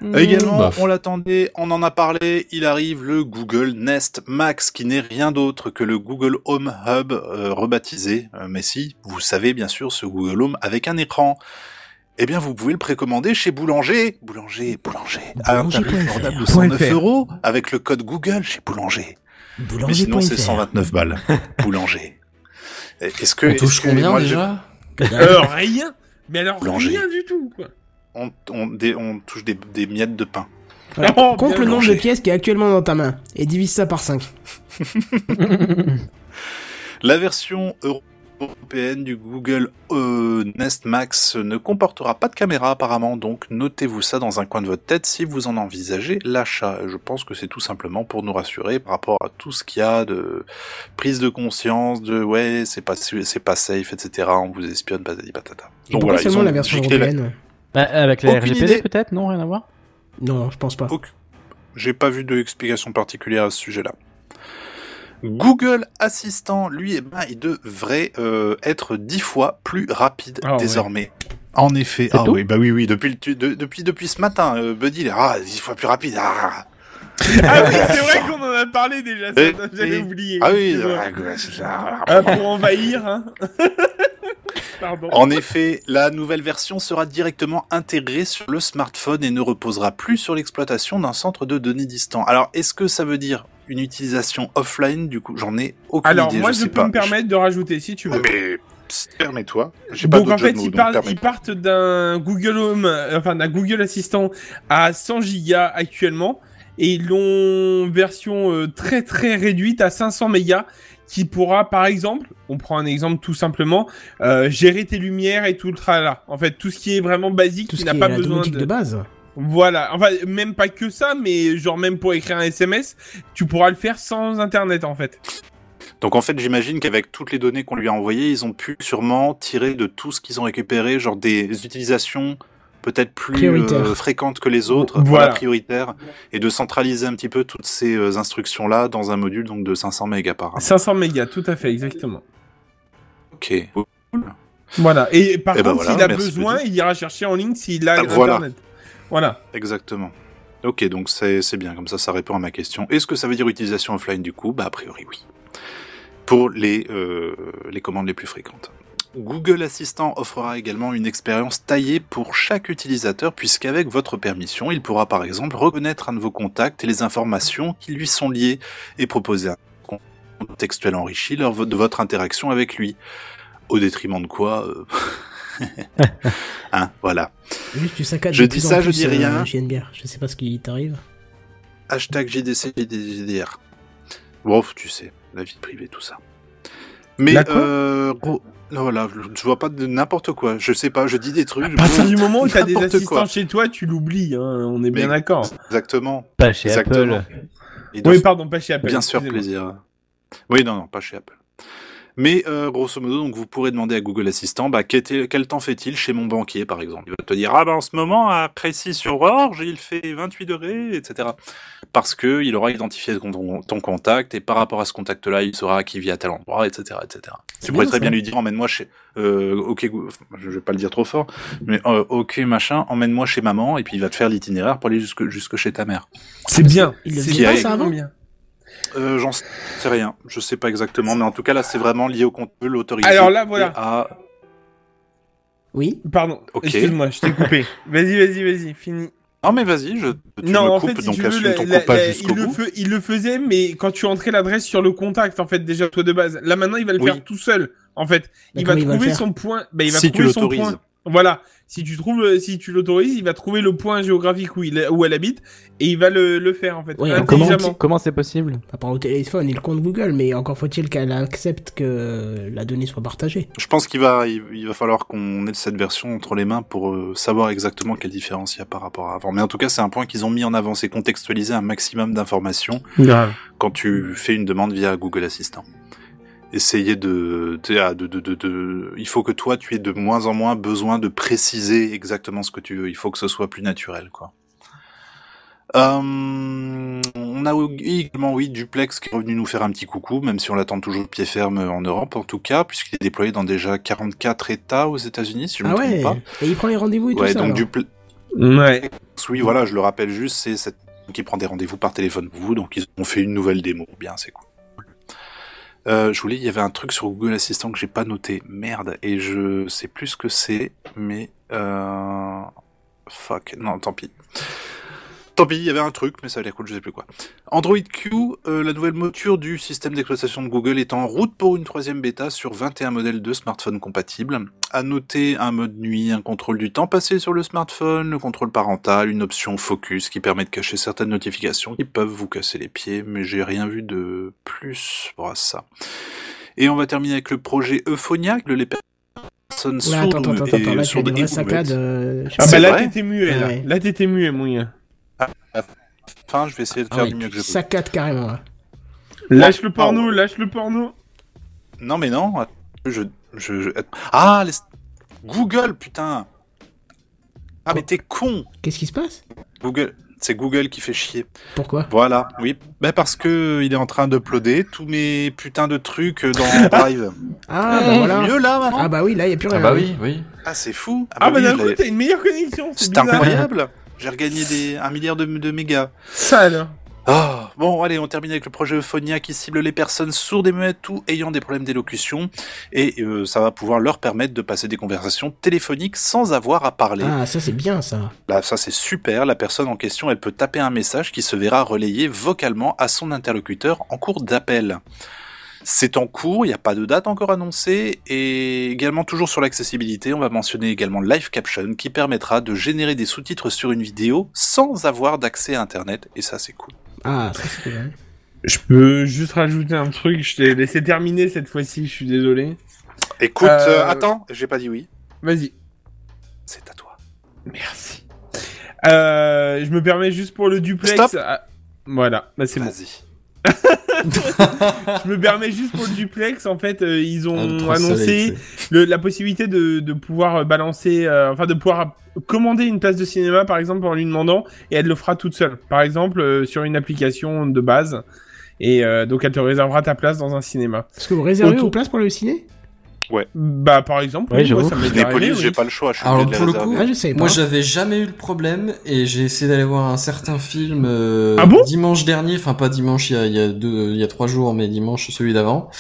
Speaker 4: non. Également,
Speaker 5: bof.
Speaker 4: on l'attendait, on en a parlé, il arrive le Google Nest Max, qui n'est rien d'autre que le Google Home Hub euh, rebaptisé. Euh, mais si, vous savez bien sûr ce Google Home avec un écran. Eh bien, vous pouvez le précommander chez Boulanger. Boulanger, Boulanger. Ah, À un tarif abordable de 109
Speaker 9: Point
Speaker 4: euros avec le code Google chez Boulanger. Mais sinon, c'est 129
Speaker 5: *laughs*
Speaker 4: balles. Boulanger. Et- Est-ce que.
Speaker 5: On touche
Speaker 4: est-ce que-
Speaker 5: combien
Speaker 4: moi, je-
Speaker 5: déjà
Speaker 9: Euh, rien Mais alors,
Speaker 4: Boulanger.
Speaker 9: rien du tout, quoi.
Speaker 4: on, on, des- on touche des, des miettes de pain.
Speaker 1: Voilà.
Speaker 9: Oh,
Speaker 1: Compte
Speaker 9: bien
Speaker 1: le nombre
Speaker 4: mangé.
Speaker 1: de pièces qui est actuellement dans ta main et divise ça par 5.
Speaker 4: La version européenne du Google euh, Nest Max ne comportera pas de caméra apparemment, donc notez-vous ça dans un coin de votre tête si vous en envisagez l'achat. Je pense que c'est tout simplement pour nous rassurer par rapport à tout ce qu'il y a de prise de conscience, de ouais c'est pas c'est pas safe, etc. On vous espionne, patati patata.
Speaker 1: Et pourquoi
Speaker 4: ils
Speaker 1: seulement
Speaker 4: ont
Speaker 1: la version
Speaker 4: giclé la-
Speaker 1: européenne
Speaker 6: Bah, avec la
Speaker 4: Aucune idée.
Speaker 6: RGPD peut-être Non, rien à voir.
Speaker 1: Non, je pense pas.
Speaker 4: Auc- J'ai pas vu d'explication particulière à ce sujet-là. Google Assistant, lui, eh ben, il devrait euh, être dix fois plus rapide
Speaker 9: Ah ouais.
Speaker 4: désormais. En effet,
Speaker 6: C'est
Speaker 4: ah
Speaker 6: tout
Speaker 4: oui, bah oui, oui, depuis, le tu- de- depuis, depuis ce matin, euh, Buddy, il est ah, dix fois plus rapide. Ah,
Speaker 1: *laughs*
Speaker 9: Ah oui, c'est vrai qu'on en a parlé déjà, ça,
Speaker 4: Eh,
Speaker 9: j'avais
Speaker 4: eh.
Speaker 9: oublié.
Speaker 4: Ah oui,
Speaker 9: Excuse-moi.
Speaker 4: ah, Google Assistant, ah.
Speaker 9: Ah, pour envahir, hein *laughs* Pardon.
Speaker 4: En effet, la nouvelle version sera directement intégrée sur le smartphone et ne reposera plus sur l'exploitation d'un centre de données distant. Alors, est-ce que ça veut dire une utilisation offline Du coup, j'en ai aucune
Speaker 9: Alors,
Speaker 4: idée.
Speaker 9: moi,
Speaker 4: je,
Speaker 9: je,
Speaker 4: sais
Speaker 9: peux
Speaker 4: pas.
Speaker 9: me permettre de rajouter, si tu veux.
Speaker 4: Mais psst, permets-toi. J'ai pas
Speaker 9: Donc
Speaker 4: d'autre
Speaker 9: en
Speaker 4: jeu
Speaker 9: fait,
Speaker 4: de mots,
Speaker 9: ils,
Speaker 4: donc
Speaker 9: parlent-
Speaker 4: permets.
Speaker 9: ils partent d'un Google Home, euh, enfin d'un Google Assistant à 100 gigas actuellement, et ils l'ont version euh, très très réduite à 500 mégas, qui pourra, par exemple, on prend un exemple tout simplement, euh, gérer tes lumières et tout le tralala. En fait, tout ce qui est vraiment basique,
Speaker 1: Tout ce
Speaker 9: qui
Speaker 1: qui
Speaker 9: n'a
Speaker 1: est
Speaker 9: pas
Speaker 1: la
Speaker 9: besoin
Speaker 1: domotique de base.
Speaker 9: Voilà, enfin même pas que ça, mais genre même pour écrire un SMS, tu pourras le faire sans internet en fait.
Speaker 4: Donc en fait, j'imagine qu'avec toutes les données qu'on lui a envoyées, ils ont pu sûrement tirer de tout ce qu'ils ont récupéré, genre des utilisations peut-être plus
Speaker 1: Prioritaires.
Speaker 4: euh, fréquentes que les autres,
Speaker 9: Voilà.
Speaker 4: voilà, prioritaires, et de centraliser un petit peu toutes ces euh, instructions-là dans un module donc de 500 mégas par an.
Speaker 9: 500 mégas, tout à fait, exactement.
Speaker 4: Ok.
Speaker 9: Voilà. Et
Speaker 4: Eh
Speaker 9: par
Speaker 4: ben
Speaker 9: contre,
Speaker 4: voilà,
Speaker 9: s'il a
Speaker 4: merci
Speaker 9: besoin,
Speaker 4: beaucoup.
Speaker 9: il ira chercher en ligne s'il a
Speaker 4: Ah,
Speaker 9: internet.
Speaker 4: voilà.
Speaker 9: Voilà.
Speaker 4: Exactement. Ok, donc c'est c'est bien, comme ça ça répond à ma question. Est-ce que ça veut dire utilisation offline du coup Bah a priori oui. Pour les, euh, les commandes les plus fréquentes. Google Assistant offrera également une expérience taillée pour chaque utilisateur puisqu'avec votre permission, il pourra par exemple reconnaître un de vos contacts et les informations qui lui sont liées et proposer un contextuel enrichi lors de votre interaction avec lui. Au détriment de quoi euh, *laughs* Hein, voilà.
Speaker 1: Juste, tu saccades
Speaker 4: Je
Speaker 1: de
Speaker 4: dis
Speaker 1: plus en
Speaker 4: ça, je
Speaker 1: plus,
Speaker 4: dis
Speaker 1: euh,
Speaker 4: rien.
Speaker 1: JNBR. Je sais pas ce qui t'arrive.
Speaker 4: Hashtag JDC, JDR. Bon, tu sais, la vie privée, tout ça. Mais,
Speaker 9: La quoi
Speaker 4: euh, gros, non, voilà, je vois pas de n'importe quoi. Je sais pas, je dis des trucs.
Speaker 9: À partir du moment où t'as des
Speaker 4: N'importe
Speaker 9: assistants
Speaker 4: quoi.
Speaker 9: chez toi, tu l'oublies, hein, on est bien
Speaker 4: Mais-
Speaker 9: d'accord.
Speaker 4: Exactement.
Speaker 6: Pas chez
Speaker 4: Exactement.
Speaker 6: Apple.
Speaker 4: Ils doivent
Speaker 9: Oui, pardon, pas chez Apple.
Speaker 4: Bien sûr,
Speaker 9: excusez-moi.
Speaker 4: plaisir. Oui, non, non, pas chez Apple. Mais euh, grosso modo, donc vous pourrez demander à Google Assistant, bah, quel, était- quel temps fait-il chez mon banquier, par exemple Il va te dire, ah bah en ce moment à Précy-sur-Orge, il fait 28 degrés, etc. Parce que il aura identifié ton, ton- ton contact et par rapport à ce contact-là, il saura qui vit à tel endroit, etc., etc. Tu
Speaker 1: C'est
Speaker 4: pourrais
Speaker 1: bien,
Speaker 4: très
Speaker 1: ça.
Speaker 4: bien lui dire, emmène-moi chez, euh, ok, Gou- enfin, je vais pas le dire trop fort, mais euh, ok machin, emmène-moi chez maman et puis il va te faire l'itinéraire pour aller jusque jusque chez ta mère.
Speaker 9: C'est bien.
Speaker 1: Il le
Speaker 4: Ce
Speaker 9: C'est
Speaker 4: qui
Speaker 1: faisait pas
Speaker 4: est-
Speaker 1: ça avant.
Speaker 9: bien.
Speaker 4: euh, J'en sais rien, je sais pas exactement, mais en tout cas là c'est vraiment lié au contenu, l'autorisation.
Speaker 9: Alors là, voilà.
Speaker 4: Ah,
Speaker 1: Oui.
Speaker 9: Pardon.
Speaker 4: Ok.
Speaker 9: Excuse-moi,
Speaker 4: *laughs*
Speaker 9: je t'ai coupé. vas-y, vas-y, vas-y, fini.
Speaker 4: Non mais vas-y, je tu
Speaker 9: non,
Speaker 4: me
Speaker 9: en
Speaker 4: coupes,
Speaker 9: fait, si
Speaker 4: donc
Speaker 9: tu veux,
Speaker 4: assume
Speaker 9: la-
Speaker 4: ton
Speaker 9: la- la-
Speaker 4: coupage
Speaker 9: il,
Speaker 4: jusqu'au
Speaker 9: le
Speaker 4: bout.
Speaker 9: fe- il le faisait, mais quand tu entrais l'adresse sur le contact, en fait, déjà toi de base. Là maintenant, il va le
Speaker 4: Oui.
Speaker 9: faire tout seul. En fait,
Speaker 1: Mais
Speaker 9: il va
Speaker 1: comment il va le
Speaker 9: trouver
Speaker 1: faire
Speaker 9: son point. bah, il va
Speaker 4: Si tu
Speaker 9: trouver son
Speaker 4: l'autorises.
Speaker 9: point. Voilà. Si tu trouves, euh, si tu l'autorises, il va trouver le point géographique où il où elle habite et il va le, le faire en fait.
Speaker 1: Oui,
Speaker 6: Donc, Bah, Comment
Speaker 9: intelligemment.
Speaker 6: comment c'est possible
Speaker 1: À part au téléphone et le compte Google, mais encore faut-il qu'elle accepte que la donnée soit partagée.
Speaker 4: Je pense qu'il va il, il va falloir qu'on ait cette version entre les mains pour euh, savoir exactement quelle différence il y a par rapport à avant. Mais en tout cas, c'est un point qu'ils ont mis en avant, c'est contextualiser un maximum d'informations quand tu fais une demande via Google Assistant. Essayer de, de, de, de, de- de- Il faut que toi, tu aies de moins en moins besoin de préciser exactement ce que tu veux. Il faut que ce soit plus naturel, quoi. Euh, on a eu- également, oui, Duplex qui est revenu nous faire un petit coucou, même si on l'attend toujours de pied ferme en Europe, en tout cas, puisqu'il est déployé dans déjà 44 États aux États-Unis, si je ne
Speaker 1: Ah
Speaker 4: me trompe
Speaker 1: ouais.
Speaker 4: pas.
Speaker 1: Et il prend les rendez-vous et tout
Speaker 4: Ouais,
Speaker 1: ça.
Speaker 4: donc
Speaker 1: alors.
Speaker 4: Duplex.
Speaker 9: Ouais. Ah,
Speaker 4: Oui, voilà, je le rappelle juste, c'est cette qui prend des rendez-vous par téléphone pour vous, donc ils ont fait une nouvelle démo. Bien, c'est cool. Euh, je voulais, il y avait un truc sur Google Assistant que j'ai pas noté. Merde, et je sais plus ce que c'est, mais euh... fuck, non, tant pis. Tant pis, il y avait un truc, mais ça a l'air cool, je sais plus quoi. Android Q, euh, la nouvelle mouture du système d'exploitation de Google est en route pour une troisième bêta sur 21 modèles de smartphones compatibles. À noter un mode nuit, un contrôle du temps passé sur le smartphone, le contrôle parental, une option focus qui permet de cacher certaines notifications qui peuvent vous casser les pieds, mais j'ai rien vu de plus pour ça. Et on va terminer avec le projet Euphonia, le les personnes
Speaker 1: Là,
Speaker 4: sourdes
Speaker 1: attends, attends,
Speaker 4: et-
Speaker 1: attends, là tu as
Speaker 4: sourdes
Speaker 1: des vraies
Speaker 4: et muettes.
Speaker 1: saccades. euh, je sais
Speaker 9: Ah
Speaker 1: pas.
Speaker 9: bah
Speaker 4: C'est
Speaker 9: là
Speaker 4: vrai
Speaker 9: t'étais muet là.
Speaker 1: Ouais.
Speaker 9: Là t'étais muet mouillé.
Speaker 4: Enfin, je vais essayer de
Speaker 1: Ah
Speaker 4: faire
Speaker 1: ouais,
Speaker 4: du mieux que je peux.
Speaker 1: saccades carrément hein. là.
Speaker 9: Lâche le porno, lâche le porno.
Speaker 4: Non, mais non. Je, je, je- Ah, les- Google, putain. Ah, mais t'es con.
Speaker 1: Qu'est-ce qui se passe
Speaker 4: Google. C'est Google qui fait chier.
Speaker 1: Pourquoi
Speaker 4: Voilà, oui. Ben parce que il est en train d'uploader tous mes putains de trucs
Speaker 9: *laughs*
Speaker 4: dans Drive.
Speaker 1: Ah bah voilà.
Speaker 4: Mieux là maintenant
Speaker 1: Ah bah oui, là il y a plus rien.
Speaker 5: Ah bah oui, oui.
Speaker 4: Ah, c'est fou.
Speaker 9: Ah, bah
Speaker 4: oui,
Speaker 9: d'un
Speaker 4: je
Speaker 9: coup
Speaker 4: l'avais-
Speaker 9: t'as une meilleure connexion. C'est
Speaker 4: C'est
Speaker 9: bizarre.
Speaker 4: incroyable. J'ai regagné des, un milliard de, de mégas.
Speaker 9: Ça alors.
Speaker 4: Ah, bon, allez, on termine avec le projet Euphonia qui cible les personnes sourdes et muettes ou ayant des problèmes d'élocution. Et euh, ça va pouvoir leur permettre de passer des conversations téléphoniques sans avoir à parler.
Speaker 1: Ah ça c'est bien ça.
Speaker 4: Là, ça c'est super, la personne en question, elle peut taper un message qui se verra relayé vocalement à son interlocuteur en cours d'appel. C'est en cours, il n'y a pas de date encore annoncée, et également toujours sur l'accessibilité, on va mentionner également Live Caption qui permettra de générer des sous-titres sur une vidéo sans avoir d'accès à Internet, et ça c'est cool.
Speaker 1: Ah ça c'est cool. hein.
Speaker 9: Je peux juste rajouter un truc, je t'ai laissé terminer cette fois-ci, je suis désolé.
Speaker 4: Écoute,
Speaker 9: Euh,
Speaker 4: euh, attends, j'ai pas dit oui.
Speaker 9: Vas-y.
Speaker 4: C'est à toi.
Speaker 9: Merci. Euh, je me permets juste pour le duplex.
Speaker 4: Stop.
Speaker 9: Ah, voilà, bah *laughs* c'est bon. je me permets juste pour le duplex. En fait, euh, ils
Speaker 5: Ah,
Speaker 9: ont
Speaker 5: trop
Speaker 9: annoncé
Speaker 5: soleil,
Speaker 9: le- la possibilité de, de pouvoir balancer, euh, enfin de pouvoir commander une place de cinéma, par exemple, en lui demandant, et elle le fera toute seule. Par exemple, euh, sur une application de base. Et euh, donc, elle te réservera ta place dans un cinéma.
Speaker 1: Est-ce que vous réservez
Speaker 9: Autour-
Speaker 1: vos places pour le ciné
Speaker 9: Bah, par exemple,
Speaker 6: Ouais,
Speaker 9: oui, moi,
Speaker 6: j'avoue.
Speaker 9: ça m'est
Speaker 4: Les
Speaker 9: déjà arrivé,
Speaker 4: polices,
Speaker 9: oui.
Speaker 4: j'ai pas le choix, je suis
Speaker 5: Alors
Speaker 4: obligé de
Speaker 5: pour
Speaker 4: les
Speaker 5: le coup,
Speaker 4: réserver.
Speaker 1: Ah, je savais pas.
Speaker 5: moi j'avais jamais eu le problème et j'ai essayé d'aller voir un certain film euh,
Speaker 9: Ah bon
Speaker 5: dimanche dernier, enfin pas dimanche il y a, il y a deux, il y a trois jours, mais dimanche celui d'avant.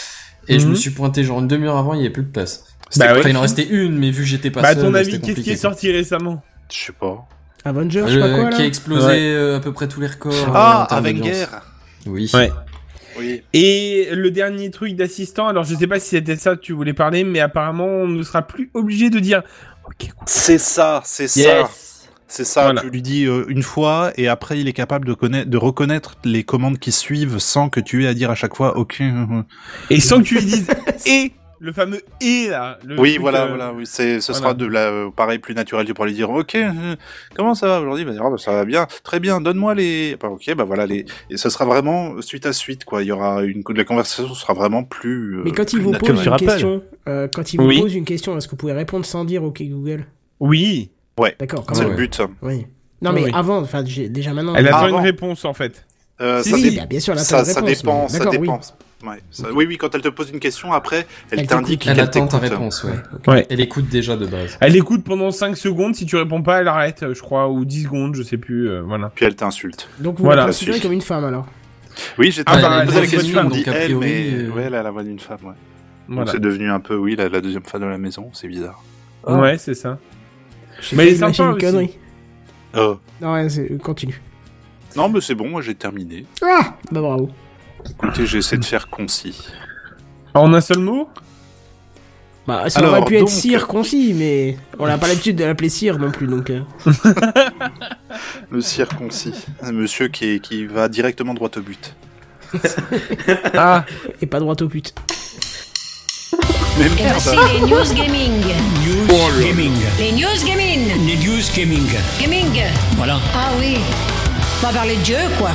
Speaker 5: Et je
Speaker 9: Mhm.
Speaker 5: me suis pointé genre une demi-heure avant, il y avait plus de place.
Speaker 9: Bah
Speaker 5: Enfin,
Speaker 9: ouais.
Speaker 5: il en restait une, mais vu que j'étais pas
Speaker 9: Bah, à
Speaker 5: seul,
Speaker 9: ton
Speaker 5: c'était
Speaker 9: avis, qu'est-ce qui
Speaker 5: compliqué,
Speaker 9: est sorti récemment
Speaker 4: Je sais pas.
Speaker 1: Avengers,
Speaker 5: quoi.
Speaker 1: je sais pas
Speaker 5: Euh,
Speaker 1: quoi là
Speaker 5: qui a explosé
Speaker 6: Ouais.
Speaker 5: euh, à peu près tous les records. euh, en
Speaker 4: Ah,
Speaker 5: termes
Speaker 4: avec
Speaker 5: d'audience.
Speaker 4: guerre.
Speaker 5: Oui.
Speaker 9: Ouais.
Speaker 4: Oui.
Speaker 9: Et le dernier truc d'assistant, alors je sais pas si c'était ça que tu voulais parler, mais apparemment on ne sera plus obligé de dire Ok, quoi.
Speaker 4: C'est ça, c'est ça. C'est ça.
Speaker 9: Voilà.
Speaker 12: Tu lui dis euh, une fois et après il est capable de, connaître- de reconnaître les commandes qui suivent sans que tu aies à dire à chaque fois ok. euh,
Speaker 9: Et sans que tu lui dises Et Le fameux Et là le
Speaker 4: Oui,
Speaker 9: truc,
Speaker 4: voilà,
Speaker 9: euh,
Speaker 4: voilà, oui, c'est, ce
Speaker 9: voilà.
Speaker 4: sera de la, euh, pareil, plus naturel de pouvoir lui dire, ok, euh, comment ça va aujourd'hui? Bah, oh, bah, ça va bien, très bien, donne-moi les, bah, ok, bah voilà, les, et ce sera vraiment suite à suite, quoi. Il y aura une, la conversation sera vraiment plus, euh,
Speaker 1: Mais quand ils
Speaker 4: plus
Speaker 1: vous
Speaker 4: naturelle.
Speaker 1: posent
Speaker 6: naturel.
Speaker 1: une
Speaker 6: Comme sur
Speaker 1: question, euh, quand ils vous
Speaker 9: Oui.
Speaker 1: posent une question, est-ce que vous pouvez répondre sans dire OK Google
Speaker 9: Oui
Speaker 1: D'accord, quand
Speaker 4: C'est
Speaker 1: même.
Speaker 4: le
Speaker 5: Ouais.
Speaker 4: but.
Speaker 1: Oui. Non
Speaker 9: Oui,
Speaker 1: mais
Speaker 9: oui.
Speaker 1: avant, enfin j'ai- déjà maintenant.
Speaker 9: Elle attend
Speaker 4: Ah,
Speaker 9: une
Speaker 4: bon.
Speaker 9: réponse en fait.
Speaker 4: Euh,
Speaker 1: Si,
Speaker 4: ça,
Speaker 1: si,
Speaker 4: dé-
Speaker 1: bah, bien sûr, elle attend
Speaker 4: ça,
Speaker 1: une
Speaker 4: ça
Speaker 1: réponse,
Speaker 4: dépend,
Speaker 1: mais-
Speaker 4: ça
Speaker 1: d'accord, oui.
Speaker 4: dépend. Ouais, ça- oui, oui, quand elle te pose une question, après, elle,
Speaker 1: Elle
Speaker 4: t'indique
Speaker 5: Elle
Speaker 4: qu'elle
Speaker 5: attend ta
Speaker 4: t'écoute.
Speaker 5: réponse, ouais.
Speaker 9: Ouais.
Speaker 5: Elle écoute déjà de base.
Speaker 9: Elle écoute pendant 5 secondes, si tu réponds pas, elle arrête, euh, je crois, ou 10 secondes, je sais plus, euh, voilà.
Speaker 4: Puis elle t'insulte.
Speaker 1: Donc vous
Speaker 9: Voilà.
Speaker 1: la considérez
Speaker 4: Suite.
Speaker 1: comme une femme alors
Speaker 4: Oui, j'ai
Speaker 9: Ah,
Speaker 4: j'ai
Speaker 9: bah, elle
Speaker 4: posé
Speaker 9: est
Speaker 4: la
Speaker 9: devenue
Speaker 4: question,
Speaker 9: femme,
Speaker 4: on dit
Speaker 5: donc, a
Speaker 4: elle,
Speaker 5: priori,
Speaker 4: mais,
Speaker 5: euh,
Speaker 4: ouais, elle a la voix d'une femme, ouais. Donc,
Speaker 9: voilà.
Speaker 4: c'est devenu un peu, oui, la, la deuxième femme de la maison, c'est bizarre.
Speaker 9: Ouais, c'est ça.
Speaker 1: J'ai
Speaker 9: Mais
Speaker 1: fait
Speaker 9: elle est sympa
Speaker 1: imaginer une
Speaker 9: aussi.
Speaker 1: connerie.
Speaker 5: Oh.
Speaker 4: Euh,
Speaker 1: Non, ouais, c'est- continue.
Speaker 4: non, mais c'est bon, moi, j'ai terminé.
Speaker 1: Ah Bah bravo.
Speaker 4: Écoutez, j'essaie de faire concis.
Speaker 9: Ah, En un seul mot
Speaker 1: Bah ça
Speaker 4: Alors,
Speaker 1: aurait pu être
Speaker 4: donc-
Speaker 1: cire concis, mais on n'a pas l'habitude de l'appeler cire non plus, donc... euh.
Speaker 4: Le circoncis. Un monsieur qui, est- qui va directement droit au but.
Speaker 9: Ah
Speaker 1: Et pas droite au pute.
Speaker 4: Mais
Speaker 10: Et voici
Speaker 4: merde
Speaker 10: les news gaming.
Speaker 8: News Gaming.
Speaker 10: Les news gaming.
Speaker 8: Les News Gaming.
Speaker 10: Gaming.
Speaker 8: Voilà.
Speaker 10: Ah oui. On va parler de jeu, quoi.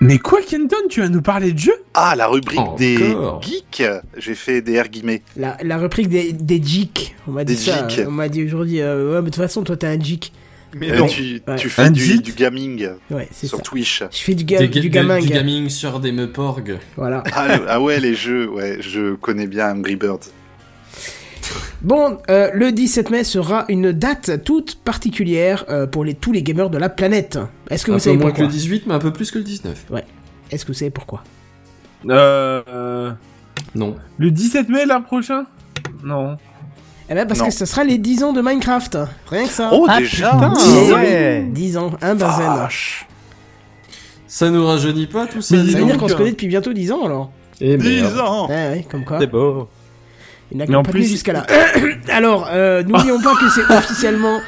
Speaker 9: Mais quoi, Kenton, tu vas nous parler de jeu
Speaker 4: Ah, la rubrique des
Speaker 5: Encore.
Speaker 4: geeks J'ai fait des R guillemets.
Speaker 1: La, la rubrique des, des geeks. On m'a dit
Speaker 4: Des
Speaker 1: ça.
Speaker 4: geeks.
Speaker 1: On m'a dit aujourd'hui, euh, ouais, mais de toute façon, toi, t'es un geek.
Speaker 4: Mais
Speaker 1: non.
Speaker 4: Euh, tu,
Speaker 1: Ouais.
Speaker 4: tu
Speaker 9: Un
Speaker 4: fais du,
Speaker 9: geek
Speaker 4: du gaming
Speaker 1: Ouais, c'est
Speaker 4: sur
Speaker 1: ça.
Speaker 4: Twitch.
Speaker 1: Je fais du, ga-
Speaker 5: Des ga-
Speaker 1: du
Speaker 5: de-
Speaker 1: gaming.
Speaker 5: du gaming sur des meuporgs. *laughs*
Speaker 1: Voilà.
Speaker 4: Ah, le- ah ouais, les jeux, ouais, je connais bien Angry Birds.
Speaker 1: Bon, euh, le 17 mai sera une date toute particulière euh, pour les, tous les gamers de la planète. Est-ce que
Speaker 5: Un
Speaker 1: vous
Speaker 5: peu
Speaker 1: savez
Speaker 5: moins que
Speaker 1: pourquoi
Speaker 5: le 18, mais un peu plus que le 19.
Speaker 1: Est-ce que vous savez pourquoi
Speaker 9: euh, euh,
Speaker 5: Non.
Speaker 9: Le 17 mai, l'an prochain Non.
Speaker 1: Eh ben parce
Speaker 4: Non.
Speaker 1: que ce sera les 10 ans de Minecraft. Rien que ça.
Speaker 4: Oh, déjà hein.
Speaker 1: Ah, ouais.
Speaker 6: putain, ouais.
Speaker 1: 10 ans, un bazen.
Speaker 4: Vache.
Speaker 5: Ça nous rajeunit pas tout ça.
Speaker 9: Mais
Speaker 5: dis
Speaker 1: Ça veut
Speaker 5: donc.
Speaker 1: dire qu'on se connaît depuis bientôt 10 ans alors
Speaker 6: Et
Speaker 4: 10 ans
Speaker 1: Ouais, ouais, comme quoi.
Speaker 6: C'est beau.
Speaker 1: Il n'a
Speaker 9: Mais en
Speaker 1: pas tenu
Speaker 9: plus-
Speaker 1: jusqu'à là. *coughs* Alors, euh, n'oublions pas que c'est officiellement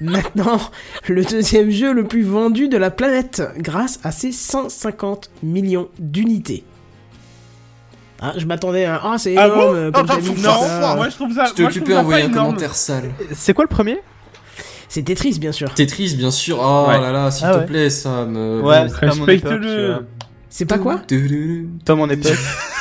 Speaker 1: maintenant le deuxième jeu le plus vendu de la planète grâce à ses 150 millions d'unités. Ah, je m'attendais à un. Ah, c'est
Speaker 9: Ah
Speaker 1: énorme
Speaker 9: bon
Speaker 1: euh, comme t'as vu
Speaker 9: Non,
Speaker 1: ça.
Speaker 9: moi je trouve ça. *laughs*
Speaker 5: Je t'ai
Speaker 9: moi, je trouve
Speaker 5: occupé
Speaker 9: ça
Speaker 5: à
Speaker 9: pas
Speaker 5: envoyer un
Speaker 9: énorme.
Speaker 5: commentaire sale.
Speaker 6: C'est quoi le premier
Speaker 1: C'est Tetris, bien sûr.
Speaker 5: Tetris, bien sûr. Oh
Speaker 9: Ouais.
Speaker 5: là là, s'il
Speaker 6: Ah
Speaker 5: te
Speaker 6: ouais.
Speaker 5: plaît, Sam. euh,
Speaker 6: Ouais,
Speaker 5: bon.
Speaker 6: c'est pas mon époque.
Speaker 9: Respecte-le.
Speaker 6: tu vois.
Speaker 1: C'est pas quoi
Speaker 5: Tududu.
Speaker 6: Pas mon époque.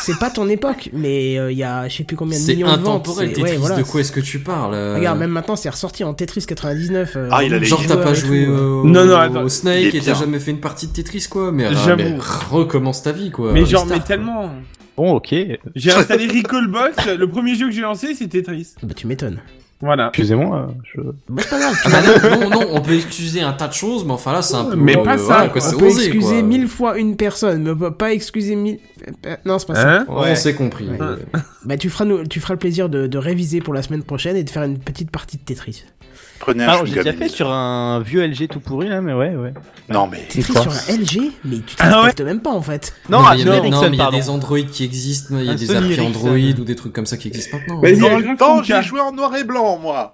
Speaker 1: C'est pas ton époque, mais euh, il y a je sais plus combien de
Speaker 5: C'est
Speaker 1: millions de ventes.
Speaker 5: intemporel,
Speaker 1: c'est-
Speaker 5: Tetris.
Speaker 1: ouais, voilà.
Speaker 5: De quoi est-ce que tu parles euh,
Speaker 1: Regarde, même maintenant, c'est ressorti en Tetris 99. euh,
Speaker 4: Ah, il a les
Speaker 5: Genre, t'as pas
Speaker 1: et
Speaker 5: joué euh.
Speaker 1: tout, ouais.
Speaker 5: au...
Speaker 9: Non, non,
Speaker 5: au
Speaker 9: attends.
Speaker 4: Il est
Speaker 5: Snake et t'as
Speaker 4: pire.
Speaker 5: jamais fait une partie de Tetris, quoi. Mais, euh,
Speaker 9: J'avoue.
Speaker 5: mais recommence ta vie, quoi. Euh,
Speaker 9: Mais genre,
Speaker 5: Restart,
Speaker 9: mais
Speaker 5: quoi.
Speaker 9: tellement.
Speaker 6: *laughs* Bon, ok.
Speaker 9: J'ai installé Recallbox, le premier jeu que j'ai lancé, c'était Tetris.
Speaker 1: Bah, tu m'étonnes.
Speaker 9: Voilà.
Speaker 6: Excusez-moi. Je...
Speaker 1: Bah, c'est pas grave.
Speaker 5: Ah bah non, non, non, on peut excuser un tas de choses, mais enfin là, c'est un peu. euh,
Speaker 9: Mais pas ça,
Speaker 5: voilà, quoi,
Speaker 9: quoi.
Speaker 5: c'est
Speaker 1: On peut
Speaker 5: osé,
Speaker 1: excuser
Speaker 5: quoi.
Speaker 1: mille fois une personne, mais on peut pas excuser mille. euh, Non, c'est pas ça.
Speaker 9: Hein
Speaker 5: Ouais, On s'est compris.
Speaker 1: Ouais.
Speaker 5: Euh,
Speaker 1: Bah, tu feras, nous- tu feras le plaisir de, de réviser pour la semaine prochaine et de faire une petite partie de Tetris. Ah,
Speaker 4: Prenez un
Speaker 6: Alors, j'ai
Speaker 4: chewing-gum.
Speaker 6: déjà fait sur un vieux LG tout pourri, là, mais ouais, ouais.
Speaker 4: Non, mais...
Speaker 1: Tetris
Speaker 6: quoi
Speaker 1: sur un LG Mais tu te
Speaker 9: Ah ouais
Speaker 1: respectes même pas en fait.
Speaker 6: Non,
Speaker 5: mais
Speaker 6: ah,
Speaker 5: il y a
Speaker 6: Sony
Speaker 5: des- non,
Speaker 6: Ericsson,
Speaker 5: mais il y a
Speaker 6: pardon.
Speaker 5: des Android qui existent, il y a
Speaker 6: Un
Speaker 5: des
Speaker 6: Sony
Speaker 5: applis
Speaker 6: Ericsson.
Speaker 5: Android ou des trucs comme ça qui existent maintenant. hein.
Speaker 9: Vas-y,
Speaker 4: Dans
Speaker 9: elle
Speaker 4: le
Speaker 9: grave
Speaker 4: temps,
Speaker 9: son cas.
Speaker 4: j'ai joué en noir et blanc, moi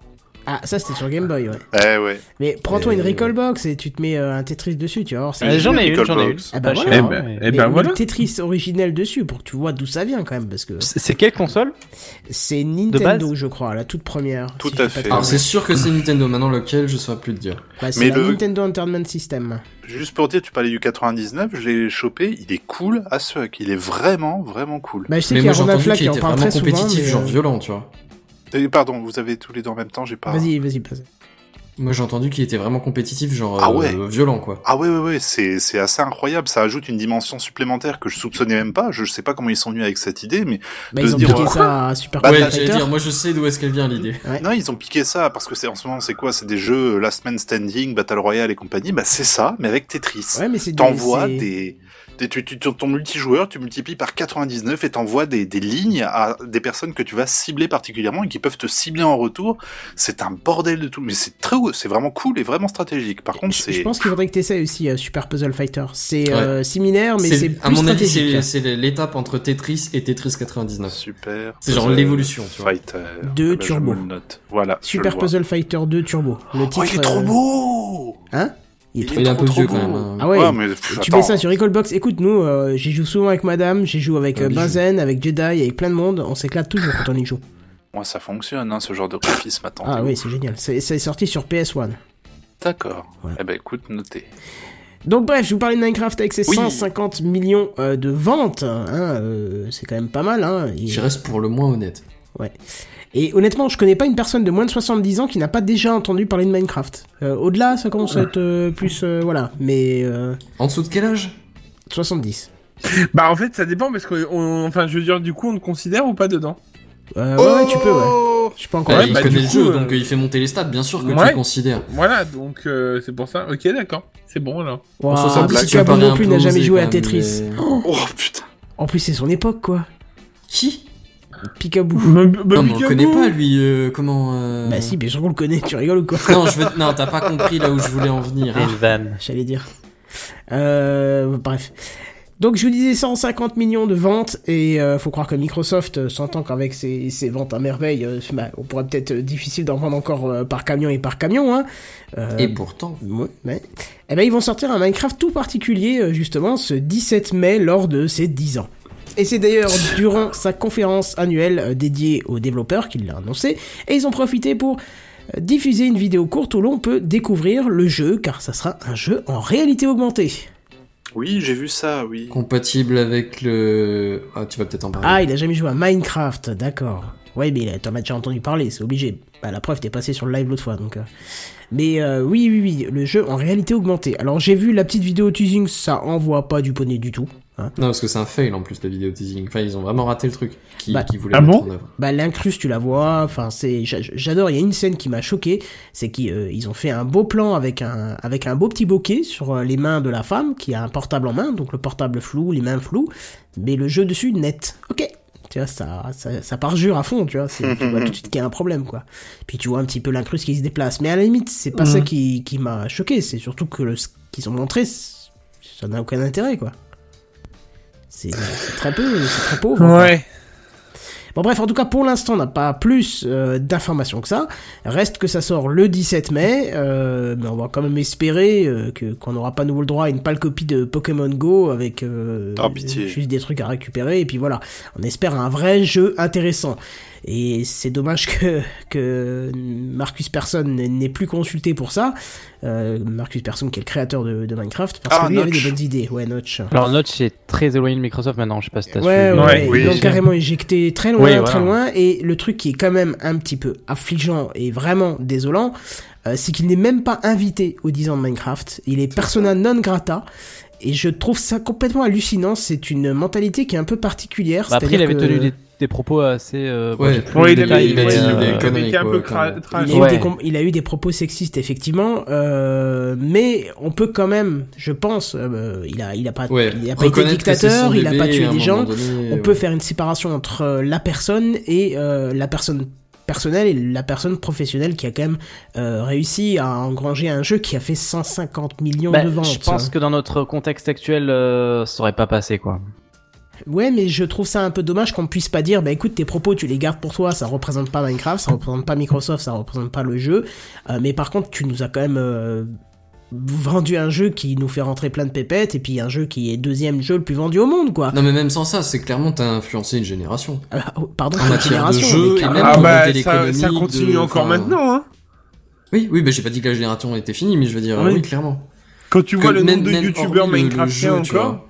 Speaker 1: Ah, ça c'était sur Game Boy, ouais.
Speaker 3: Eh ouais.
Speaker 1: Mais prends-toi
Speaker 3: Et-
Speaker 1: une Recall Box et tu te mets euh, un Tetris dessus, tu vas voir. c'est-
Speaker 6: Ah, j'en ai une, j'en ai une.
Speaker 1: Ah bah
Speaker 6: Pas
Speaker 1: voilà.
Speaker 6: cher.
Speaker 1: ouais.
Speaker 6: Eh ben- eh
Speaker 1: Mais
Speaker 6: ben
Speaker 1: mets
Speaker 6: voilà.
Speaker 1: le Tetris originel dessus pour que tu vois d'où ça vient quand même parce que.
Speaker 6: C'est quelle console
Speaker 1: C'est Nintendo,
Speaker 6: base
Speaker 1: je crois, la toute première.
Speaker 3: Tout
Speaker 1: si
Speaker 3: à
Speaker 1: je dis pas de
Speaker 3: fait.
Speaker 5: Alors
Speaker 1: conneries.
Speaker 5: c'est sûr que c'est Nintendo, maintenant lequel je saurais plus te dire.
Speaker 1: Bah, c'est
Speaker 3: Mais
Speaker 1: la
Speaker 3: le-
Speaker 1: Nintendo Entertainment System.
Speaker 3: Juste pour dire, tu parlais du 99, je l'ai chopé, il est cool à ce fuck, il est vraiment, vraiment cool.
Speaker 1: Bah, je sais
Speaker 5: Mais
Speaker 1: qu'il y
Speaker 5: moi
Speaker 1: a
Speaker 5: j'ai
Speaker 1: Ronald
Speaker 5: entendu
Speaker 1: Flack
Speaker 5: qu'il
Speaker 1: qui en
Speaker 5: était
Speaker 1: parle
Speaker 5: vraiment
Speaker 1: très souvent.
Speaker 5: compétitif,
Speaker 1: mais,
Speaker 5: genre
Speaker 1: euh,
Speaker 5: violent, tu vois.
Speaker 3: Et pardon, vous avez tous les deux en même temps, j'ai pas.
Speaker 1: Vas-y, vas-y, passe.
Speaker 5: Moi j'ai entendu qu'il était vraiment compétitif, genre
Speaker 3: Ah
Speaker 5: euh,
Speaker 3: ouais.
Speaker 5: violent quoi.
Speaker 3: Ah ouais, ouais, ouais, c'est, c'est assez incroyable, ça ajoute une dimension supplémentaire que je soupçonnais même pas, je sais pas comment ils sont venus avec cette idée, mais
Speaker 1: Bah,
Speaker 3: de
Speaker 1: ils
Speaker 3: se
Speaker 1: ont
Speaker 3: dire,
Speaker 1: piqué
Speaker 3: oh,
Speaker 1: ça à Super
Speaker 3: Bah,
Speaker 1: Mario
Speaker 5: ouais, j'allais
Speaker 1: Fighter.
Speaker 5: dire, moi je sais d'où est-ce qu'elle vient l'idée.
Speaker 1: Ouais.
Speaker 3: Non, ils ont piqué ça parce que c'est en ce moment c'est quoi C'est des jeux euh, Last Man Standing, Battle Royale et compagnie. Bah c'est ça, mais avec Tetris.
Speaker 1: Ouais, mais c'est
Speaker 3: T'envoies
Speaker 1: c'est-
Speaker 3: des, des tu, tu- ton ton multijoueur, tu multiplies par 99 et t'envoies des, des lignes à des personnes que tu vas cibler particulièrement et qui peuvent te cibler en retour. C'est un bordel de tout, mais c'est très, c'est vraiment cool et vraiment stratégique. Par contre,
Speaker 1: Je, je
Speaker 3: c'est
Speaker 1: pense qu'il faudrait que t'essayes aussi euh, Super Puzzle Fighter. C'est euh, similaire, mais c'est plus
Speaker 5: à mon avis,
Speaker 1: stratégique.
Speaker 5: c'est c'est l'étape entre Tetris et Tetris
Speaker 3: Ah,
Speaker 5: 99.
Speaker 3: super.
Speaker 5: C'est genre
Speaker 3: Puzzle
Speaker 5: l'évolution, tu vois.
Speaker 3: Fighter.
Speaker 1: Deux
Speaker 3: Ah bah, je
Speaker 1: turbos.
Speaker 3: me le note. Voilà. je
Speaker 1: Super
Speaker 3: le vois.
Speaker 1: Puzzle Fighter 2 Turbo. Le titre,
Speaker 3: Oh, il est trop
Speaker 1: euh,
Speaker 3: beau.
Speaker 1: Hein Il est trop
Speaker 5: Il est un
Speaker 3: trop,
Speaker 5: peu
Speaker 3: trop
Speaker 5: vieux
Speaker 3: beau.
Speaker 5: quand même. hein.
Speaker 1: Ah ouais,
Speaker 3: mais pff,
Speaker 1: Tu mets
Speaker 3: attends.
Speaker 1: ça sur Recallbox. Écoute, nous, euh, j'y joue souvent avec madame, j'y joue avec
Speaker 5: On
Speaker 1: euh,
Speaker 5: y Ah, joue.
Speaker 1: Benzen, avec Jedi, avec plein de monde. On s'éclate toujours quand on y joue.
Speaker 3: Moi, ça fonctionne, hein, ce genre de graphisme. Attends.
Speaker 1: Ah oui, c'est génial. C'est c'est sorti sur PS1.
Speaker 3: D'accord.
Speaker 1: Ouais.
Speaker 3: Eh ben, écoute, notez.
Speaker 1: Donc bref, je vous parlais de Minecraft avec ses
Speaker 3: Oui.
Speaker 1: 150 millions euh, de ventes. hein, euh, c'est quand même pas mal. Hein, Il-
Speaker 5: Je reste pour le moins honnête.
Speaker 1: Et honnêtement, je connais pas une personne de moins de 70 ans qui n'a pas déjà entendu parler de Minecraft. Euh, Au-delà, ça commence
Speaker 5: Ah.
Speaker 1: à être euh, plus... euh, voilà, mais... euh,
Speaker 5: En dessous de quel âge
Speaker 1: 70.
Speaker 9: Bah en fait ça dépend parce que on- enfin je veux dire du coup on le considère ou pas dedans.
Speaker 1: Euh, ouais, ouais, tu peux, ouais. Je suis pas encore...
Speaker 5: Bah,
Speaker 9: Ouais,
Speaker 5: Il
Speaker 9: bah,
Speaker 5: connaît
Speaker 9: du
Speaker 5: le
Speaker 9: coup,
Speaker 5: jeu,
Speaker 9: euh,
Speaker 5: donc euh, il fait monter les stats, bien sûr que tu
Speaker 9: Ouais.
Speaker 5: le considères.
Speaker 9: Voilà donc euh, c'est pour ça. Ok d'accord c'est bon *laughs* alors.
Speaker 1: Ouah,
Speaker 5: En 70,
Speaker 1: si
Speaker 5: tu
Speaker 1: tu as
Speaker 5: me parais
Speaker 1: non
Speaker 5: un
Speaker 1: plus
Speaker 5: peu
Speaker 1: n'a
Speaker 5: osé
Speaker 1: jamais joué à
Speaker 5: quand même,
Speaker 1: Tetris.
Speaker 5: mais-
Speaker 1: Oh,
Speaker 3: Oh putain.
Speaker 1: en plus, c'est son époque, quoi.
Speaker 5: Qui
Speaker 1: Picabou.
Speaker 9: Bah, bah,
Speaker 5: Non, mais on le connaît
Speaker 9: Picaboo.
Speaker 5: pas lui. euh, comment euh,
Speaker 1: Bah si, bien sûr qu'on le connaît, tu rigoles ou quoi
Speaker 5: Non, je veux... non, t'as pas compris là où je voulais en venir. hein.
Speaker 6: Une vanne.
Speaker 1: J'allais dire. Euh, bref. Donc je vous disais 150 millions de ventes et euh, faut croire que Microsoft euh, s'entend qu'avec ses, ses ventes à merveille, euh, bah, on pourrait peut-être euh, difficile d'en vendre encore euh, par camion et par camion. Hein. Euh,
Speaker 5: Et pourtant,
Speaker 1: Ouais, ouais. Eh ben, ils vont sortir un Minecraft tout particulier, euh, justement, ce 17 mai, lors de ses 10 ans. Et c'est d'ailleurs durant sa conférence annuelle euh, dédiée aux développeurs qu'il l'a annoncé, et ils ont profité pour euh, diffuser une vidéo courte où l'on peut découvrir le jeu, car ça sera un jeu en réalité augmentée.
Speaker 3: Oui, j'ai vu ça, oui.
Speaker 5: compatible avec le. Ah, tu vas peut-être en parler.
Speaker 1: Ah, il a jamais joué à Minecraft, d'accord. Ouais, mais euh, t'en as déjà entendu parler, c'est obligé. Bah, la preuve, t'es passé sur le live l'autre fois, donc. euh. Mais euh, oui, oui, oui, le jeu en réalité augmentée. Alors, j'ai vu la petite vidéo teasing, ça envoie pas du poney du tout. hein.
Speaker 5: Non, parce que c'est un fail en plus la vidéo teasing. Enfin, ils ont vraiment raté le truc qui,
Speaker 1: Bah,
Speaker 5: qui voulait
Speaker 9: ah
Speaker 5: mettre
Speaker 9: bon
Speaker 5: en œuvre.
Speaker 1: Bah, l'incruste, tu la vois, enfin, c'est. j'a- J'adore, il y a une scène qui m'a choqué, c'est qu'ils euh, ils ont fait un beau plan avec un, avec un beau petit bokeh sur euh, les mains de la femme qui a un portable en main, donc le portable flou, les mains floues, mais le jeu dessus net. Ok. Tu vois, ça, ça, ça parjure à fond, tu vois. c'est- Tu vois tout de suite qu'il y a un problème, quoi. Puis tu vois un petit peu l'incruste qui se déplace. Mais à la limite, c'est pas ça qui, qui m'a choqué. C'est surtout que le, ce qu'ils ont montré, c'est- ça n'a aucun intérêt, quoi. C'est c'est très peu, c'est très pauvre. quoi.
Speaker 9: Ouais.
Speaker 1: Bon bref, en tout cas pour l'instant on n'a pas plus euh, d'informations que ça. Reste que ça sort le 17 mai, euh, mais on va quand même espérer euh, que qu'on n'aura pas nouveau le droit à une pâle copie de Pokémon Go avec euh,
Speaker 3: Ah, pitié.
Speaker 1: juste des trucs à récupérer et puis voilà. On espère un vrai jeu intéressant. Et c'est dommage que que Marcus Persson n'est plus consulté pour ça. Euh, Marcus Persson qui est le créateur de, de Minecraft parce
Speaker 3: Ah,
Speaker 1: que lui avait
Speaker 3: Notch.
Speaker 1: des bonnes idées. Ouais, Notch.
Speaker 6: Alors Notch c'est très éloigné de Microsoft maintenant, je sais pas si t'as
Speaker 1: Ouais,
Speaker 6: suivi.
Speaker 1: ouais,
Speaker 9: Ouais,
Speaker 1: ils
Speaker 9: oui.
Speaker 1: l'ont carrément éjecté très loin,
Speaker 6: Oui,
Speaker 1: très
Speaker 6: voilà.
Speaker 1: loin. Et le truc qui est quand même un petit peu affligeant et vraiment désolant, euh, c'est qu'il n'est même pas invité aux 10 ans de Minecraft. Il est persona non grata. Et je trouve ça complètement hallucinant. C'est une mentalité qui est un peu particulière.
Speaker 6: Bah, après il
Speaker 1: c'est-à-dire
Speaker 6: avait
Speaker 1: que Bah,
Speaker 6: tenu des, des propos assez. Euh, bon,
Speaker 5: Ouais.
Speaker 6: j'ai plus
Speaker 9: Ouais,
Speaker 6: les
Speaker 9: il avait-
Speaker 6: détails,
Speaker 9: il avait
Speaker 6: mais,
Speaker 9: dit
Speaker 6: euh,
Speaker 9: des
Speaker 5: conneries,
Speaker 9: comiques un
Speaker 5: quoi,
Speaker 9: peu
Speaker 5: quand même.
Speaker 9: tra- trash.
Speaker 1: Il a, eu
Speaker 6: Ouais.
Speaker 1: des com- il a eu des propos sexistes effectivement, euh, mais on peut quand même, je pense, euh, il a, il a pas,
Speaker 5: Ouais.
Speaker 1: il a pas été
Speaker 5: Reconnaître que c'est son
Speaker 1: dictateur, il a pas
Speaker 5: bébé,
Speaker 1: tué
Speaker 5: à un
Speaker 1: des gens,
Speaker 5: moment donné, euh,
Speaker 1: on
Speaker 5: ouais.
Speaker 1: peut faire une séparation entre euh, la personne et euh, la personne personnelle et la personne professionnelle qui a quand même euh, réussi à engranger un jeu qui a fait 150 millions
Speaker 6: bah,
Speaker 1: de hein. ventes.
Speaker 6: je pense que dans notre contexte actuel, euh, ça aurait pas passé quoi.
Speaker 1: Ouais, mais je trouve ça un peu dommage qu'on puisse pas dire, bah écoute, tes propos, tu les gardes pour toi, ça représente pas Minecraft, ça représente pas Microsoft, ça représente pas le jeu, Euh, mais par contre, tu nous as quand même euh, vendu un jeu qui nous fait rentrer plein de pépettes, et puis un jeu qui est deuxième jeu le plus vendu au monde, quoi.
Speaker 5: Non mais même sans ça, c'est clairement t'as influencé une génération.
Speaker 1: Ah bah, oh, pardon,
Speaker 5: En
Speaker 1: une
Speaker 5: matière de
Speaker 1: génération,
Speaker 5: jeu
Speaker 1: mais
Speaker 5: et même
Speaker 1: carrément.
Speaker 5: au
Speaker 9: bah,
Speaker 5: niveau de
Speaker 9: ça- ça
Speaker 5: l'économie,
Speaker 9: continue
Speaker 5: de-
Speaker 9: encore
Speaker 5: enfin,
Speaker 9: maintenant, hein.
Speaker 5: Oui, oui, mais j'ai pas dit que la génération était finie, mais je veux dire,
Speaker 9: Oui.
Speaker 5: oui, clairement.
Speaker 9: Quand tu
Speaker 5: Que
Speaker 9: vois le
Speaker 5: même-
Speaker 9: nombre de
Speaker 5: même
Speaker 9: youtubeurs
Speaker 5: hormis le- le jeu,
Speaker 9: Minecraftiens
Speaker 5: tu
Speaker 9: encore.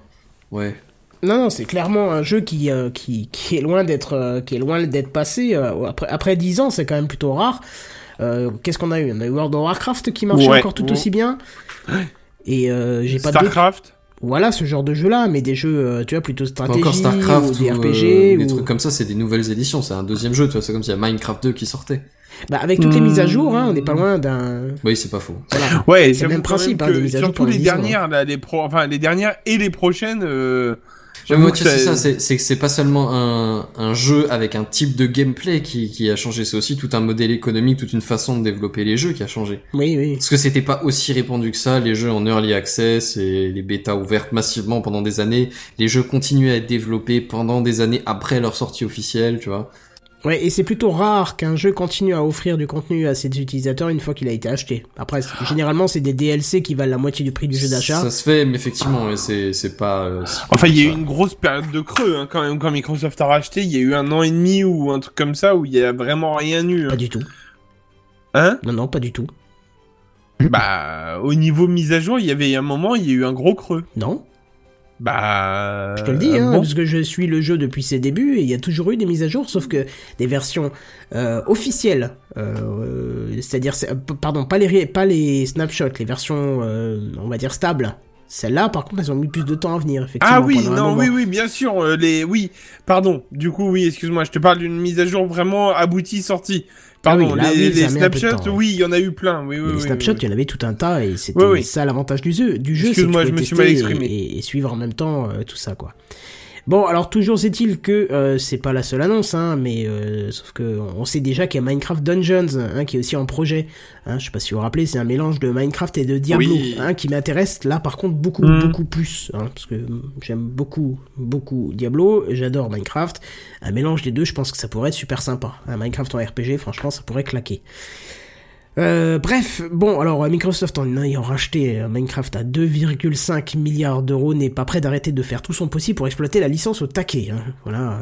Speaker 5: vois. Ouais.
Speaker 1: Non, non, c'est clairement un jeu qui, euh, qui, qui est loin d'être euh, qui est loin d'être passé. euh, après, après 10 ans, c'est quand même plutôt rare. Euh, Qu'est-ce qu'on a eu On a eu World of Warcraft qui marchait
Speaker 9: Ouais.
Speaker 1: encore tout
Speaker 9: Ouais.
Speaker 1: aussi bien. Et euh, j'ai pas d'autres.
Speaker 9: Starcraft.
Speaker 1: Voilà ce genre de jeu-là, mais des jeux, euh, tu vois, plutôt
Speaker 5: Enfin,
Speaker 1: stratégie
Speaker 5: encore
Speaker 1: ou
Speaker 5: Starcraft ou,
Speaker 1: des
Speaker 5: euh,
Speaker 1: RPG.
Speaker 5: des
Speaker 1: ou-
Speaker 5: trucs comme ça, c'est des nouvelles éditions, c'est un deuxième jeu, tu vois, c'est comme s'il y a Minecraft 2 qui sortait.
Speaker 1: Bah, avec toutes les mises à jour, hein, on n'est pas
Speaker 5: Mm.
Speaker 1: loin d'un.
Speaker 5: Oui, c'est pas faux.
Speaker 1: Voilà.
Speaker 9: Ouais,
Speaker 1: C'est le même
Speaker 9: j'avoue quand même
Speaker 1: principe, hein,
Speaker 9: que
Speaker 1: des mises à jour
Speaker 9: Surtout
Speaker 1: pour
Speaker 9: les
Speaker 1: les disques,
Speaker 5: hein.
Speaker 9: dernières, là, les pro... enfin les dernières et les prochaines. euh,
Speaker 5: Mais
Speaker 9: j'avoue
Speaker 5: moi,
Speaker 9: que
Speaker 5: tu sais, c'est ça, c'est- c'est que c'est pas seulement un, un jeu avec un type de gameplay qui, qui a changé, c'est aussi tout un modèle économique, toute une façon de développer les jeux qui a changé.
Speaker 1: Oui, oui.
Speaker 5: Parce que c'était pas aussi répandu que ça, les jeux en early access et les bêtas ouvertes massivement pendant des années, les jeux continuaient à être développés pendant des années après leur sortie officielle, tu vois.
Speaker 1: Ouais, et c'est plutôt rare qu'un jeu continue à offrir du contenu à ses utilisateurs une fois qu'il a été acheté. Après, c'est- généralement, c'est des DLC qui valent la moitié du prix du jeu d'achat.
Speaker 5: Ça se fait, mais effectivement, ouais, c'est c'est pas... euh, si-
Speaker 9: Enfin, il y a eu
Speaker 5: ça.
Speaker 9: une grosse période de creux hein, quand même quand Microsoft a racheté. Il y a eu un an et demi ou un truc comme ça où il y a vraiment rien eu. hein.
Speaker 1: Pas du tout.
Speaker 9: Hein
Speaker 1: Non, non, pas du tout.
Speaker 9: Bah, au niveau mise à jour, il y avait un moment, il y a eu un gros creux.
Speaker 1: Non,
Speaker 9: Bah,
Speaker 1: je te le dis,
Speaker 9: euh,
Speaker 1: hein,
Speaker 9: bon.
Speaker 1: parce que je suis le jeu depuis ses débuts et il y a toujours eu des mises à jour, sauf que des versions euh, officielles, euh, euh, c'est-à-dire, c'est- euh, p- pardon, pas les, ré- pas les snapshots, les versions, euh, on va dire, stables. Celles-là, par contre, elles ont mis plus de temps à venir, effectivement.
Speaker 9: Ah oui,
Speaker 1: pendant un
Speaker 9: non,
Speaker 1: moment.
Speaker 9: oui, oui, bien sûr. euh, les, oui, pardon. Du coup, oui, excuse-moi, je te parle d'une mise à jour vraiment aboutie, sortie. Pardon,
Speaker 1: Ah oui, là,
Speaker 9: les,
Speaker 1: oui, ça
Speaker 9: les
Speaker 1: met un peu de
Speaker 9: snapshots,
Speaker 1: temps, ouais.
Speaker 9: oui, il y en a eu plein. Oui, oui,
Speaker 1: Mais
Speaker 9: oui,
Speaker 1: les
Speaker 9: oui,
Speaker 1: snapshots,
Speaker 9: oui.
Speaker 1: il y en avait tout un tas et c'était
Speaker 9: Oui, oui.
Speaker 1: ça l'avantage du jeu. Du jeu, c'est que tu
Speaker 9: Excuse-moi,
Speaker 1: pouvais
Speaker 9: je me suis
Speaker 1: tester
Speaker 9: mal exprimé.
Speaker 1: Et, et- et suivre en même temps euh, tout ça, quoi. Bon, alors toujours est-il que euh, c'est pas la seule annonce, hein, mais euh, sauf que on sait déjà qu'il y a Minecraft Dungeons, hein, qui est aussi en projet. Hein, je sais pas si vous vous rappelez, c'est un mélange de Minecraft et de Diablo,
Speaker 3: Oui.
Speaker 1: hein, qui m'intéresse là par contre beaucoup,
Speaker 9: Mm.
Speaker 1: beaucoup plus, hein, parce que j'aime beaucoup, beaucoup Diablo, j'adore Minecraft. Un mélange des deux, je pense que ça pourrait être super sympa. Un Minecraft en RPG, franchement, ça pourrait claquer. Euh, bref, bon, alors euh, Microsoft en ayant racheté euh, Minecraft à 2,5 milliards d'euros n'est pas prêt d'arrêter de faire tout son possible pour exploiter la licence au taquet. hein. Voilà.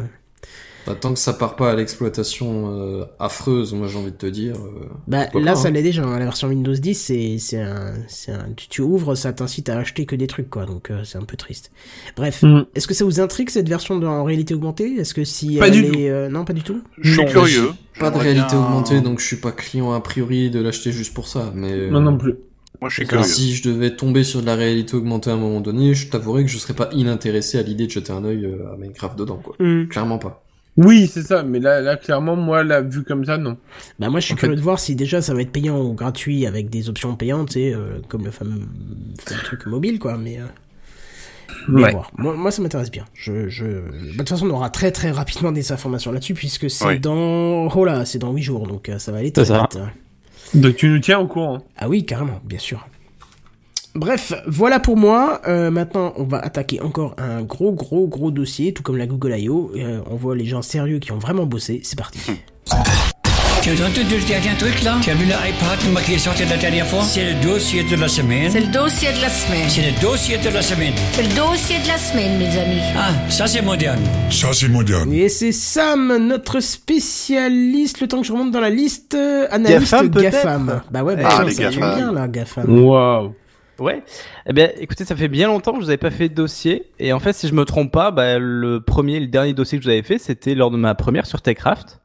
Speaker 5: Bah, tant que ça part pas à l'exploitation euh, affreuse, moi j'ai envie de te dire. euh,
Speaker 1: Bah,
Speaker 5: pourquoi
Speaker 1: là,
Speaker 5: pas,
Speaker 1: ça
Speaker 5: hein.
Speaker 1: l'est déjà. hein. La version Windows 10, c'est c'est un, c'est un- tu, tu ouvres, ça t'incite à acheter que des trucs, quoi. Donc euh, c'est un peu triste. Bref,
Speaker 9: Mm.
Speaker 1: est-ce que ça vous intrigue cette version de, en réalité augmentée Est-ce que si
Speaker 9: Pas
Speaker 1: elle
Speaker 9: du
Speaker 1: est-
Speaker 9: tout.
Speaker 1: euh, non, pas du tout.
Speaker 3: Je suis
Speaker 9: Non.
Speaker 3: curieux.
Speaker 5: Pas de
Speaker 3: J'aimerais
Speaker 5: réalité
Speaker 3: bien-
Speaker 5: augmentée, donc je suis pas client a priori de l'acheter juste pour ça. Mais euh,
Speaker 9: Non, non plus.
Speaker 3: Moi, je suis
Speaker 5: enfin,
Speaker 3: curieux.
Speaker 5: si je devais tomber sur de la réalité augmentée à un moment donné, je t'avouerais que je serais pas inintéressé à l'idée de jeter un œil euh, à Minecraft dedans, quoi. Clairement pas.
Speaker 9: Oui, c'est ça, mais là, là, clairement, moi, là, vu comme ça, non.
Speaker 1: Bah moi je suis
Speaker 5: En fait-
Speaker 1: curieux de voir si déjà ça va être payant ou gratuit avec des options payantes, tu sais, euh, comme le fameux, fameux truc mobile quoi, mais... euh, mais à voir. Moi, moi, ça m'intéresse bien. Je, je... bah, de toute façon on aura très très rapidement des informations là-dessus puisque c'est
Speaker 3: Oui.
Speaker 1: dans... Oh là, c'est dans 8 jours donc euh, ça va aller très
Speaker 6: C'est ça.
Speaker 1: vite.
Speaker 9: Donc tu nous tiens au courant.
Speaker 1: Ah oui, carrément, bien sûr. Bref, voilà pour moi. Euh, maintenant, on va attaquer encore un gros, gros, gros dossier, tout comme la Google I.O. Euh, on voit les gens sérieux qui ont vraiment bossé. C'est *laughs* parti.
Speaker 8: Tu as entendu le dernier truc là Tu as vu l'iPad moi, qui est sorti la dernière fois C'est le dossier de la semaine.
Speaker 10: C'est le dossier de la semaine.
Speaker 8: C'est le dossier de la semaine.
Speaker 10: C'est le dossier de la semaine, mes amis.
Speaker 8: Ah, ça c'est moderne.
Speaker 1: Et c'est Sam, notre spécialiste, le temps que je remonte dans la liste, euh, analyste
Speaker 6: GAFAM, peut-être
Speaker 1: GAFAM. Bah ouais, bah
Speaker 3: Ah,
Speaker 1: tiens,
Speaker 3: les
Speaker 1: ça tombe
Speaker 3: GAFAM.
Speaker 1: bien là, GAFAM.
Speaker 9: Waouh.
Speaker 6: Ouais. Eh bien, écoutez, ça fait bien longtemps que je vous avais pas fait de dossier. Et en fait, si je me trompe pas, bah, le premier, et le dernier dossier que je vous avais fait, c'était lors de ma première sur Techcraft.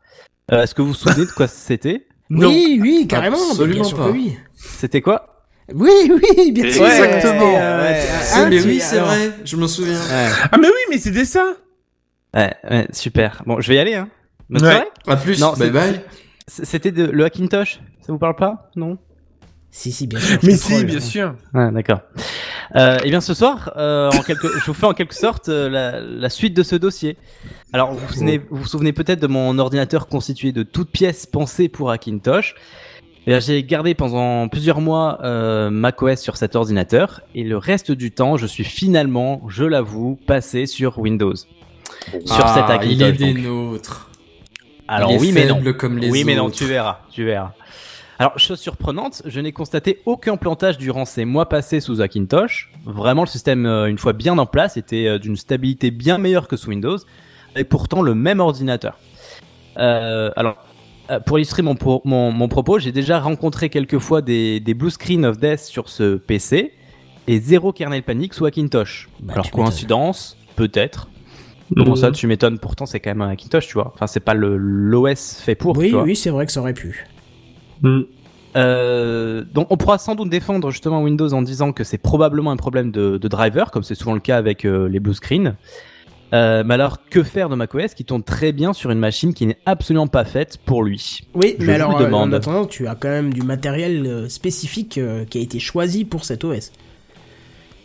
Speaker 6: Euh, Est-ce que vous vous souvenez de quoi c'était
Speaker 1: Oui, oui, carrément, bah, bien
Speaker 5: absolument
Speaker 1: sûr
Speaker 5: pas.
Speaker 1: que oui.
Speaker 6: C'était quoi
Speaker 1: Oui, oui, bien sûr.
Speaker 3: Exactement.
Speaker 1: Ouais, euh,
Speaker 6: Ouais,
Speaker 1: hein,
Speaker 5: mais
Speaker 1: tu-
Speaker 5: oui, c'est
Speaker 1: alors,
Speaker 5: vrai, je m'en souviens.
Speaker 6: ouais.
Speaker 9: Ah, mais oui, mais c'était ça
Speaker 6: Ouais, ouais, super. Bon, je vais y aller. Hein. Mais c'est
Speaker 9: Ouais.
Speaker 6: vrai
Speaker 5: À plus,
Speaker 6: Non,
Speaker 5: bye
Speaker 6: c'est-
Speaker 5: bye.
Speaker 6: C- C'était de- le Hackintosh. Ça vous parle pas Non
Speaker 1: Si, si, bien sûr. je
Speaker 9: Mais
Speaker 1: te
Speaker 9: si,
Speaker 1: troll.
Speaker 9: bien sûr.
Speaker 6: Ouais, d'accord. Euh, eh bien, ce soir, euh, en quelque... je vous fais en quelque sorte euh, la, la suite de ce dossier. Alors, vous vous souvenez, vous vous souvenez peut-être de mon ordinateur constitué de toutes pièces pensées pour Hackintosh. Eh bien, J'ai gardé pendant plusieurs mois euh, macOS sur cet ordinateur et le reste du temps, je suis finalement, je l'avoue, passé sur Windows. sur
Speaker 5: Ah,
Speaker 6: cette Hackintosh.
Speaker 5: Il est des
Speaker 6: donc.
Speaker 5: nôtres.
Speaker 6: Alors
Speaker 5: Il est
Speaker 6: oui, mais non.
Speaker 5: faible comme les
Speaker 6: oui, mais non,
Speaker 5: autres.
Speaker 6: tu verras, tu verras. Alors, chose surprenante, je n'ai constaté aucun plantage durant ces mois passés sous Hackintosh. Vraiment, le système, euh, une fois bien en place, était euh, d'une stabilité bien meilleure que sous Windows, et pourtant le même ordinateur. Euh, alors, euh, pour illustrer mon, pro- mon, mon propos, j'ai déjà rencontré quelques fois des, des blue screen of death sur ce PC, et zéro kernel panic sous Hackintosh.
Speaker 5: Bah,
Speaker 6: alors, coïncidence, peut-être.
Speaker 5: Mhm.
Speaker 6: Comment ça, tu m'étonnes Pourtant, c'est quand même un Hackintosh, tu vois. Enfin, c'est pas le l'OS fait pour.
Speaker 1: Oui,
Speaker 6: tu vois.
Speaker 1: oui, c'est vrai que ça aurait pu.
Speaker 9: Mm.
Speaker 6: Euh, donc, on pourra sans doute défendre justement Windows en disant que c'est probablement un problème de, de driver, comme c'est souvent le cas avec euh, les blue screens. Euh, mais alors, que faire de macOS qui tourne très bien sur une machine qui n'est absolument pas faite pour lui
Speaker 1: Oui,
Speaker 6: Je
Speaker 1: mais
Speaker 6: vous
Speaker 1: alors euh, en
Speaker 6: demande.
Speaker 1: attendant, tu as quand même du matériel euh, spécifique euh, qui a été choisi pour cet OS.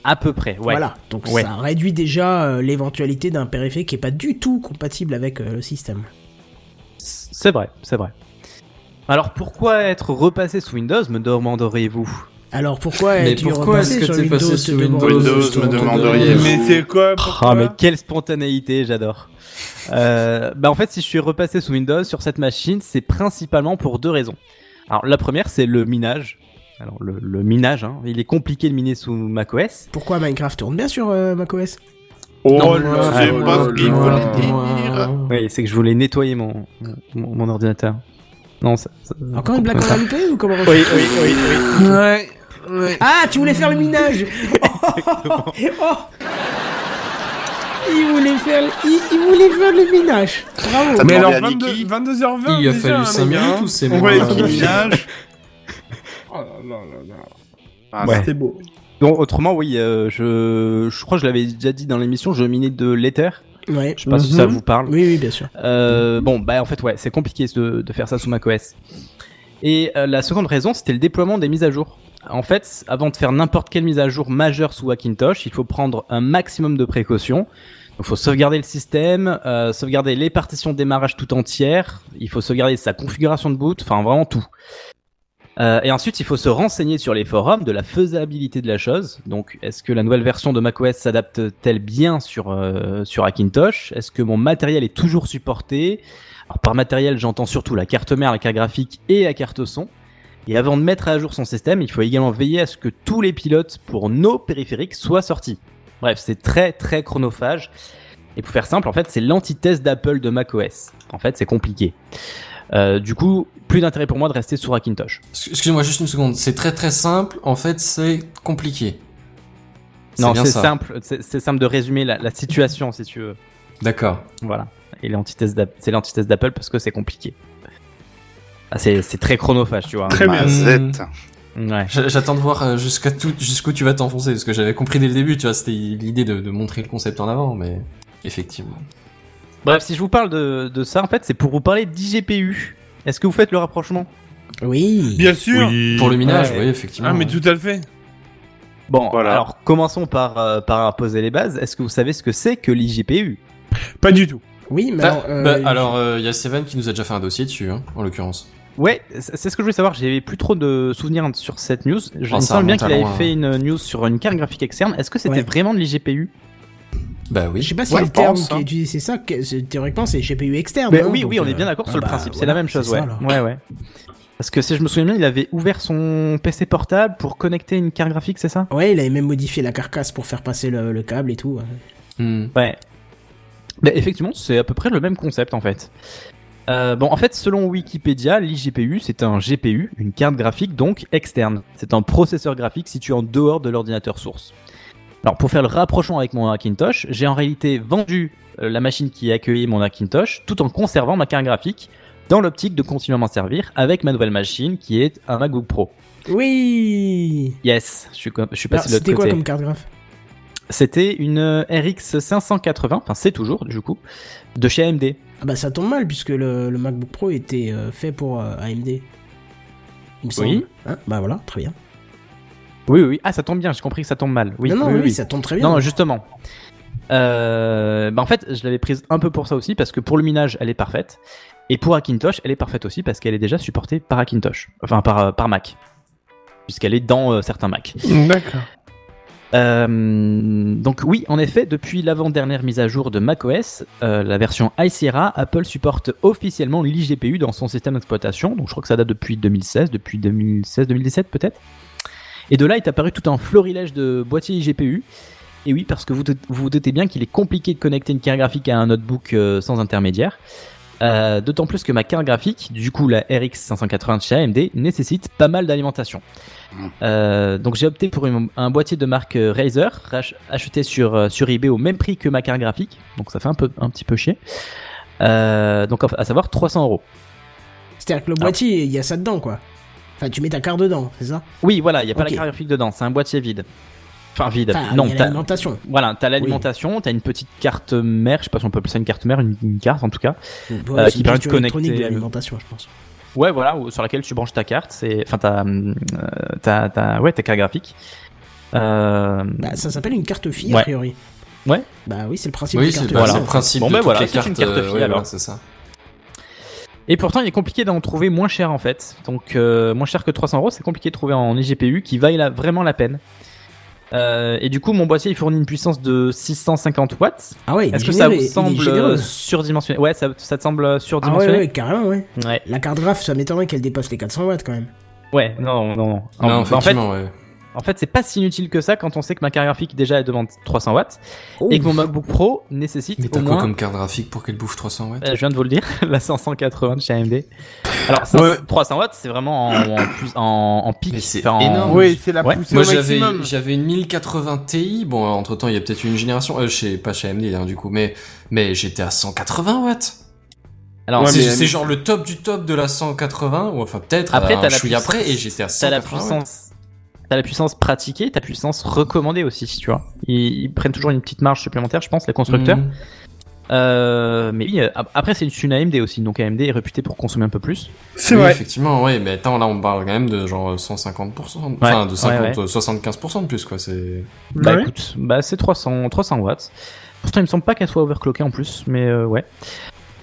Speaker 6: À peu près, ouais.
Speaker 1: Voilà, donc
Speaker 6: Ouais.
Speaker 1: ça réduit déjà euh, l'éventualité d'un périphérique qui est pas du tout compatible avec euh, le système.
Speaker 6: C'est vrai, c'est vrai. Alors, pourquoi être repassé sous Windows, me demanderiez-vous
Speaker 1: Alors pourquoi
Speaker 5: Mais
Speaker 1: es-tu
Speaker 5: pourquoi
Speaker 1: repassé
Speaker 5: est-ce que
Speaker 1: sur
Speaker 5: t'es
Speaker 1: Windows,
Speaker 5: passé sous
Speaker 1: te
Speaker 5: Windows,
Speaker 1: demande-
Speaker 5: me
Speaker 1: demanderiez-vous
Speaker 9: Mais c'est quoi pourquoi
Speaker 6: Ah, mais quelle spontanéité, j'adore. Euh, bah en fait, si je suis repassé sous Windows sur cette machine, c'est principalement pour deux raisons. Alors la première, c'est le minage. Alors le, le minage, hein, il est compliqué de miner sous macOS.
Speaker 1: Pourquoi Minecraft tourne bien sur euh, macOS
Speaker 9: Oh
Speaker 6: Non,
Speaker 9: là,
Speaker 6: c'est
Speaker 9: là
Speaker 6: pas
Speaker 9: là
Speaker 6: ce qu'il
Speaker 9: là
Speaker 6: voulait
Speaker 9: là.
Speaker 1: Ah.
Speaker 6: Oui, c'est que je voulais nettoyer mon, mon, mon ordinateur. Non, ça, ça-
Speaker 1: Encore une blague en invité ou comment
Speaker 6: Oui, oui, oui, oui.
Speaker 9: Ouais. ouais.
Speaker 1: Ah, tu voulais faire le minage Oh. *laughs* Il voulait faire, le- il, il voulait faire le minage. Bravo.
Speaker 3: T'as
Speaker 9: Mais alors,
Speaker 3: demandé à
Speaker 9: 22,
Speaker 3: Niki
Speaker 9: 22h20
Speaker 5: Il a
Speaker 9: déjà,
Speaker 5: fallu
Speaker 9: hein,
Speaker 5: 5
Speaker 9: les gars,
Speaker 5: minutes
Speaker 9: hein.
Speaker 5: ou c'est
Speaker 9: On
Speaker 5: moi
Speaker 9: voit les
Speaker 5: qui-
Speaker 9: trucs.
Speaker 3: Minage.
Speaker 9: Oh là là là là.
Speaker 3: Ah,
Speaker 6: Ouais.
Speaker 9: C'est beau.
Speaker 6: Donc autrement, oui, euh, je, je crois que je l'avais déjà dit dans l'émission, je minais de l'Ether.
Speaker 1: Ouais.
Speaker 6: Je sais pas si ça vous parle.
Speaker 1: Oui, oui, bien sûr.
Speaker 6: Euh, bon, bah en fait, ouais, c'est compliqué de, de faire ça sous macOS. Et euh, la seconde raison, c'était le déploiement des mises à jour. En fait, avant de faire n'importe quelle mise à jour majeure sous Hackintosh, il faut prendre un maximum de précautions. Il faut sauvegarder le système, euh, sauvegarder les partitions de démarrage tout entières, il faut sauvegarder sa configuration de boot, enfin vraiment tout. Euh, et ensuite, il faut se renseigner sur les forums de la faisabilité de la chose. Donc, est-ce que la nouvelle version de macOS s'adapte-t-elle bien sur, euh, sur Hackintosh Est-ce que mon matériel est toujours supporté Alors, par matériel, j'entends surtout la carte mère, la carte graphique et la carte son. Et avant de mettre à jour son système, il faut également veiller à ce que tous les pilotes pour nos périphériques soient sortis. Bref, c'est très très chronophage. Et pour faire simple, en fait, c'est l'antithèse d'Apple de macOS. En fait, c'est compliqué. Euh, du coup, plus d'intérêt pour moi de rester sur Hackintosh.
Speaker 5: Ex- Excusez-moi juste une seconde. C'est très très simple. En fait, c'est compliqué.
Speaker 6: Non,
Speaker 5: bien
Speaker 6: c'est
Speaker 5: ça.
Speaker 6: simple, c'est c'est simple de résumer la, la situation si tu veux.
Speaker 5: D'accord.
Speaker 6: Voilà. Et l'antithèse d'App- c'est l'antithèse d'Apple parce que c'est compliqué. Ah, c'est c'est très chronophage, tu vois.
Speaker 9: Très bien.
Speaker 3: Mazette.
Speaker 6: Ouais.
Speaker 5: J- J'attends de voir euh, jusqu'à tout, jusqu'où tu vas t'enfoncer parce que j'avais compris dès le début. Tu vois, c'était l'idée de, de montrer le concept en avant, mais effectivement.
Speaker 6: Bref, si je vous parle de, de ça, en fait, c'est pour vous parler d'IGPU. Est-ce que vous faites le rapprochement
Speaker 1: Oui.
Speaker 9: Bien sûr.
Speaker 5: Pour le minage,
Speaker 6: Ouais.
Speaker 5: oui, effectivement.
Speaker 9: Ah, mais tout à le fait.
Speaker 6: Bon,
Speaker 3: Voilà.
Speaker 6: alors commençons par, euh, par poser les bases. Est-ce que vous savez ce que c'est que l'IGPU
Speaker 9: Pas du tout.
Speaker 1: Oui, mais
Speaker 5: Ah,
Speaker 1: alors, euh,
Speaker 5: bah, alors, il y a Seven qui nous a déjà fait un dossier dessus, hein, en l'occurrence.
Speaker 6: Ouais, c'est c'est ce que je voulais savoir. J'avais plus trop de souvenirs sur cette news. Je
Speaker 5: Oh,
Speaker 6: me
Speaker 5: ça
Speaker 6: semble bien
Speaker 5: remonte à
Speaker 6: qu'il avait
Speaker 5: loin.
Speaker 6: fait une news sur une carte graphique externe. Est-ce que c'était
Speaker 1: Ouais.
Speaker 6: vraiment de l'IGPU
Speaker 5: Bah
Speaker 1: je
Speaker 5: oui.
Speaker 1: sais pas si
Speaker 3: Ouais,
Speaker 1: le
Speaker 3: je
Speaker 1: terme
Speaker 3: pense,
Speaker 1: qui
Speaker 3: hein.
Speaker 1: est utilisé, c'est ça. que- c'est- théoriquement, c'est GPU externe.
Speaker 6: Mais
Speaker 1: hein,
Speaker 6: oui,
Speaker 1: donc,
Speaker 6: oui, on
Speaker 1: euh,
Speaker 6: est bien d'accord
Speaker 1: ah
Speaker 6: sur le
Speaker 1: bah,
Speaker 6: principe. C'est
Speaker 1: voilà,
Speaker 6: la même chose,
Speaker 1: c'est
Speaker 6: ouais.
Speaker 1: ça, alors.
Speaker 6: ouais, ouais. Parce que si je me souviens bien, il avait ouvert son PC portable pour connecter une carte graphique, c'est ça
Speaker 1: Ouais, il avait même modifié la carcasse pour faire passer le, le câble et tout. ouais.
Speaker 5: Hmm.
Speaker 6: Ouais. Bah, effectivement, c'est à peu près le même concept en fait. Euh, bon, en fait, selon Wikipédia, l'IGPU, c'est un GPU, une carte graphique donc externe. C'est un processeur graphique situé en dehors de l'ordinateur source. Alors, pour faire le rapprochement avec mon Hackintosh, j'ai en réalité vendu euh, la machine qui accueillait mon Hackintosh tout en conservant ma carte graphique dans l'optique de continuer à m'en servir avec ma nouvelle machine qui est un MacBook Pro.
Speaker 1: Oui.
Speaker 6: Yes, je suis, com- je suis
Speaker 1: Alors,
Speaker 6: passé Bah, de l'autre
Speaker 1: C'était quoi
Speaker 6: côté.
Speaker 1: comme carte graphe
Speaker 6: C'était une euh, RX 580, enfin c'est toujours du coup, de chez AMD.
Speaker 1: Ah bah ça tombe mal puisque le, le MacBook Pro était euh, fait pour euh, AMD. Il me semble.
Speaker 6: Oui.
Speaker 1: Hein bah voilà, très bien.
Speaker 6: Oui, oui, oui. ah ça tombe bien, j'ai compris que ça tombe mal. Oui,
Speaker 1: non, non,
Speaker 6: oui,
Speaker 1: oui,
Speaker 6: oui.
Speaker 1: ça tombe très bien.
Speaker 6: Non, justement. Euh, bah en fait, je l'avais prise un peu pour ça aussi, parce que pour le minage, elle est parfaite. Et pour Hackintosh, elle est parfaite aussi, parce qu'elle est déjà supportée par Hackintosh. Enfin, par, euh, par Mac. Puisqu'elle est dans euh, certains Mac.
Speaker 9: D'accord.
Speaker 6: Euh, donc oui, en effet, depuis l'avant-dernière mise à jour de macOS, euh, la version High Sierra, Apple supporte officiellement l'IGPU dans son système d'exploitation. Donc je crois que ça date depuis 2016, depuis 2016-2017 peut-être. Et de là est apparu tout un florilège de boîtiers IGPU. Et oui, parce que vous doute- vous, vous doutez bien qu'il est compliqué de connecter une carte graphique à un notebook euh, sans intermédiaire. Euh, D'autant plus que ma carte graphique, du coup la RX 580 chez AMD, nécessite pas mal d'alimentation. Euh, donc j'ai opté pour une- un boîtier de marque euh, Razer, rach- acheté sur, euh, sur eBay au même prix que ma carte graphique. Donc ça fait un, peu, un petit peu chier. Euh, donc à savoir 300 euros.
Speaker 1: C'est-à-dire
Speaker 6: ah.
Speaker 1: que le boîtier, il y a ça dedans, quoi. Enfin, tu mets ta carte dedans, c'est ça
Speaker 6: Oui, voilà, il n'y a pas
Speaker 1: Ok.
Speaker 6: la carte graphique dedans, c'est un boîtier vide. Enfin, vide.
Speaker 1: Enfin,
Speaker 6: non,
Speaker 1: il y a
Speaker 6: t'as-
Speaker 1: l'alimentation.
Speaker 6: Voilà, t'as l'alimentation, t'as une petite carte mère, je sais pas si on peut appeler ça une carte mère, une, une carte en tout cas,
Speaker 1: Bon,
Speaker 6: euh,
Speaker 1: c'est
Speaker 6: qui
Speaker 1: une
Speaker 6: permet de
Speaker 1: question électronique de
Speaker 6: connecter.
Speaker 1: l'alimentation, je pense.
Speaker 6: Ouais, voilà, ou- sur laquelle tu branches ta carte, c'est, enfin, ta, euh, ta, ta- ouais, ta carte graphique. Euh,
Speaker 1: Bah, ça s'appelle une carte fille, a
Speaker 6: Ouais.
Speaker 1: priori.
Speaker 6: Ouais.
Speaker 1: Bah oui, c'est le principe
Speaker 6: Oui,
Speaker 1: des
Speaker 6: c'est-
Speaker 1: cartes
Speaker 6: voilà.
Speaker 1: fille, en
Speaker 6: le
Speaker 1: fait.
Speaker 6: principe Bon, de ben toutes voilà, les c'est une cartes, carte euh, fille, ouais, alors. voilà,
Speaker 5: c'est ça.
Speaker 6: Et pourtant, il est compliqué d'en trouver moins cher en fait. Donc, euh, moins cher que 300 euros, c'est compliqué de trouver en IGPU qui vaille la- vraiment la peine. Euh, et du coup, mon boîtier il fournit une puissance de 650 watts.
Speaker 1: Ah ouais, il est
Speaker 6: Est-ce que ça
Speaker 1: généreux,
Speaker 6: vous
Speaker 1: il est
Speaker 6: semble
Speaker 1: généreux.
Speaker 6: euh, surdimensionné Ouais, ça, ça te semble
Speaker 1: Ah ouais,
Speaker 6: surdimensionné
Speaker 1: ouais, carrément, Ah ouais.
Speaker 6: Ouais.
Speaker 1: La carte graphe, ça m'étonnerait qu'elle dépasse les 400 watts, quand même.
Speaker 6: Ouais, non, non, non.
Speaker 5: Non,
Speaker 6: bah, en fait,
Speaker 5: effectivement, ouais.
Speaker 6: en fait, c'est pas si inutile que ça quand on sait que ma carte graphique déjà elle demande 300 watts
Speaker 1: Oh.
Speaker 6: et que mon MacBook Pro nécessite
Speaker 5: Mais
Speaker 6: au
Speaker 5: t'as quoi
Speaker 6: moins.
Speaker 5: comme carte graphique pour qu'elle bouffe 300 watts
Speaker 6: Euh, je viens de vous le dire, *laughs* la 580 de chez AMD. Alors, 500 300 watts, c'est vraiment en, en plus- en- en pic. enfin, en-
Speaker 5: Énorme.
Speaker 6: Ouais.
Speaker 5: Moi j'avais j'avais une 1080 Ti. Bon, entre temps, il y a peut-être une génération. Euh, je sais pas chez AMD hein, du coup, mais mais j'étais à 180 watts.
Speaker 6: Alors,
Speaker 5: c'est
Speaker 6: mais-
Speaker 5: c'est genre le top du top de la 180 ou enfin peut-être.
Speaker 6: Après,
Speaker 5: un
Speaker 6: t'as la
Speaker 5: chouïa
Speaker 6: puissance-
Speaker 5: après et j'étais à 180
Speaker 6: t'as la
Speaker 5: watts.
Speaker 6: puissance. T'as la puissance pratiquée, ta puissance recommandée aussi, tu vois. Ils, ils prennent toujours une petite marge supplémentaire, je pense, les constructeurs.
Speaker 5: Mhm.
Speaker 6: Euh, mais oui, euh, ap- après, c'est une- c'est une AMD aussi, donc AMD est réputée pour consommer un peu plus.
Speaker 5: Oui, Effectivement, ouais, mais attends, là on parle quand même de genre 150%, enfin de 50,
Speaker 6: ouais, ouais.
Speaker 5: euh, 75% de plus quoi, c'est.
Speaker 6: Bah écoute, bah c'est 300, 300 watts. Pourtant, il me semble pas qu'elle soit overclockée en plus, mais euh, ouais.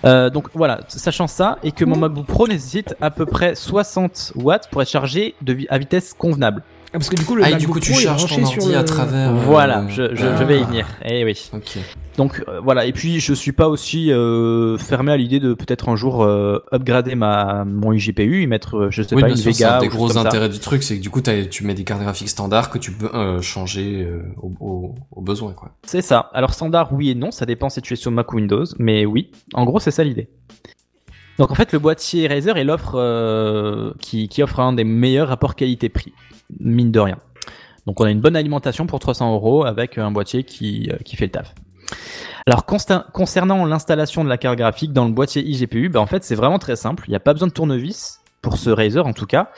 Speaker 6: Euh, donc voilà, sachant ça, et
Speaker 5: Mm.
Speaker 6: que mon MacBook Pro nécessite à peu près 60 watts pour être chargé de vi- à vitesse convenable.
Speaker 1: parce que du coup, le
Speaker 5: Ah, et
Speaker 1: MacBook
Speaker 5: du coup, tu
Speaker 1: Pro est
Speaker 5: charges ton
Speaker 1: branché sur
Speaker 5: ordi à
Speaker 1: le-
Speaker 5: travers. euh,
Speaker 6: Voilà, je, je- je vais y
Speaker 5: ah.
Speaker 6: venir. Eh oui.
Speaker 5: Ok.
Speaker 6: Donc euh, voilà, et puis je suis pas aussi euh, fermé à l'idée de peut-être un jour euh, upgrader ma mon IGPU et mettre euh, je sais
Speaker 5: Oui,
Speaker 6: pas
Speaker 5: bien
Speaker 6: une
Speaker 5: sûr, c'est
Speaker 6: Vega
Speaker 5: un des
Speaker 6: ou quelque
Speaker 5: gros
Speaker 6: chose comme ça.
Speaker 5: intérêts du truc, c'est que du coup, t'as- tu mets des cartes graphiques standards que tu peux euh, changer euh, au, au- au besoin, quoi.
Speaker 6: C'est ça. Alors standard, oui et non, ça dépend si tu es sur Mac ou Windows, mais oui, en gros c'est ça l'idée. Donc en fait le boîtier Razer est l'offre euh, qui, qui offre un des meilleurs rapports qualité-prix, mine de rien. Donc on a une bonne alimentation pour 300 euros avec un boîtier qui, euh, qui fait le taf. Alors consta- concernant l'installation de la carte graphique dans le boîtier IGPU, bah, en fait c'est vraiment très simple, il n'y a pas besoin de tournevis, pour ce Razer en tout cas.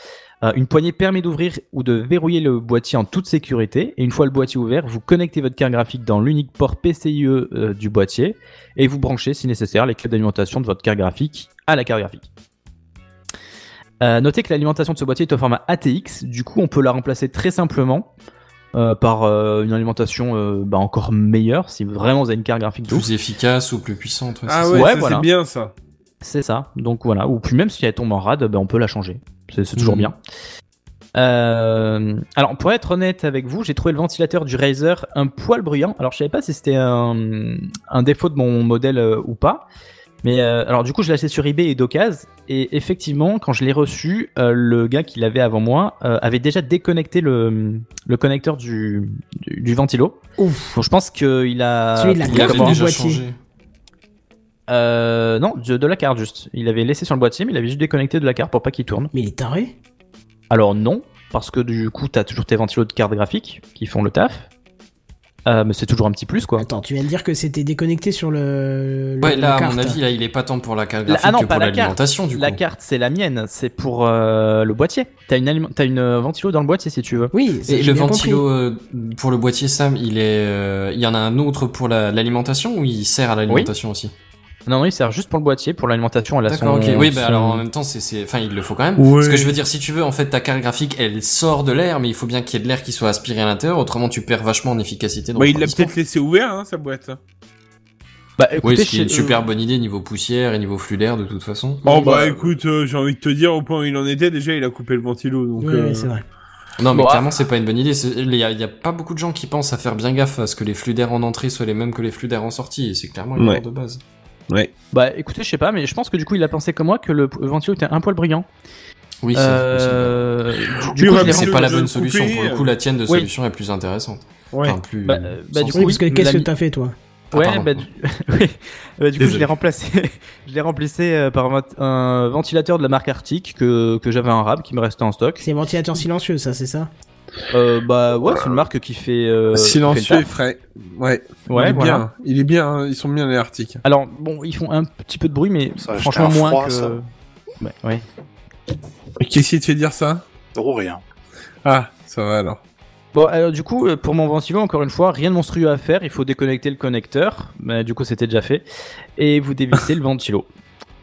Speaker 6: Euh, une poignée permet d'ouvrir ou de verrouiller le boîtier en toute sécurité. Et une fois le boîtier ouvert, vous connectez votre carte graphique dans l'unique port PCIe euh, du boîtier et vous branchez, si nécessaire, les clés d'alimentation de votre carte graphique à la carte graphique. Euh, notez que l'alimentation de ce boîtier est au format ATX. Du coup, on peut la remplacer très simplement euh, par euh, une alimentation euh, bah, encore meilleure si vraiment vous avez une carte graphique de ouf.
Speaker 5: Plus efficace ou plus puissante. ouais,
Speaker 9: Ah
Speaker 5: c'est
Speaker 9: ouais,
Speaker 5: ça.
Speaker 9: ça, c'est bien ça.
Speaker 6: C'est ça. Donc voilà. Ou puis même si elle tombe en rade, ben, on peut la changer. C'est c'est toujours
Speaker 5: Mhm.
Speaker 6: bien. Euh, alors pour être honnête avec vous, j'ai trouvé le ventilateur du Razer un poil bruyant. Alors je savais pas si c'était un, un défaut de mon modèle euh, ou pas. Mais euh, alors du coup je l'ai acheté sur eBay et d'occasion et effectivement quand je l'ai reçu, euh, le gars qui l'avait avant moi euh, avait déjà déconnecté le, le connecteur du, du, du ventilo.
Speaker 1: Ouf.
Speaker 6: Donc je pense qu'il a
Speaker 1: Celui de la
Speaker 6: il a
Speaker 1: carte
Speaker 6: comment-
Speaker 1: du boîtier.
Speaker 6: euh, non, de, de la carte juste. Il avait laissé sur le boîtier, mais il avait juste déconnecté de la carte pour pas qu'il tourne.
Speaker 1: Mais il est taré
Speaker 6: Alors non, parce que du coup, t'as toujours tes ventilos de carte graphique qui font le taf. Euh, mais c'est toujours un petit plus quoi.
Speaker 1: Attends, tu viens de dire que c'était déconnecté sur le. le-
Speaker 5: Ouais, là,
Speaker 1: la
Speaker 5: à
Speaker 1: carte.
Speaker 5: mon avis, là, il est pas tant pour la carte
Speaker 6: La-
Speaker 5: graphique
Speaker 6: ah non,
Speaker 5: que
Speaker 6: pas
Speaker 5: pour
Speaker 6: la carte.
Speaker 5: l'alimentation, du coup.
Speaker 6: La carte, c'est la mienne, c'est pour euh, le boîtier. T'as une, aliment- t'as une euh, ventilo dans le boîtier si tu veux.
Speaker 1: Oui, ça,
Speaker 5: Et
Speaker 1: j'ai
Speaker 5: le
Speaker 1: bien
Speaker 5: ventilo euh, pour le boîtier Sam, il est, euh, il y en a un autre pour la- l'alimentation ou il sert à l'alimentation aussi
Speaker 6: Non, non, il sert juste pour le boîtier, pour l'alimentation. Elle a
Speaker 5: D'accord,
Speaker 6: son-
Speaker 5: ok. Oui, bah
Speaker 6: son-
Speaker 5: alors en même temps, c'est, c'est, enfin, il le faut quand même.
Speaker 6: Ouais.
Speaker 5: Ce que je veux dire, si tu veux, en fait, ta carte graphique, elle sort de l'air, mais il faut bien qu'il y ait de l'air qui soit aspiré à l'intérieur, autrement tu perds vachement en efficacité. Dans
Speaker 9: Bah,
Speaker 5: le
Speaker 9: il l'a
Speaker 5: transport.
Speaker 9: peut-être laissé ouvert, hein, sa boîte.
Speaker 6: Bah,
Speaker 5: Oui, ce qui est une
Speaker 9: euh,
Speaker 5: super bonne idée niveau poussière et niveau flux d'air de toute façon.
Speaker 9: Oh, bah, Bon, bah, écoute, euh, j'ai envie de te dire, au point où il en était, déjà, il a coupé le ventilo. Donc,
Speaker 1: Ouais,
Speaker 9: euh,
Speaker 1: c'est vrai.
Speaker 5: Non, mais
Speaker 13: Bon,
Speaker 5: clairement, c'est pas une bonne idée. C'est- Il y, a- il y a pas beaucoup de gens qui pensent à faire bien gaffe à ce que les flux d'air en entrée soient les mêmes que les flux d'air en sortie. Et c'est clairement une
Speaker 13: Ouais.
Speaker 5: erreur de base.
Speaker 13: Ouais.
Speaker 6: Bah écoutez, je sais pas, mais je pense que du coup il a pensé comme moi que le p- ventilo était un poil brillant.
Speaker 5: Oui, c'est
Speaker 6: Euh,
Speaker 5: possible.
Speaker 6: du- du coup, je l'ai-
Speaker 5: c'est pas la bonne solution. Pour le coup, la tienne de
Speaker 6: Oui.
Speaker 5: solution est plus intéressante.
Speaker 6: Ouais.
Speaker 5: Enfin, plus.
Speaker 6: Bah, euh, bah, du
Speaker 5: sensée.
Speaker 6: coup,
Speaker 1: Oui, parce que
Speaker 6: oui,
Speaker 1: qu'est-ce que
Speaker 6: l'ami-
Speaker 1: t'as fait, toi
Speaker 5: Ah,
Speaker 6: ouais,
Speaker 5: pardon.
Speaker 6: bah, du... *laughs* oui. Bah, du coup, je
Speaker 5: Désolé.
Speaker 6: l'ai remplacé. *laughs* je l'ai remplacé euh, par un, vent- un ventilateur de la marque Arctic que, que j'avais en rab qui me restait en stock.
Speaker 1: C'est ventilateur silencieux, ça, c'est ça
Speaker 6: Euh, bah ouais, c'est une marque qui fait euh, qui fait le
Speaker 9: Silencieux et
Speaker 6: taf.
Speaker 9: frais. Ouais.
Speaker 6: Ouais,
Speaker 9: il est
Speaker 6: voilà.
Speaker 9: bien. Il est bien. hein. Ils sont bien les Arctic.
Speaker 6: Alors bon, ils font un petit peu de bruit, mais
Speaker 9: Ça va
Speaker 6: franchement
Speaker 9: jeter un
Speaker 6: moins
Speaker 9: froid,
Speaker 6: que.
Speaker 9: ça.
Speaker 6: Ouais, ouais.
Speaker 9: Qu'est-ce qui te fait dire ça
Speaker 3: Oh, rien.
Speaker 9: Ah, ça va alors.
Speaker 6: Bon, alors du coup, euh, pour mon ventilo, encore une fois, rien de monstrueux à faire. Il faut déconnecter le connecteur. Bah, du coup, c'était déjà fait. Et vous dévissez le ventilo.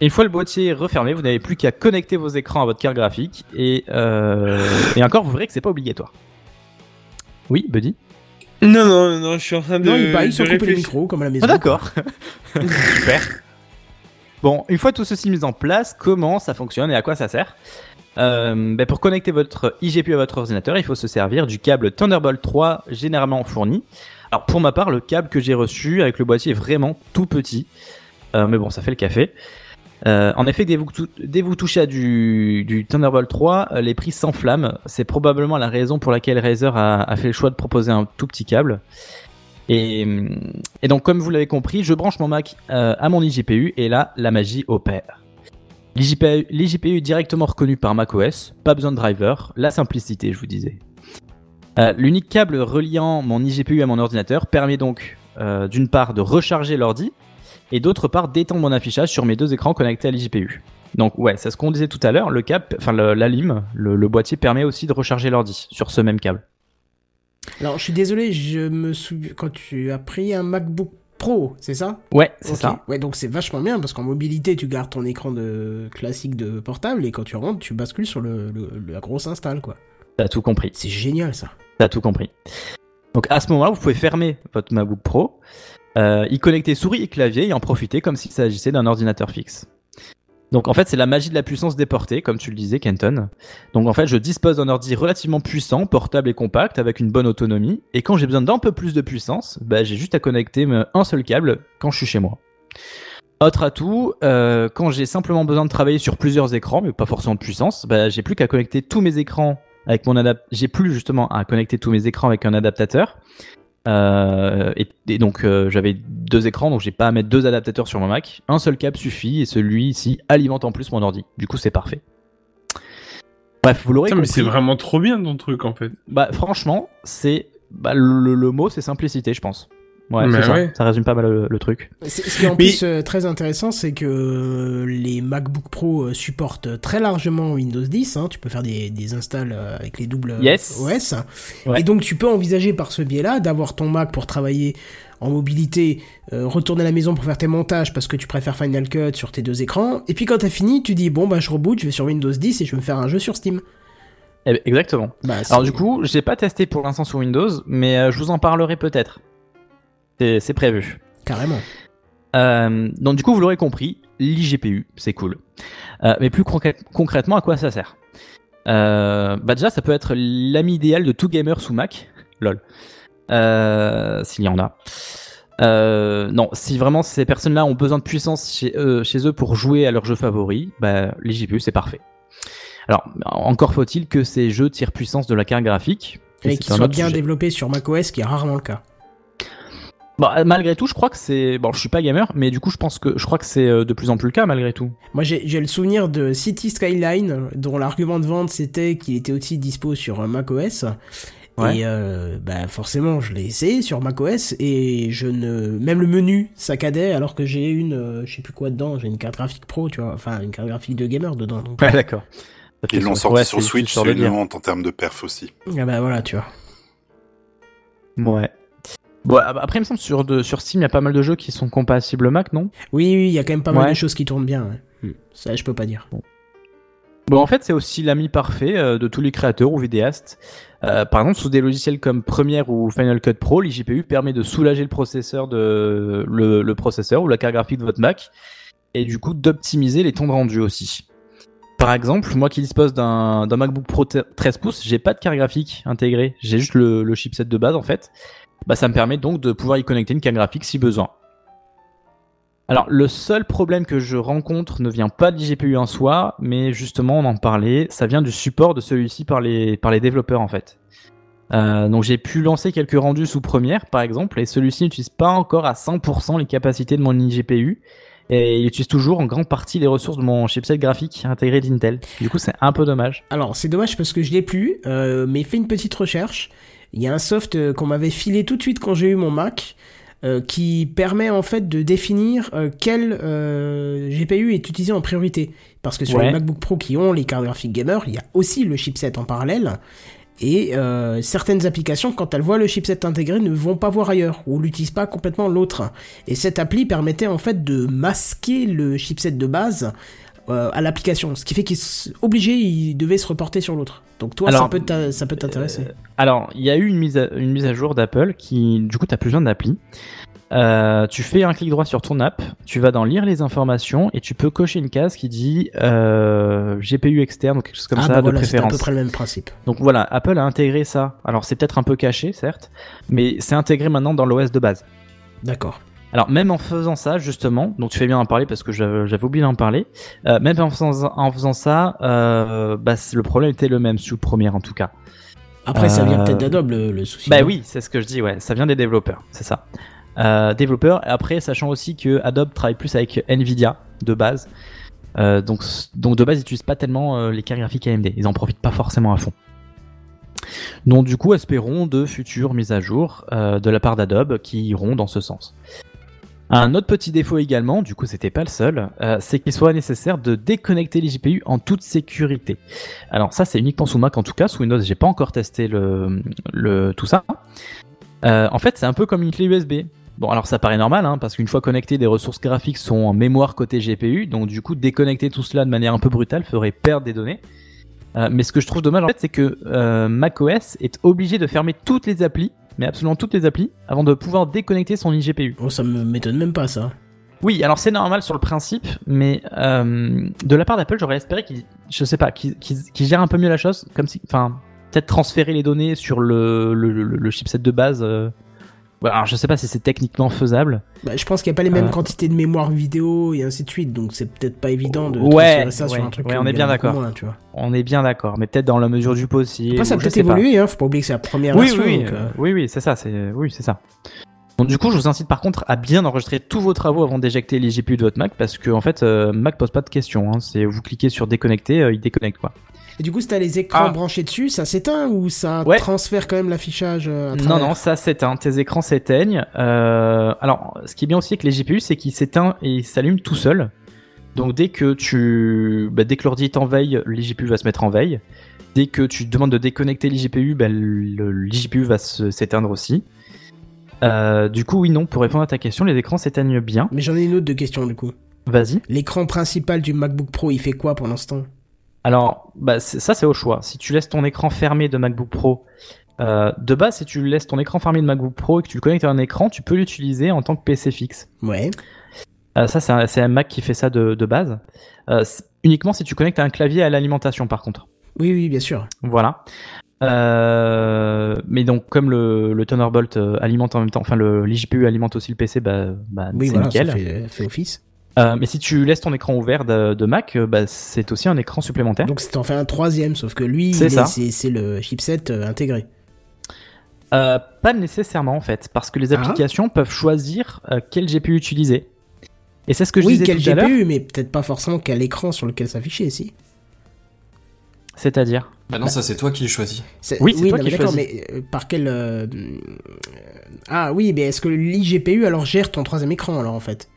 Speaker 6: Et une fois le boîtier refermé, vous n'avez plus qu'à connecter vos écrans à votre carte graphique. Et, euh, et encore, vous verrez que c'est pas obligatoire. Oui, Buddy
Speaker 9: Non, non, non, je suis en train de.
Speaker 1: Non, il paraît qu'ils sont
Speaker 9: de
Speaker 1: coupés le
Speaker 9: réfléchir.
Speaker 1: micro, comme à la maison.
Speaker 6: Ah, D'accord. *laughs* Super. Bon, une fois tout ceci mis en place, comment ça fonctionne et à quoi ça sert Euh, ben, Pour connecter votre IGPU à votre ordinateur, il faut se servir du câble Thunderbolt 3 généralement fourni. Alors pour ma part, le câble que j'ai reçu avec le boîtier est vraiment tout petit. Euh, mais bon, ça fait le café. Euh, en effet, dès vous, tou- dès vous touchez à du, du Thunderbolt 3, euh, les prix s'enflamment. C'est probablement la raison pour laquelle Razer a, a fait le choix de proposer un tout petit câble. Et, hum, et donc, comme vous l'avez compris, je branche mon Mac euh, à mon IGPU et là, la magie opère. L'IGPU l'IGPU est directement reconnu par macOS, pas besoin de driver, la simplicité, je vous disais. Euh, L'unique câble reliant mon IGPU à mon ordinateur permet donc euh, d'une part de recharger l'ordi et d'autre part d'étendre mon affichage sur mes deux écrans connectés à l'IGPU. Donc ouais, c'est ce qu'on disait tout à l'heure, le câble, enfin le- la lime, le, le boîtier permet aussi de recharger l'ordi sur ce même câble.
Speaker 1: Alors, je suis désolé, je me souviens quand tu as pris un MacBook Pro, c'est ça
Speaker 6: Ouais, c'est
Speaker 1: Ok.
Speaker 6: ça.
Speaker 1: Ouais, donc c'est vachement bien parce qu'en mobilité, tu gardes ton écran de classique de portable et quand tu rentres, tu bascules sur le, le- la grosse install quoi.
Speaker 6: T'as tout compris.
Speaker 1: C'est génial ça.
Speaker 6: T'as tout compris. Donc à ce moment-là, vous pouvez fermer votre MacBook Pro, euh, y connecter souris et clavier et en profiter comme s'il s'agissait d'un ordinateur fixe. Donc en fait, c'est la magie de la puissance déportée, comme tu le disais, Kenton. Donc en fait, je dispose d'un ordi relativement puissant, portable et compact, avec une bonne autonomie. Et quand j'ai besoin d'un peu plus de puissance, bah, j'ai juste à connecter euh, un seul câble quand je suis chez moi. Autre atout, euh, quand j'ai simplement besoin de travailler sur plusieurs écrans, mais pas forcément de puissance, bah, j'ai plus qu'à connecter tous mes écrans avec mon adap- J'ai plus justement à connecter tous mes écrans avec un adaptateur. Euh, et, et donc euh, j'avais deux écrans, donc j'ai pas à mettre deux adaptateurs sur mon Mac. Un seul câble suffit et celui-ci alimente en plus mon ordi. Du coup, c'est parfait. Bref, vous l'aurez
Speaker 9: Putain, mais
Speaker 6: compris.
Speaker 9: c'est vraiment trop bien ton truc en fait.
Speaker 6: Bah franchement, c'est bah, le, le mot, c'est simplicité, je pense. Ouais,
Speaker 9: Mais
Speaker 6: c'est
Speaker 9: ouais.
Speaker 6: ça. Ça résume pas mal le, le truc.
Speaker 1: C'est- Ce qui est en
Speaker 9: Mais-
Speaker 1: plus euh, très intéressant, c'est que euh, les MacBook Pro euh, supportent très largement Windows 10. hein. Tu peux faire des, des installs euh, avec les doubles euh,
Speaker 6: Yes.
Speaker 1: OS.
Speaker 6: Ouais.
Speaker 1: Et donc tu peux envisager par ce biais-là d'avoir ton Mac pour travailler en mobilité, euh, retourner à la maison pour faire tes montages parce que tu préfères Final Cut sur tes deux écrans. Et puis quand t'as fini, tu dis bon bah je reboot, je vais sur Windows 10 et je vais me faire un jeu sur Steam.
Speaker 6: Eh ben, Exactement.
Speaker 1: Bah, c'est-
Speaker 6: Alors du coup, j'ai pas testé pour l'instant sur Windows, mais euh, je vous en parlerai peut-être. C'est c'est prévu.
Speaker 1: Carrément.
Speaker 6: Euh, donc du coup, vous l'aurez compris, l'IGPU, c'est cool. Euh, mais plus concrè- concrètement, à quoi ça sert Euh, Bah déjà, ça peut être l'ami idéal de tout gamer sous Mac. Lol. Euh, S'il y en a. Euh, non, si vraiment ces personnes-là ont besoin de puissance chez, eux- chez eux pour jouer à leurs jeux favoris, bah, l'IGPU, c'est parfait. Alors, encore faut-il que ces jeux tirent puissance de la carte graphique.
Speaker 1: Et
Speaker 6: c'est
Speaker 1: qui
Speaker 6: un
Speaker 1: soit
Speaker 6: autre
Speaker 1: bien
Speaker 6: sujet.
Speaker 1: développé sur macOS, qui est rarement le cas.
Speaker 6: Bon, euh, malgré tout, je crois que c'est. Bon, je suis pas gamer, mais du coup, je pense que je crois que c'est euh, de plus en plus le cas malgré tout.
Speaker 1: Moi, j'ai j'ai le souvenir de City Skyline, dont l'argument de vente c'était qu'il était aussi dispo sur euh, macOS.
Speaker 6: Ouais.
Speaker 1: Et euh, bah forcément, je l'ai essayé sur macOS et je ne même le menu saccadait alors que j'ai une, euh, je sais plus quoi dedans, j'ai une carte graphique pro, tu vois, enfin une carte graphique de gamer dedans. donc.
Speaker 6: *laughs* Ouais, d'accord. Ça fait
Speaker 4: Ils l'ont
Speaker 6: son-
Speaker 4: sorti
Speaker 6: ouais,
Speaker 4: sur
Speaker 6: c'est-
Speaker 4: Switch,
Speaker 6: c'est
Speaker 4: c'est
Speaker 6: le genre de
Speaker 4: une
Speaker 6: dire.
Speaker 4: honte en termes de
Speaker 1: *laughs*
Speaker 4: perf aussi.
Speaker 1: Ah bah voilà, tu vois.
Speaker 6: Ouais. Bon, ab- après, il me semble sur de, sur Steam, il y a pas mal de jeux qui sont compatibles Mac, non
Speaker 1: Oui, oui, il y a quand même pas mal
Speaker 6: Ouais. Hmm.
Speaker 1: de choses qui tournent bien. ouais. Ça, je peux pas dire.
Speaker 6: Bon, en fait, c'est aussi l'ami parfait euh, de tous les créateurs ou vidéastes. Euh, par exemple, sous des logiciels comme Premiere ou Final Cut Pro, l'IGPU permet de soulager le processeur de le, le processeur ou la carte graphique de votre Mac, et du coup d'optimiser les temps de rendu aussi. Par exemple, moi qui dispose d'un d'un MacBook Pro te- 13 pouces, j'ai pas de carte graphique intégrée. J'ai juste le, le chipset de base en fait. Bah, ça me permet donc de pouvoir y connecter une carte graphique si besoin. Alors, le seul problème que je rencontre ne vient pas de l'IGPU en soi, mais justement, on en parlait, ça vient du support de celui-ci par les, par les développeurs en fait. Euh, donc, j'ai pu lancer quelques rendus sous Premiere par exemple, et celui-ci n'utilise pas encore à 100% les capacités de mon IGPU. Et il utilise toujours en grande partie les ressources de mon chipset graphique intégré d'Intel. Du coup, c'est un peu dommage.
Speaker 1: Alors, c'est dommage parce que je l'ai plus, euh, mais fait une petite recherche. Il y a un soft euh, qu'on m'avait filé tout de suite quand j'ai eu mon Mac, euh, qui permet en fait de définir euh, quel euh, GPU est utilisé en priorité. Parce que sur
Speaker 6: Ouais.
Speaker 1: les MacBook Pro qui ont les cartes graphiques gamer, il y a aussi le chipset en parallèle. Et euh, certaines applications, quand elles voient le chipset intégré, ne vont pas voir ailleurs ou l'utilisent pas complètement l'autre. Et cette appli permettait en fait de masquer le chipset de base euh, à l'application, ce qui fait qu'il s- obligé, il devait se reporter sur l'autre. Donc toi, ça
Speaker 6: Alors, euh,
Speaker 1: peut t'in- ça peut t'intéresser.
Speaker 6: Alors, il y a eu une mise à, une mise à jour d'Apple qui, du coup, t'as plus besoin d'appli. Euh, tu fais un clic droit sur ton app, tu vas dans lire les informations et tu peux cocher une case qui dit euh, GPU externe ou quelque chose comme
Speaker 1: ah,
Speaker 6: ça
Speaker 1: bah
Speaker 6: de
Speaker 1: voilà, c'est à
Speaker 6: préférence.
Speaker 1: peu près le même principe.
Speaker 6: Donc voilà, Apple a intégré ça. Alors c'est peut-être un peu caché, certes, mais c'est intégré maintenant dans l'OS de base.
Speaker 1: D'accord.
Speaker 6: Alors même en faisant ça, justement, donc tu fais bien d'en parler parce que j'avais j'avais oublié d'en parler, euh, même en faisant, en faisant ça, euh, bah, c'est- le problème était le même, sous le premier en tout cas.
Speaker 1: Après, ça vient
Speaker 6: Euh,
Speaker 1: peut-être d'Adobe le, le souci. hein.
Speaker 6: Bah oui, c'est ce que je dis, ouais, ça vient des développeurs, c'est ça. Euh, développeurs, et après, sachant aussi que Adobe travaille plus avec Nvidia de base, Euh, donc, donc de base, ils n'utilisent pas tellement euh, les cartes graphiques AMD, ils en profitent pas forcément à fond. Donc du coup, espérons de futures mises à jour euh, de la part d'Adobe qui iront dans ce sens. Un autre petit défaut également, du coup c'était pas le seul, euh, c'est qu'il soit nécessaire de déconnecter les GPU en toute sécurité. Alors ça c'est uniquement sous Mac en tout cas, sous Windows j'ai pas encore testé le, le tout ça. Euh, en fait c'est un peu comme une clé USB. Bon alors ça paraît normal hein, parce qu'une fois connectées des ressources graphiques sont en mémoire côté GPU, donc du coup déconnecter tout cela de manière un peu brutale ferait perdre des données. Euh, mais ce que je trouve dommage en fait, c'est que euh, macOS est obligé de fermer toutes les applis, mais absolument toutes les applis, avant de pouvoir déconnecter son IGPU.
Speaker 1: Oh, ça me m'étonne même pas ça.
Speaker 6: Oui, alors c'est normal sur le principe, mais euh, de la part d'Apple, j'aurais espéré qu'ils, je sais pas, qu'ils qu'ils- qu'ils gèrent un peu mieux la chose, comme si, enfin, peut-être transférer les données sur le, le, le- le chipset de base. euh. Ouais, alors je sais pas si c'est techniquement faisable.
Speaker 1: Bah, je pense qu'il n'y a pas les mêmes
Speaker 6: Euh.
Speaker 1: quantités de mémoire vidéo et ainsi de suite, donc c'est peut-être pas évident de
Speaker 6: ouais,
Speaker 1: transférer ça sur
Speaker 6: ouais,
Speaker 1: un truc.
Speaker 6: ouais,
Speaker 1: où
Speaker 6: on
Speaker 1: il y a
Speaker 6: est bien
Speaker 1: beaucoup
Speaker 6: d'accord.
Speaker 1: moins, tu vois.
Speaker 6: On est bien d'accord, mais peut-être dans la mesure du possible.
Speaker 1: Après, ça a
Speaker 6: ou je
Speaker 1: peut-être
Speaker 6: sais pas.
Speaker 1: évolué, hein, faut pas oublier que c'est la première
Speaker 6: Oui, oui,
Speaker 1: version,
Speaker 6: oui,
Speaker 1: donc,
Speaker 6: euh,
Speaker 1: euh,
Speaker 6: oui, oui, c'est ça, c'est oui, c'est ça. Donc du coup, je vous incite par contre à bien enregistrer tous vos travaux avant d'éjecter les GPU de votre Mac, parce que en fait, euh, Mac pose pas de questions. hein. C'est vous cliquez sur déconnecter, euh, il déconnecte quoi.
Speaker 1: Et du coup, si t'as les écrans
Speaker 6: Ah.
Speaker 1: branchés dessus, ça s'éteint ou ça
Speaker 6: Ouais.
Speaker 1: transfère quand même l'affichage euh, à
Speaker 6: Non,
Speaker 1: travers
Speaker 6: non, ça s'éteint. Tes écrans s'éteignent. Euh, alors, ce qui est bien aussi avec les GPU, c'est qu'ils s'éteignent et ils s'allument tout seuls. Donc dès que tu, bah, dès que l'ordi est en veille, l'IGPU va se mettre en veille. Dès que tu demandes de déconnecter l'IGPU, bah, le- l'IGPU va se- s'éteindre aussi. Euh, du coup, oui, non, pour répondre à ta question, les écrans s'éteignent bien.
Speaker 1: Mais j'en ai une autre de question du coup.
Speaker 6: Vas-y.
Speaker 1: L'écran principal du MacBook Pro, il fait quoi pour l'instant
Speaker 6: Alors, bah, c'est- ça c'est au choix. Si tu laisses ton écran fermé de MacBook Pro, euh, de base, si tu laisses ton écran fermé de MacBook Pro et que tu le connectes à un écran, tu peux l'utiliser en tant que PC fixe.
Speaker 1: Ouais.
Speaker 6: Euh, ça, c'est un, c'est un Mac qui fait ça de, de base. Euh, c'est- uniquement si tu connectes un clavier à l'alimentation, par contre.
Speaker 1: Oui, oui, bien sûr.
Speaker 6: Voilà. Euh, mais donc, comme le, le Thunderbolt euh, alimente en même temps, enfin, le- l'IGPU alimente aussi le PC, bah, bah,
Speaker 1: Oui,
Speaker 6: c'est
Speaker 1: voilà,
Speaker 6: nickel.
Speaker 1: ça fait, fait office.
Speaker 6: Euh, mais si tu laisses ton écran ouvert de, de Mac, euh, bah, c'est aussi un écran supplémentaire.
Speaker 1: Donc c'est en fait un troisième, sauf que lui, il
Speaker 6: C'est
Speaker 1: est-
Speaker 6: ça.
Speaker 1: c'est c'est le chipset euh, intégré.
Speaker 6: Euh, pas nécessairement en fait, parce que les
Speaker 1: Ah.
Speaker 6: applications peuvent choisir euh, quel GPU utiliser. Et c'est ce que je
Speaker 1: oui,
Speaker 6: disais
Speaker 1: quel
Speaker 6: tout à l'heure.
Speaker 1: GPU, mais peut-être pas forcément quel écran sur lequel s'afficher, si.
Speaker 6: C'est-à-dire
Speaker 5: Bah non, ça c'est toi qui le choisis.
Speaker 1: C'est-
Speaker 6: Oui, c'est toi
Speaker 1: non,
Speaker 6: qui
Speaker 1: mais d'accord,
Speaker 6: choisis.
Speaker 1: mais euh, par quel. euh, euh, Ah oui, mais est-ce que l'IGPU alors gère ton troisième écran alors en fait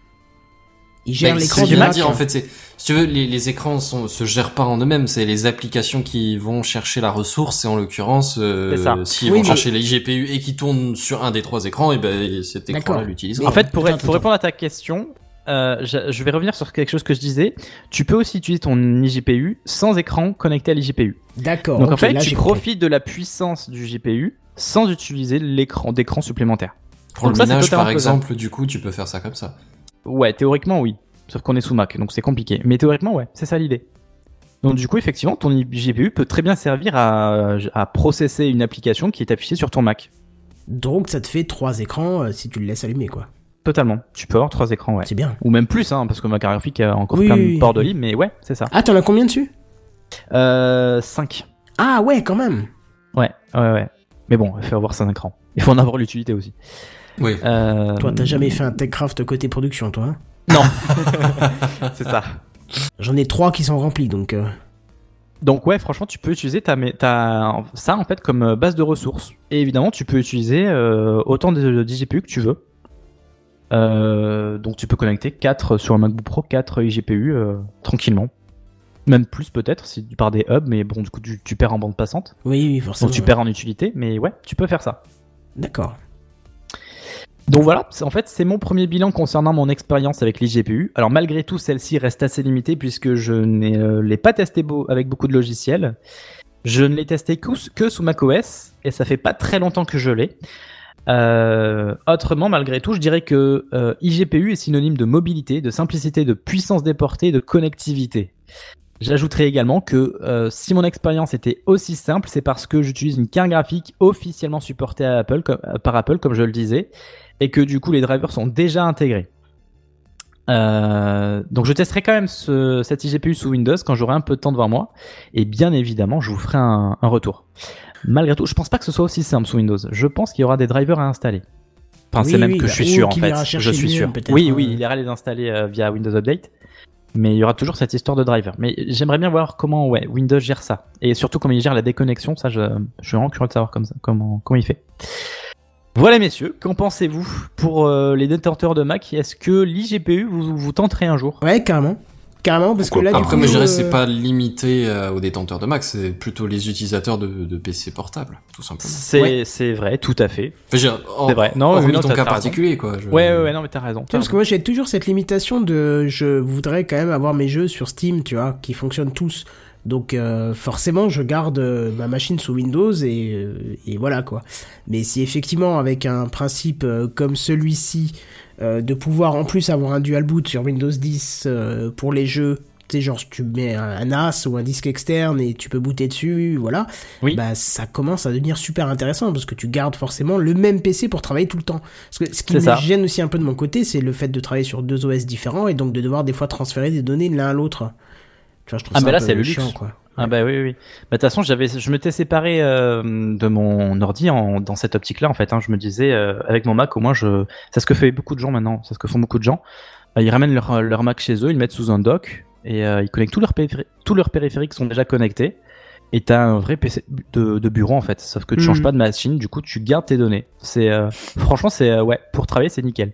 Speaker 1: Il gère
Speaker 5: Bah,
Speaker 1: l'écran
Speaker 5: c'est ce que
Speaker 1: du
Speaker 5: je veux
Speaker 1: Mac.
Speaker 5: dire, en fait, c'est, si tu veux, les, les écrans sont, se gèrent pas en eux-mêmes, c'est les applications qui vont chercher la ressource, et en l'occurrence, euh,
Speaker 6: C'est ça.
Speaker 5: s'ils
Speaker 6: Oui,
Speaker 5: vont
Speaker 6: mais-
Speaker 5: chercher les GPU et qui tournent sur un des trois écrans, et ben, cet écran-là l'utilise.
Speaker 6: En fait, pour, être- pour répondre à ta question, euh, je, je vais revenir sur quelque chose que je disais. Tu peux aussi utiliser ton iGPU sans écran connecté à l'IGPU.
Speaker 1: D'accord.
Speaker 6: Donc en
Speaker 1: Oh, ok,
Speaker 6: fait,
Speaker 1: là,
Speaker 6: tu
Speaker 1: j'ai compris.
Speaker 6: profites de la puissance du GPU sans utiliser l'écran d'écran supplémentaire.
Speaker 5: Pour
Speaker 6: Donc
Speaker 5: le
Speaker 6: ça, c'est
Speaker 5: minage, par
Speaker 6: totalement faisable.
Speaker 5: exemple, du coup, tu peux faire ça comme ça.
Speaker 6: Ouais, théoriquement oui. Sauf qu'on est sous Mac, donc c'est compliqué. Mais théoriquement ouais, c'est ça l'idée. Donc du coup, effectivement, ton GPU peut très bien servir à, à processer une application qui est affichée sur ton Mac.
Speaker 1: Donc ça te fait trois écrans euh, si tu le laisses allumer, quoi.
Speaker 6: Totalement. Tu peux avoir trois écrans, ouais.
Speaker 1: C'est bien.
Speaker 6: Ou même plus, hein, parce que ma carte graphique a encore
Speaker 1: Oui,
Speaker 6: plein
Speaker 1: oui, oui.
Speaker 6: de ports de libre, mais ouais, c'est ça.
Speaker 1: Ah, t'en as combien dessus
Speaker 6: Euh, 5.
Speaker 1: Ah ouais, quand même.
Speaker 6: Ouais, ouais, ouais. Mais bon, il faut avoir 5 écrans. Il faut en avoir l'utilité aussi.
Speaker 5: Oui.
Speaker 6: Euh,
Speaker 1: Toi, t'as jamais fait un TechCraft côté production, toi. hein
Speaker 6: Non. c'est ça.
Speaker 1: J'en ai trois qui sont remplis, donc. euh,
Speaker 6: Donc ouais, franchement, tu peux utiliser ta, mé- ta- ça en fait comme euh, base de ressources. Et évidemment, tu peux utiliser euh, autant de, de IGPU que tu veux. Euh, donc tu peux connecter 4 sur un MacBook Pro, 4 IGPU euh, tranquillement. Même plus peut-être si tu pars des hubs, mais bon, du coup, tu, tu perds en bande passante.
Speaker 1: Oui, oui, forcément.
Speaker 6: Donc tu
Speaker 1: ouais.
Speaker 6: perds en utilité, mais ouais, tu peux faire ça.
Speaker 1: D'accord.
Speaker 6: Donc voilà, c'est- en fait, c'est mon premier bilan concernant mon expérience avec l'IGPU. Alors malgré tout, celle-ci reste assez limitée puisque je ne euh, l'ai pas testé beau- avec beaucoup de logiciels. Je ne l'ai testé que, sous- que sous macOS et ça fait pas très longtemps que je l'ai. Euh, autrement, malgré tout, je dirais que euh, IGPU est synonyme de mobilité, de simplicité, de puissance déportée, de connectivité. J'ajouterai également que euh, si mon expérience était aussi simple, c'est parce que j'utilise une carte graphique officiellement supportée à Apple, comme- par Apple, comme je le disais, et que du coup les drivers sont déjà intégrés. Euh, donc je testerai quand même ce, cette IGPU sous Windows quand j'aurai un peu de temps devant moi, et bien évidemment je vous ferai un, un retour. Malgré tout, je pense pas que ce soit aussi simple sous Windows. Je pense qu'il y aura des drivers à installer. Enfin,
Speaker 1: Oui,
Speaker 6: c'est même
Speaker 1: oui,
Speaker 6: que
Speaker 1: bah,
Speaker 6: je suis
Speaker 1: ou
Speaker 6: sûr en
Speaker 1: qu'il
Speaker 6: fait.
Speaker 1: ira
Speaker 6: Je
Speaker 1: chercher
Speaker 6: suis
Speaker 1: lui-même,
Speaker 6: sûr.
Speaker 1: peut-être,
Speaker 6: Oui,
Speaker 1: hein.
Speaker 6: oui, il ira les installer euh, via Windows Update. Mais il y aura toujours cette histoire de driver. Mais j'aimerais bien voir comment ouais, Windows gère ça. Et surtout comment il gère la déconnexion. Ça, je, je suis vraiment curieux de savoir comme ça, comment, comment il fait. Voilà, messieurs, qu'en pensez-vous pour euh, les détenteurs de Mac Est-ce que l'IGPU vous, vous tenterez un jour
Speaker 1: Ouais, carrément. Carrément, parce que là, du
Speaker 5: Après,
Speaker 1: coup,
Speaker 5: mais je dirais
Speaker 1: euh,
Speaker 5: que c'est pas limité euh, aux détenteurs de Mac, c'est plutôt les utilisateurs de, de PC portables, tout simplement.
Speaker 6: C'est
Speaker 1: Ouais.
Speaker 6: c'est vrai, tout à fait.
Speaker 5: Enfin, je veux dire, hors-
Speaker 6: C'est vrai. Non,
Speaker 5: hormis
Speaker 6: oui, non,
Speaker 5: ton
Speaker 6: t'as-
Speaker 5: cas
Speaker 6: t'as raison.
Speaker 5: particulier, quoi. je-
Speaker 6: Ouais, ouais, ouais, non, mais t'as raison.
Speaker 1: Tu sais,
Speaker 6: t'as
Speaker 1: parce que moi j'ai toujours cette limitation de je voudrais quand même avoir mes jeux sur Steam, tu vois, qui fonctionnent tous. Donc euh, forcément je garde euh, ma machine sous Windows et, euh, et voilà quoi. Mais si effectivement avec un principe euh, comme celui-ci euh, de pouvoir en plus avoir un dual boot sur Windows 10 euh, pour les jeux, tu sais genre tu mets un, un NAS ou un disque externe et tu peux booter dessus, voilà,
Speaker 6: Oui.
Speaker 1: bah ça commence à devenir super intéressant parce que tu gardes forcément le même PC pour travailler tout le temps. Parce que ce qui
Speaker 6: C'est
Speaker 1: me
Speaker 6: ça.
Speaker 1: gêne aussi un peu de mon côté, c'est le fait de travailler sur deux OS différents et donc de devoir des fois transférer des données de l'un à l'autre. Tu vois, je trouve
Speaker 6: Ah,
Speaker 1: ça
Speaker 6: mais
Speaker 1: un
Speaker 6: là,
Speaker 1: peu
Speaker 6: c'est le
Speaker 1: chiant,
Speaker 6: luxe.
Speaker 1: quoi.
Speaker 6: Ah bah oui oui, oui. Bah, de toute façon j'avais je m'étais séparé euh, de mon ordi en, dans cette optique là en fait hein. je me disais euh, avec mon Mac au moins je c'est ce que fait beaucoup de gens maintenant c'est ce que font beaucoup de gens Bah, ils ramènent leur, leur Mac chez eux ils le mettent sous un dock et euh, ils connectent tous leurs périphéri- tous leurs périphériques sont déjà connectés et t'as un vrai PC de, de bureau en fait sauf que tu
Speaker 1: Mhm.
Speaker 6: changes pas de machine du coup tu gardes tes données c'est euh, franchement c'est euh, ouais pour travailler c'est nickel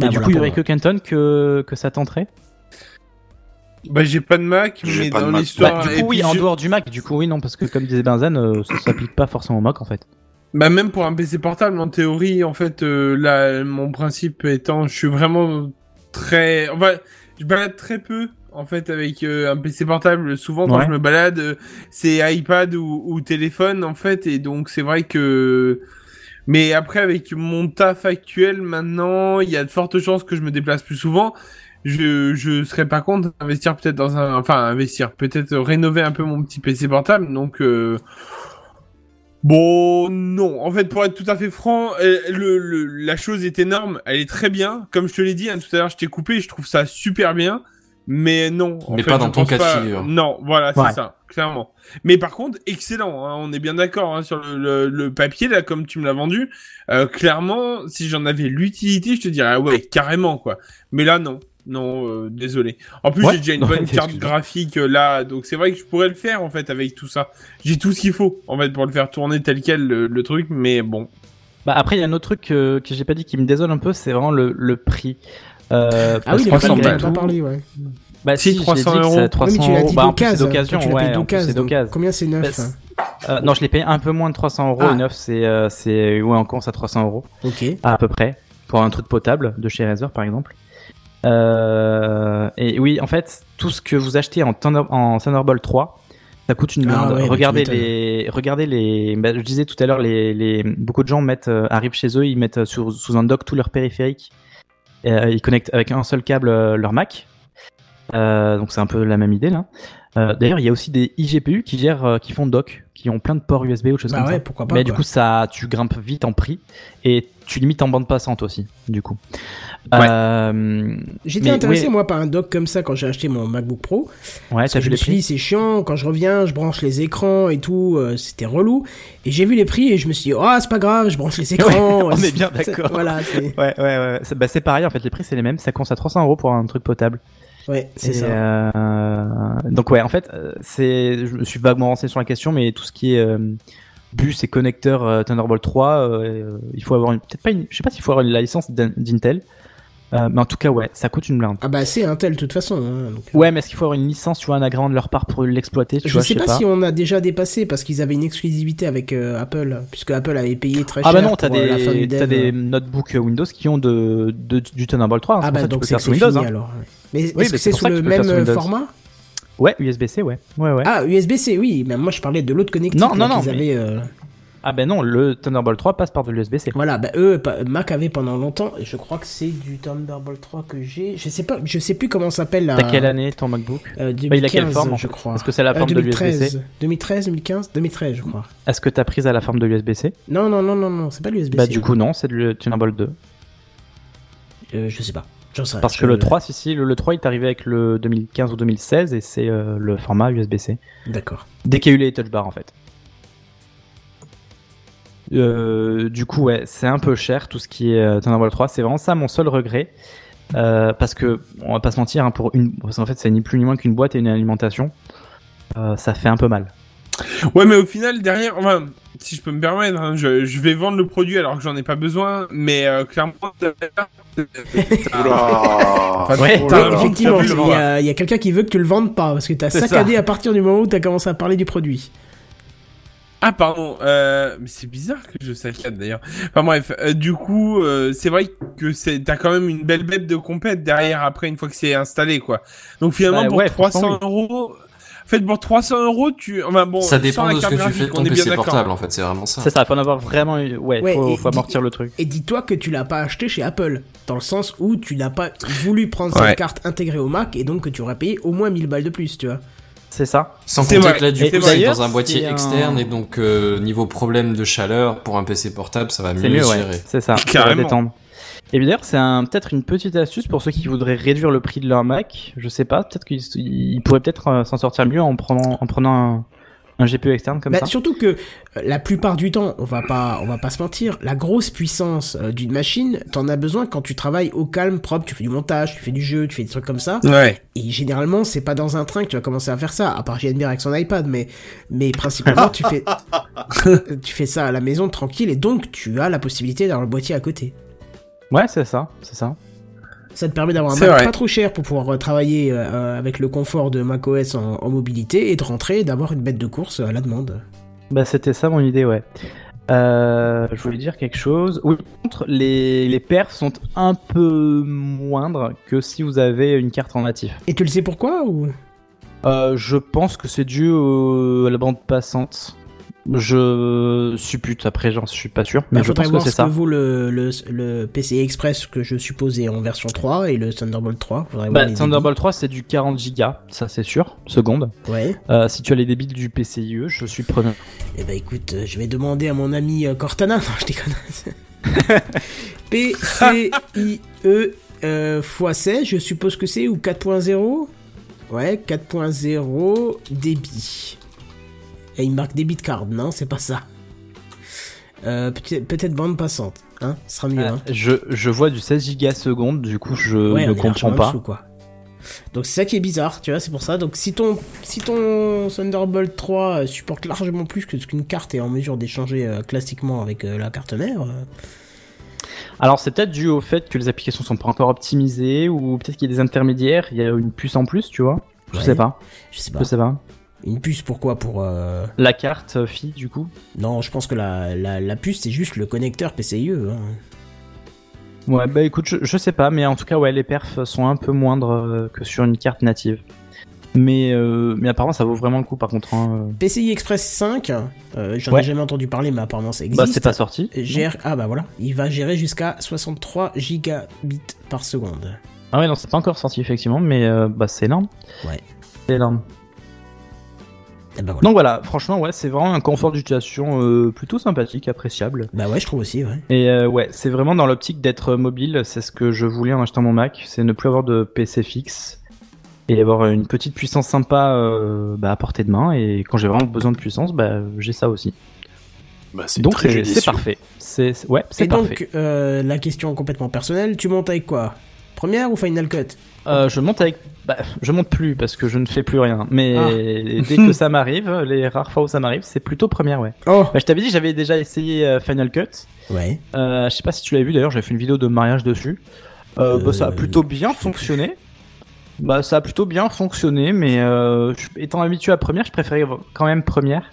Speaker 1: Bah,
Speaker 6: et du
Speaker 1: voilà
Speaker 6: coup il y
Speaker 1: pour
Speaker 6: aurait
Speaker 1: moi.
Speaker 6: que Kenton que que ça tenterait
Speaker 9: Bah, j'ai pas de Mac,
Speaker 3: J'ai
Speaker 9: mais
Speaker 3: pas de
Speaker 9: dans
Speaker 3: Mac.
Speaker 9: l'histoire.
Speaker 6: Bah, du
Speaker 9: et
Speaker 6: coup, oui,
Speaker 9: puis
Speaker 6: en
Speaker 9: je-
Speaker 6: dehors du Mac, du coup, oui, non, parce que comme disait Benzen, euh, ça s'applique pas forcément au Mac en fait.
Speaker 9: Bah même pour un PC portable, en théorie, en fait, euh, là, mon principe étant, je suis vraiment très, enfin, je balade très peu, en fait, avec euh, un PC portable. Souvent, quand
Speaker 6: Ouais.
Speaker 9: je me balade, euh, c'est iPad ou, ou téléphone, en fait, et donc c'est vrai que. Mais après, avec mon taf actuel, maintenant, il y a de fortes chances que je me déplace plus souvent. Je, je serais pas contre d'investir peut-être dans un, enfin, investir, peut-être rénover un peu mon petit PC portable. Donc, euh, Bon, non. En fait, pour être tout à fait franc, euh, le, le- la chose est énorme. Elle est très bien. Comme je te l'ai dit hein, tout à l'heure, je t'ai coupé. Je trouve ça super bien. Mais non. en
Speaker 5: Mais
Speaker 9: fait,
Speaker 5: pas
Speaker 9: je
Speaker 5: dans ton
Speaker 9: pense
Speaker 5: cas de
Speaker 9: pas-
Speaker 5: figure.
Speaker 9: Non, voilà,
Speaker 6: Ouais.
Speaker 9: c'est ça, clairement. Mais par contre, excellent. hein, on est bien d'accord hein, sur le, le- le papier là, comme tu me l'as vendu. Euh, clairement, si j'en avais l'utilité, je te dirais ah ouais, carrément quoi. Mais là, non. Non, euh, désolé. En plus,
Speaker 6: Ouais.
Speaker 9: j'ai déjà une
Speaker 6: Ouais, *laughs*
Speaker 9: bonne carte
Speaker 6: excuse-moi.
Speaker 9: graphique euh, là, donc c'est vrai que je pourrais le faire en fait avec tout ça. J'ai tout ce qu'il faut en fait pour le faire tourner tel quel le, le truc, mais bon.
Speaker 6: Bah après, il y a un autre truc euh, que j'ai pas dit qui me désole un peu, c'est vraiment le, le prix. Euh,
Speaker 1: Ah oui,
Speaker 6: parce
Speaker 1: les
Speaker 6: que
Speaker 1: prix, on
Speaker 6: malgré
Speaker 1: en a pas
Speaker 6: tout-
Speaker 1: parlé, ouais.
Speaker 6: Bah
Speaker 9: Si,
Speaker 6: si, je l'ai
Speaker 9: 300
Speaker 6: dit que
Speaker 9: euros.
Speaker 6: c'est
Speaker 9: Oui, mais
Speaker 6: 300
Speaker 1: oui, mais tu l'as
Speaker 6: euros.
Speaker 1: dit
Speaker 6: Bah en plus, c'est
Speaker 1: d'occasion.
Speaker 6: d'occasion.
Speaker 1: Toi, tu l'as
Speaker 6: Ouais,
Speaker 1: payé
Speaker 6: en plus,
Speaker 1: d'occasion,
Speaker 6: c'est
Speaker 1: donc
Speaker 6: d'occasion.
Speaker 1: Combien c'est hein.
Speaker 6: Bah,
Speaker 1: 9
Speaker 6: c'est- Euh, non, je l'ai payé un peu moins de 300 euros.
Speaker 1: Ah.
Speaker 6: Et neuf, c'est euh, c'est ouais, en con, c'est à 300 euros.
Speaker 1: Ok.
Speaker 6: à peu près pour un truc potable de chez Razer par exemple. Euh, et oui, en fait, tout ce que vous achetez en, Thunder- en Thunderbolt 3, ça coûte une
Speaker 1: Ah
Speaker 6: blinde.
Speaker 1: ouais, bah, tu
Speaker 6: regardez
Speaker 1: m'étonnes.
Speaker 6: les, regardez les. bah, je disais tout à l'heure, les, les- beaucoup de gens mettent, euh, arrivent chez eux, ils mettent euh, sur- sous un dock tous leurs périphériques, et, euh, ils connectent avec un seul câble euh, leur Mac. Euh, donc c'est un peu la même idée là. Euh, D'ailleurs, il y a aussi des iGPU qui gèrent, euh, qui font dock, qui ont plein de ports USB ou choses
Speaker 1: Bah
Speaker 6: comme
Speaker 1: ouais,
Speaker 6: ça.
Speaker 1: pourquoi pas,
Speaker 6: Mais
Speaker 1: quoi.
Speaker 6: du coup, ça, tu grimpes vite en prix et tu limites en bande passante aussi, du coup. Euh,
Speaker 1: J'étais
Speaker 6: mais
Speaker 1: intéressé,
Speaker 6: ouais,
Speaker 1: moi, par un dock comme ça quand j'ai acheté mon MacBook Pro.
Speaker 6: Ouais,
Speaker 1: Parce
Speaker 6: Ah,
Speaker 1: que
Speaker 6: t'as vu
Speaker 1: je me
Speaker 6: les
Speaker 1: suis
Speaker 6: prix
Speaker 1: dit, c'est chiant, quand je reviens, je branche les écrans et tout, euh, c'était relou. Et j'ai vu les prix et je me suis dit, ah, c'est pas grave, je branche
Speaker 6: *laughs*
Speaker 1: les écrans.
Speaker 6: on est bien
Speaker 1: *laughs* C'est-
Speaker 6: d'accord.
Speaker 1: Voilà, c'est.
Speaker 6: Ouais, ouais, ouais. C'est bah, c'est pareil, en fait, les prix, c'est les mêmes. Ça commence à 300 euros pour un truc potable.
Speaker 1: Ouais, c'est
Speaker 6: Et,
Speaker 1: ça.
Speaker 6: euh, donc ouais, en fait, euh, c'est, je me suis vaguement renseigné sur la question, mais tout ce qui est euh, bus et connecteur euh, Thunderbolt 3, euh, il faut avoir une- peut-être pas une, je sais pas s'il faut avoir une licence d'in- d'Intel, Euh, mais en tout cas ouais, ça coûte une blinde.
Speaker 1: Ah bah, c'est Intel, de toute façon. hein, donc.
Speaker 6: Ouais, mais est-ce qu'il faut avoir une licence, tu vois, un agrément de leur part pour l'exploiter, tu
Speaker 1: Je
Speaker 6: vois,
Speaker 1: sais pas, si on a déjà dépassé parce qu'ils avaient une exclusivité avec euh, Apple, puisque Apple avait payé très cher
Speaker 6: Ah bah non, t'as
Speaker 1: pour euh, la fin du
Speaker 6: des,
Speaker 1: dev.
Speaker 6: t'as des notebooks Windows qui ont de, de- du Thunderbolt 3. hein,
Speaker 1: Ah
Speaker 6: c'est pour
Speaker 1: bah
Speaker 6: ça que tu
Speaker 1: donc
Speaker 6: peux
Speaker 1: c'est
Speaker 6: faire
Speaker 1: que
Speaker 6: sous
Speaker 1: c'est
Speaker 6: Windows.
Speaker 1: fini
Speaker 6: hein.
Speaker 1: alors. ouais. Mais
Speaker 6: Oui,
Speaker 1: est-ce
Speaker 6: mais
Speaker 1: que c'est
Speaker 6: pour
Speaker 1: sous
Speaker 6: ça que
Speaker 1: le
Speaker 6: tu peux faire
Speaker 1: même
Speaker 6: sous
Speaker 1: euh,
Speaker 6: Windows.
Speaker 1: format
Speaker 6: hein. Ouais, USB-C, ouais. Ouais, ouais.
Speaker 1: Ah, USB-C, oui, mais moi je parlais de l'autre connectique.
Speaker 6: Non,
Speaker 1: là,
Speaker 6: non, non,
Speaker 1: qu'ils
Speaker 6: mais-
Speaker 1: avaient, euh,
Speaker 6: Ah ben non, le Thunderbolt 3 passe par de l'USB-C.
Speaker 1: Voilà, bah, eux, pa- Mac avait pendant longtemps, et je crois que c'est du Thunderbolt 3 que j'ai. Je sais pas, je sais plus comment ça s'appelle.
Speaker 6: T'as
Speaker 1: la-
Speaker 6: quelle année ton MacBook
Speaker 1: euh,
Speaker 6: Bah, Il a quelle
Speaker 1: 2015,
Speaker 6: forme en
Speaker 1: je
Speaker 6: fait
Speaker 1: crois.
Speaker 6: Est-ce que c'est la
Speaker 1: Euh,
Speaker 6: forme de l'USB-C
Speaker 1: 2013, 2013, 2015, 2013, je crois.
Speaker 6: Est-ce que t'as prise à la forme de l'USB-C
Speaker 1: Non, non, non, non, non, c'est pas l'USB-C.
Speaker 6: Bah du coup non, c'est le Thunderbolt 2.
Speaker 1: Euh, je sais pas. J'en sais rien, Euh,
Speaker 6: Parce
Speaker 1: je-
Speaker 6: que le 3, si, si, le, le 3 il est arrivé avec le 2015 ou 2016 et c'est euh, le format USB-C.
Speaker 1: D'accord.
Speaker 6: Dès qu'il y a eu les touch bars en fait. Euh, du coup, ouais, c'est un peu cher tout ce qui est euh, Thunderbolt 3. C'est vraiment ça mon seul regret. Euh, parce que, on va pas se mentir, hein, pour une... parce qu'en fait, c'est ni plus ni moins qu'une boîte et une alimentation. Euh, ça fait un peu mal.
Speaker 9: Ouais, mais au final, derrière, enfin, si je peux me permettre, hein, je, je vais vendre le produit alors que j'en ai pas besoin, mais euh, clairement.
Speaker 3: Oula.
Speaker 6: Ouais.
Speaker 9: Putain,
Speaker 1: Oui,
Speaker 9: alors,
Speaker 1: effectivement,
Speaker 9: Oh t'as vu
Speaker 1: il
Speaker 9: le
Speaker 1: y a, il y a quelqu'un qui veut que tu le vendes pas parce que t'as
Speaker 6: C'est
Speaker 1: saccadé à partir du moment où t'as commencé à parler du produit.
Speaker 9: Ah pardon, euh, mais c'est bizarre que je saccade d'ailleurs. Enfin bref, euh, du coup, euh, c'est vrai que c'est t'as quand même une belle bête de compète derrière après une fois que c'est installé quoi. Donc finalement
Speaker 6: Bah
Speaker 9: pour
Speaker 6: ouais,
Speaker 9: 300
Speaker 6: franchement,
Speaker 9: euros, en fait pour 300 euros tu, enfin bon,
Speaker 5: ça
Speaker 9: sans
Speaker 5: dépend
Speaker 9: la
Speaker 5: de ce
Speaker 9: carte
Speaker 5: que tu
Speaker 9: graphique,
Speaker 5: fais de ton
Speaker 9: on est bien
Speaker 5: PC
Speaker 9: d'accord.
Speaker 5: portable en fait, c'est vraiment ça.
Speaker 6: C'est ça, faut en avoir vraiment. eu- Ouais,
Speaker 1: Ouais,
Speaker 6: faut,
Speaker 1: et-
Speaker 6: faut amortir le truc.
Speaker 1: Et dis-toi que tu l'as pas acheté chez Apple, dans le sens où tu n'as pas voulu prendre
Speaker 9: Ouais.
Speaker 1: cette carte intégrée au Mac et donc que tu aurais payé au moins 1000 balles de plus, tu vois.
Speaker 6: C'est ça.
Speaker 5: Sans
Speaker 9: C'est
Speaker 5: compter
Speaker 9: vrai.
Speaker 5: que là,
Speaker 6: Et
Speaker 5: du coup, c'est
Speaker 6: d'ailleurs,
Speaker 5: dans un boîtier
Speaker 6: c'est un-
Speaker 5: externe et donc euh, niveau problème de chaleur pour un PC portable, ça va
Speaker 6: C'est
Speaker 5: mieux,
Speaker 6: mieux, ouais.
Speaker 5: gérer.
Speaker 6: C'est ça. ça va
Speaker 9: Carrément.
Speaker 6: détendre. Et puis d'ailleurs, c'est un- peut-être une petite astuce pour ceux qui voudraient réduire le prix de leur Mac. Je sais pas, peut-être qu'ils ils pourraient peut-être euh, s'en sortir mieux en prenant, en prenant un, un GPU externe comme
Speaker 1: Bah,
Speaker 6: ça.
Speaker 1: surtout que euh, la plupart du temps, on va pas, on va pas se mentir, la grosse puissance euh, d'une machine, t'en as besoin quand tu travailles au calme, propre, tu fais du montage, tu fais du jeu, tu fais des trucs comme ça.
Speaker 9: hein. Ouais.
Speaker 1: Et généralement, c'est pas dans un train que tu vas commencer à faire ça, à part JNB avec son iPad, mais, mais principalement, tu fais, tu fais ça à la maison tranquille et donc tu as la possibilité d'avoir le boîtier à côté.
Speaker 6: Ouais, c'est ça, c'est ça.
Speaker 1: Ça te permet d'avoir un
Speaker 9: C'est
Speaker 1: Mac
Speaker 9: vrai.
Speaker 1: pas trop cher pour pouvoir euh, travailler euh, avec le confort de macOS en, en mobilité et de rentrer et d'avoir une bête de course à la demande.
Speaker 6: Bah, c'était ça mon idée, ouais. Euh, je voulais dire quelque chose. Oui, par contre, les, les perfs sont un peu moindres que si vous avez une carte en natif.
Speaker 1: Et tu le sais pourquoi ou
Speaker 6: Euh, je pense que c'est dû au- à la bande passante. Je suppute, après, j'en suis pas sûr, mais
Speaker 1: Bah,
Speaker 6: je
Speaker 1: faudrait
Speaker 6: pense que
Speaker 1: voir
Speaker 6: c'est
Speaker 1: ce
Speaker 6: ça.
Speaker 1: que vaut le, le, le PCI Express que je suppose est en version 3 et le Thunderbolt 3. Faudrait voir
Speaker 6: Bah,
Speaker 1: les
Speaker 6: Thunderbolt 3, c'est du 40 gigas, ça c'est sûr, seconde.
Speaker 1: débits. Ouais.
Speaker 6: Euh, si tu as les débits du PCIe, E, je suis preneur.
Speaker 1: Eh bah écoute, euh, je vais demander à mon ami euh, Cortana. *laughs* Non, je
Speaker 6: *laughs*
Speaker 1: déconne. PCIe euh, x16, je suppose que c'est, ou 4.0 Ouais, 4.0 débit. Et il marque débit de card, non, c'est pas ça. Euh, peut-être peut-être bande passante, hein, ce sera mieux. hein.
Speaker 6: Je, je vois du 16 gigas seconde, du coup Euh, je
Speaker 1: Ouais,
Speaker 6: ne
Speaker 1: on est largement
Speaker 6: comprends
Speaker 1: en
Speaker 6: pas.
Speaker 1: dessous, quoi. Donc c'est ça qui est bizarre, tu vois, c'est pour ça. Donc si ton, si ton Thunderbolt 3 euh, supporte largement plus que ce qu'une carte est en mesure d'échanger euh, classiquement avec euh, la carte mère, euh,
Speaker 6: Alors c'est peut-être dû au fait que les applications sont pas encore optimisées, ou peut-être qu'il y a des intermédiaires, il y a une puce en plus, tu vois. Je
Speaker 1: Ouais. Bah.
Speaker 6: sais pas,
Speaker 1: je sais pas.
Speaker 6: je sais pas.
Speaker 1: Une puce pourquoi Pour... euh,
Speaker 6: La carte euh, fille, du coup.
Speaker 1: Non, je pense que la, la, la puce, c'est juste le connecteur PCIe. hein.
Speaker 6: Ouais, bah écoute, je, je sais pas, mais en tout cas, ouais, les perfs sont un peu moindres euh, que sur une carte native. Mais, euh, mais apparemment, ça vaut vraiment le coup par contre. hein.
Speaker 1: PCI E Express 5, euh, j'en
Speaker 6: Ouais.
Speaker 1: ai jamais entendu parler, mais apparemment ça existe.
Speaker 6: Bah, c'est pas sorti.
Speaker 1: Gère... Ah bah voilà, il va gérer jusqu'à 63 gigabits par seconde.
Speaker 6: Ah ouais, non, c'est pas encore sorti, effectivement, mais euh, bah, c'est énorme.
Speaker 1: Ouais.
Speaker 6: C'est énorme.
Speaker 1: Ah, bah,
Speaker 6: Donc voilà, franchement, ouais, c'est vraiment un confort d'utilisation euh, plutôt sympathique, appréciable.
Speaker 1: Bah ouais, je trouve aussi, ouais.
Speaker 6: Et euh, ouais, c'est vraiment dans l'optique d'être mobile, c'est ce que je voulais en achetant mon Mac, c'est ne plus avoir de PC fixe et avoir une petite puissance sympa euh, bah, à portée de main. Et quand j'ai vraiment besoin de puissance, bah, j'ai ça aussi.
Speaker 4: Bah, c'est
Speaker 6: Donc
Speaker 4: très
Speaker 6: c'est
Speaker 4: judicieux.
Speaker 6: c'est parfait. C'est c'est- ouais,
Speaker 1: Et
Speaker 6: c'est parfait.
Speaker 1: donc, euh, la question complètement personnelle, tu montes avec quoi Première ou Final Cut
Speaker 6: Euh, je monte avec. Bah, je monte plus parce que je ne fais plus rien. Mais
Speaker 1: Ah.
Speaker 6: *laughs* dès que ça m'arrive, les rares fois où ça m'arrive, c'est plutôt première, ouais.
Speaker 1: Oh
Speaker 6: Bah, je t'avais dit, j'avais déjà essayé euh, Final Cut.
Speaker 1: Ouais.
Speaker 6: Euh, je sais pas si tu l'as vu d'ailleurs, j'avais fait une vidéo de mariage dessus. Euh, bah, ça a
Speaker 1: Euh,
Speaker 6: plutôt bien fonctionné. Bah, ça a plutôt bien fonctionné, mais euh, je- étant habitué à première, je préférais quand même première.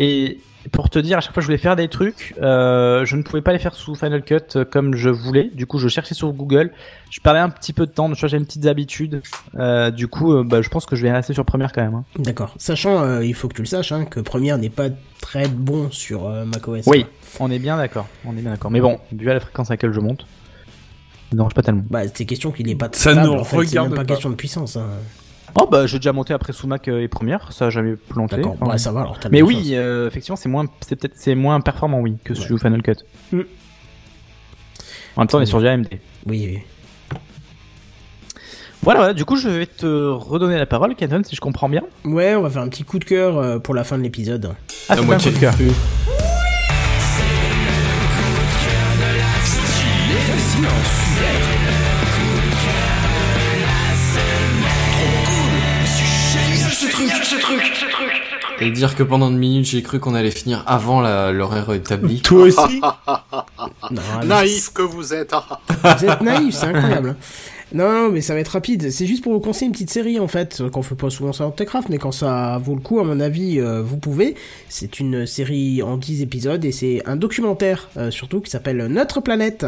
Speaker 6: Et pour te dire, à chaque fois que je voulais faire des trucs, euh, je ne pouvais pas les faire sous Final Cut euh, comme je voulais. Du coup, je cherchais sur Google. Je perdais un petit peu de temps, de changer mes petites habitudes. Euh, du coup, euh, bah, je pense que je vais rester sur première quand même. hein.
Speaker 1: D'accord. Sachant, euh, il faut que tu le saches, hein, que Première n'est pas très bon sur euh, macOS.
Speaker 6: Oui, on est bien d'accord. On est bien d'accord. Mais bon, vu à la fréquence à laquelle je monte, non, pas tellement.
Speaker 1: Bah, c'est question qu'il n'est pas
Speaker 9: Ça
Speaker 1: traitable,
Speaker 9: nous
Speaker 1: en fait, C'est même
Speaker 9: regarde
Speaker 1: pas,
Speaker 9: pas.
Speaker 1: question de puissance. hein.
Speaker 6: Oh bah j'ai déjà monté après sous Mac euh, et première, ça a jamais planté.
Speaker 1: D'accord.
Speaker 6: Enfin,
Speaker 1: Ouais, ça va alors. t'as
Speaker 6: mais
Speaker 1: bien
Speaker 6: oui, euh, effectivement c'est moins, c'est peut-être c'est moins performant oui que sur Final Cut.
Speaker 1: Mm.
Speaker 6: En même temps on est sur du AMD.
Speaker 1: fait. Oui, oui.
Speaker 6: Voilà, voilà, du coup je vais te redonner la parole, Canton, si je comprends bien.
Speaker 1: Ouais, on va faire un petit coup de cœur euh, pour la fin de l'épisode.
Speaker 6: Ah c'est
Speaker 5: moi
Speaker 6: pas un
Speaker 5: qui
Speaker 6: coup de cœur.
Speaker 5: Et dire que pendant une minute, j'ai cru qu'on allait finir avant la- l'horaire établi.
Speaker 9: Toi aussi
Speaker 1: Non,
Speaker 4: Naïf que vous êtes.
Speaker 3: Ah,
Speaker 1: Vous êtes naïf, c'est incroyable. hein. Non, non, mais ça va être rapide. C'est juste pour vous conseiller une petite série, en fait, euh, qu'on fait pas souvent ça en Techcraft, mais quand ça vaut le coup, à mon avis, euh, vous pouvez. C'est une série en 10 épisodes et c'est un documentaire, euh, surtout, qui s'appelle Notre planète.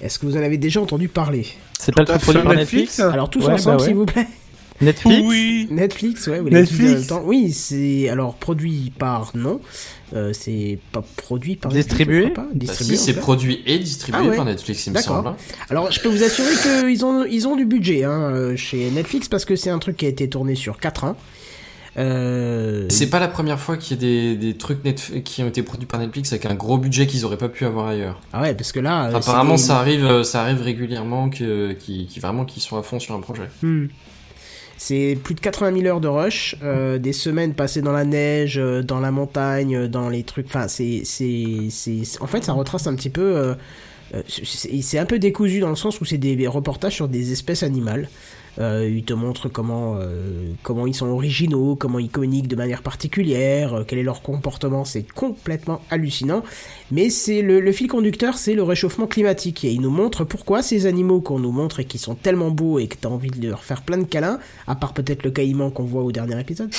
Speaker 1: Est-ce que vous en avez déjà entendu parler
Speaker 6: C'est pas le
Speaker 4: Tout à
Speaker 6: truc produit
Speaker 9: fait.
Speaker 6: par
Speaker 9: Netflix
Speaker 6: Netflix.
Speaker 1: Alors, tous
Speaker 6: Ouais,
Speaker 1: ensemble,
Speaker 6: bah ouais.
Speaker 1: s'il vous plaît. *laughs*
Speaker 6: Netflix.
Speaker 9: Oui
Speaker 1: Netflix, ouais, vous l'avez tous dit en
Speaker 9: Netflix.
Speaker 1: même temps. Oui, c'est alors produit par non, euh, c'est pas produit par Netflix, je
Speaker 6: Distribué
Speaker 1: crois pas.
Speaker 5: Bah
Speaker 1: distribué.
Speaker 5: si, c'est
Speaker 1: en fait.
Speaker 5: produit et distribué
Speaker 1: Ah ouais.
Speaker 5: par Netflix, il me
Speaker 1: D'accord.
Speaker 5: semble. hein.
Speaker 1: Alors, je peux vous assurer qu'ils ont, ils ont du budget hein, euh, chez Netflix parce que c'est un truc qui a été tourné sur 4 ans. Euh,
Speaker 5: C'est pas la première fois qu'il y a des, des trucs Netf- qui ont été produits par Netflix avec un gros budget qu'ils auraient pas pu avoir ailleurs.
Speaker 1: Ah ouais, parce que là. euh,
Speaker 5: Enfin, apparemment,
Speaker 1: c'est
Speaker 5: ça arrive, euh, ça arrive régulièrement que, qui, qui vraiment qu'ils sont à fond sur un projet.
Speaker 1: Hmm. C'est plus de 80 000 heures de rush, euh, des semaines passées dans la neige, euh, dans la montagne, euh, dans les trucs. Enfin, c'est, c'est, c'est, c'est- en fait, ça retrace un petit peu. euh, euh, c'est c'est un peu décousu dans le sens où c'est des des reportages sur des espèces animales. Euh, ils te montrent comment euh, comment ils sont originaux, comment ils communiquent de manière particulière, euh, quel est leur comportement. C'est complètement hallucinant. Mais c'est le, le fil conducteur, c'est le réchauffement climatique. Et il nous montre pourquoi ces animaux qu'on nous montre et qui sont tellement beaux et que t'as envie de leur faire plein de câlins, à part peut-être le caïman qu'on voit au dernier épisode,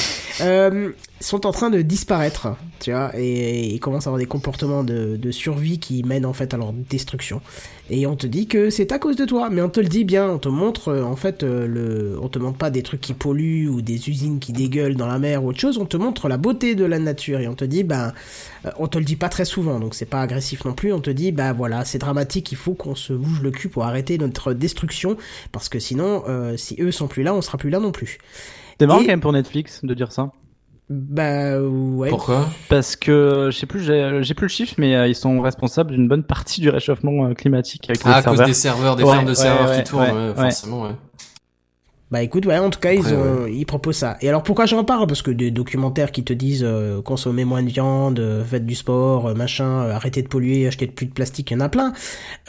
Speaker 1: euh, sont en train de disparaître, tu vois, et ils commencent à avoir des comportements de, de survie qui mènent en fait à leur destruction. Et on te dit que c'est à cause de toi, mais on te le dit bien, on te montre euh, en fait euh, le, on te montre pas des trucs qui polluent ou des usines qui dégueulent dans la mer ou autre chose, on te montre la beauté de la nature et on te dit ben euh, on te le dit pas très souvent, donc c'est pas agressif non plus. On te dit, bah voilà, c'est dramatique, il faut qu'on se bouge le cul pour arrêter notre destruction, parce que sinon, euh, si eux sont plus là, on sera plus là non plus.
Speaker 6: C'est marrant
Speaker 1: Et-
Speaker 6: quand même pour Netflix de dire ça.
Speaker 1: Bah ouais.
Speaker 5: Pourquoi
Speaker 6: Parce que je sais plus, j'ai j'ai plus le chiffre, mais euh, ils sont responsables d'une bonne partie du réchauffement euh, climatique avec les
Speaker 5: Ah, à cause
Speaker 6: serveurs.
Speaker 5: des serveurs, des
Speaker 6: Ouais,
Speaker 5: fermes de
Speaker 6: ouais,
Speaker 5: serveurs
Speaker 6: ouais,
Speaker 5: qui tournent,
Speaker 6: ouais,
Speaker 5: ouais,
Speaker 6: ouais.
Speaker 5: forcément, ouais.
Speaker 1: Bah écoute, ouais, en tout cas,
Speaker 5: Après,
Speaker 1: ils, ont, ils proposent ça. Et alors pourquoi j'en parle Parce que des documentaires qui te disent euh, consommez moins de viande, euh, faites du sport, euh, machin, euh, arrêtez de polluer, achetez de plus de plastique, il y en a plein.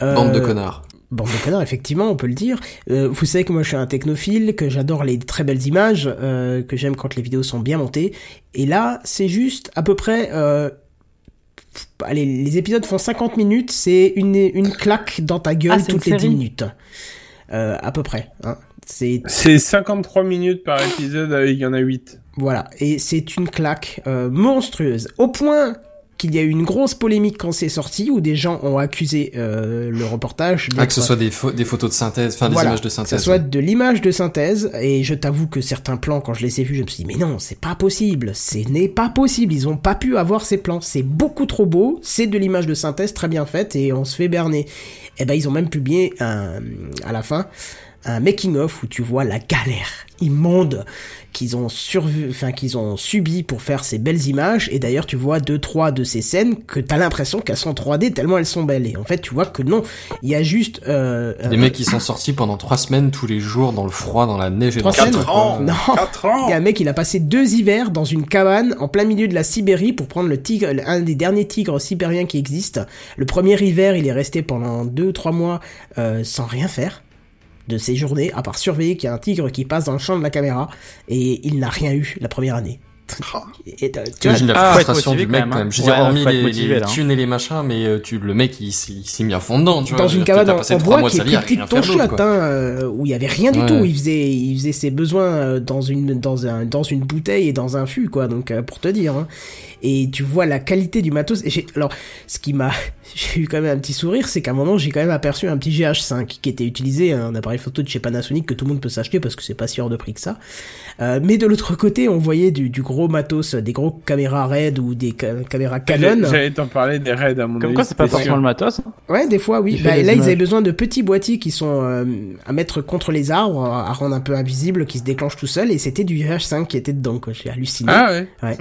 Speaker 1: Euh,
Speaker 5: Bande de connards.
Speaker 1: Bande de connards, effectivement, on peut le dire. Euh, vous savez que moi je suis un technophile, que j'adore les très belles images, euh, que j'aime quand les vidéos sont bien montées. Et là, c'est juste à peu près... euh, pff, allez, les épisodes font 50 minutes, c'est une, une claque dans ta gueule
Speaker 6: Ah, c'est une
Speaker 1: toutes les 10
Speaker 6: série
Speaker 1: minutes. Euh, à peu près. Hein. C'est
Speaker 9: C'est 53 minutes par épisode, euh, il y en a 8.
Speaker 1: voilà, et c'est une claque euh, monstrueuse, au point qu'il y a eu une grosse polémique quand c'est sorti, où des gens ont accusé euh, le reportage
Speaker 5: Ah, que ce
Speaker 1: d'être-
Speaker 5: soit des, pho- des photos de synthèse, enfin des
Speaker 1: Voilà,
Speaker 5: images de
Speaker 1: que ce
Speaker 5: synthèse.
Speaker 1: soit
Speaker 5: ouais.
Speaker 1: de l'image de synthèse, et je t'avoue que certains plans, quand je les ai vus, je me suis dit, mais non, c'est pas possible, ce n'est pas possible, ils ont pas pu avoir ces plans, c'est beaucoup trop beau, c'est de l'image de Eh synthèse très bien faite, et on se fait berner. Et ben, ils ont même publié un, à la fin, un making-of où tu vois la galère immonde qu'ils ont survu, enfin, qu'ils ont subi pour faire ces belles images. Et d'ailleurs, tu vois deux, trois de ces scènes que t'as l'impression qu'elles sont 3D tellement elles sont belles. Et en fait, tu vois que non, il y a juste, euh,
Speaker 5: Les mecs, qui sont sortis pendant trois semaines tous les jours dans le froid, dans la neige et dans
Speaker 1: Trois
Speaker 5: le
Speaker 1: semaines.
Speaker 5: truc, quoi.
Speaker 1: *laughs* Non. Il y a un mec, il a passé deux hivers dans une cabane en plein milieu de la Sibérie pour prendre le tigre, un des derniers tigres sibériens qui existent. Le premier hiver, il est resté pendant deux, trois mois euh, sans rien faire de ses journées, à part surveiller qu'il y a un tigre qui passe dans le champ de la caméra, et il n'a rien eu la première année. Et, euh, tu vois,
Speaker 5: T'imagines la
Speaker 6: Ah, faut être
Speaker 5: frustration
Speaker 6: motivé
Speaker 5: du mec
Speaker 6: quand
Speaker 5: quand
Speaker 6: même,
Speaker 5: même.
Speaker 6: hein.
Speaker 5: Je veux
Speaker 6: Ouais,
Speaker 5: dire, hormis
Speaker 6: faut être
Speaker 5: les,
Speaker 6: motivé,
Speaker 5: les
Speaker 6: là, hein.
Speaker 5: thunes et les machins, mais euh, tu, le mec il, s'est- il s'est mis à fond dedans. Tu vois,
Speaker 1: dans
Speaker 5: Je veux
Speaker 1: une
Speaker 5: dire,
Speaker 1: cabane
Speaker 5: t'as
Speaker 1: en,
Speaker 5: passé
Speaker 1: en
Speaker 5: trois
Speaker 1: bois
Speaker 5: mois
Speaker 1: qui est
Speaker 5: sali
Speaker 1: plus
Speaker 5: à
Speaker 1: petite
Speaker 5: rien
Speaker 1: que ton
Speaker 5: faire d'autre,
Speaker 1: chiotte,
Speaker 5: quoi.
Speaker 1: hein, euh, où il y avait rien du
Speaker 5: Ouais.
Speaker 1: tout. Il faisait, il faisait ses besoins euh, dans une, dans un, dans une bouteille et dans un fût, quoi. Donc euh, pour te dire. hein. Et tu vois la qualité du matos. Et j'ai- alors, ce qui m'a, *laughs* j'ai eu quand même un petit sourire, c'est qu'à un moment j'ai quand même aperçu un petit GH5 qui était utilisé, un appareil photo de chez Panasonic que tout le monde peut s'acheter parce que c'est pas si hors de prix que ça. Euh, mais de l'autre côté, on voyait du, du gros matos, des gros caméras RED ou des ca- caméras Canon.
Speaker 9: J'allais t'en parler des raids à mon
Speaker 6: Comme
Speaker 9: avis,
Speaker 6: quoi, c'est pas
Speaker 9: c'était
Speaker 6: forcément
Speaker 9: sûr.
Speaker 6: le matos. hein.
Speaker 1: Ouais, des fois, oui.
Speaker 6: Il fait
Speaker 1: Bah,
Speaker 6: des
Speaker 1: là, ils
Speaker 6: images.
Speaker 1: avaient besoin de petits boîtiers qui sont euh, à mettre contre les arbres, à rendre un peu invisible, qui se déclenchent tout seul, et c'était du VH5 qui était dedans, quoi. J'ai halluciné.
Speaker 9: Ah ouais.
Speaker 1: Ouais.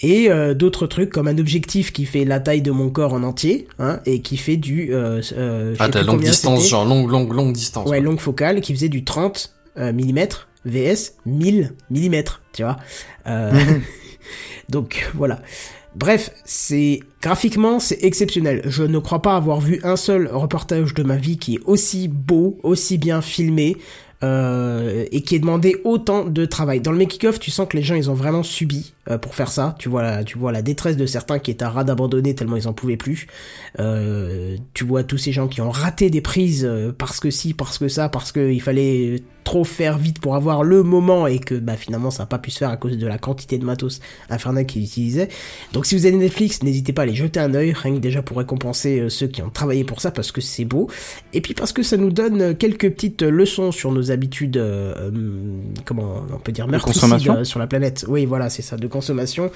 Speaker 1: Et euh, d'autres trucs comme un objectif qui fait la taille de mon corps en entier, hein, et qui fait du. Euh, euh, je
Speaker 5: Ah,
Speaker 1: sais
Speaker 5: t'as
Speaker 1: plus
Speaker 5: longue
Speaker 1: combien
Speaker 5: distance,
Speaker 1: c'était.
Speaker 5: genre longue, longue, longue distance.
Speaker 1: Ouais,
Speaker 5: quoi.
Speaker 1: longue focale, qui faisait du 30 mm VS 1000 mm, tu vois. Euh, *laughs* donc voilà. Bref, c'est graphiquement c'est exceptionnel. Je ne crois pas avoir vu un seul reportage de ma vie qui est aussi beau, aussi bien filmé euh, et qui ait demandé autant de travail. Dans le making of, tu sens que les gens ils ont vraiment subi euh, pour faire ça. Tu vois, la, tu vois la détresse de certains qui étaient à ras d'abandonner tellement ils en pouvaient plus. Euh, tu vois tous ces gens qui ont raté des prises euh, parce que si, parce que ça, parce que il fallait euh, trop faire vite pour avoir le moment et que bah, finalement ça n'a pas pu se faire à cause de la quantité de matos infernal qu'ils utilisaient. Donc si vous avez Netflix, n'hésitez pas à aller jeter un œil, rien que déjà pour récompenser euh, ceux qui ont travaillé pour ça parce que c'est beau et puis parce que ça nous donne euh, quelques petites euh, leçons sur nos habitudes, euh, euh, comment on peut dire, meurtricides
Speaker 6: consommation
Speaker 1: euh, sur la planète. Oui, voilà, c'est ça, de consommation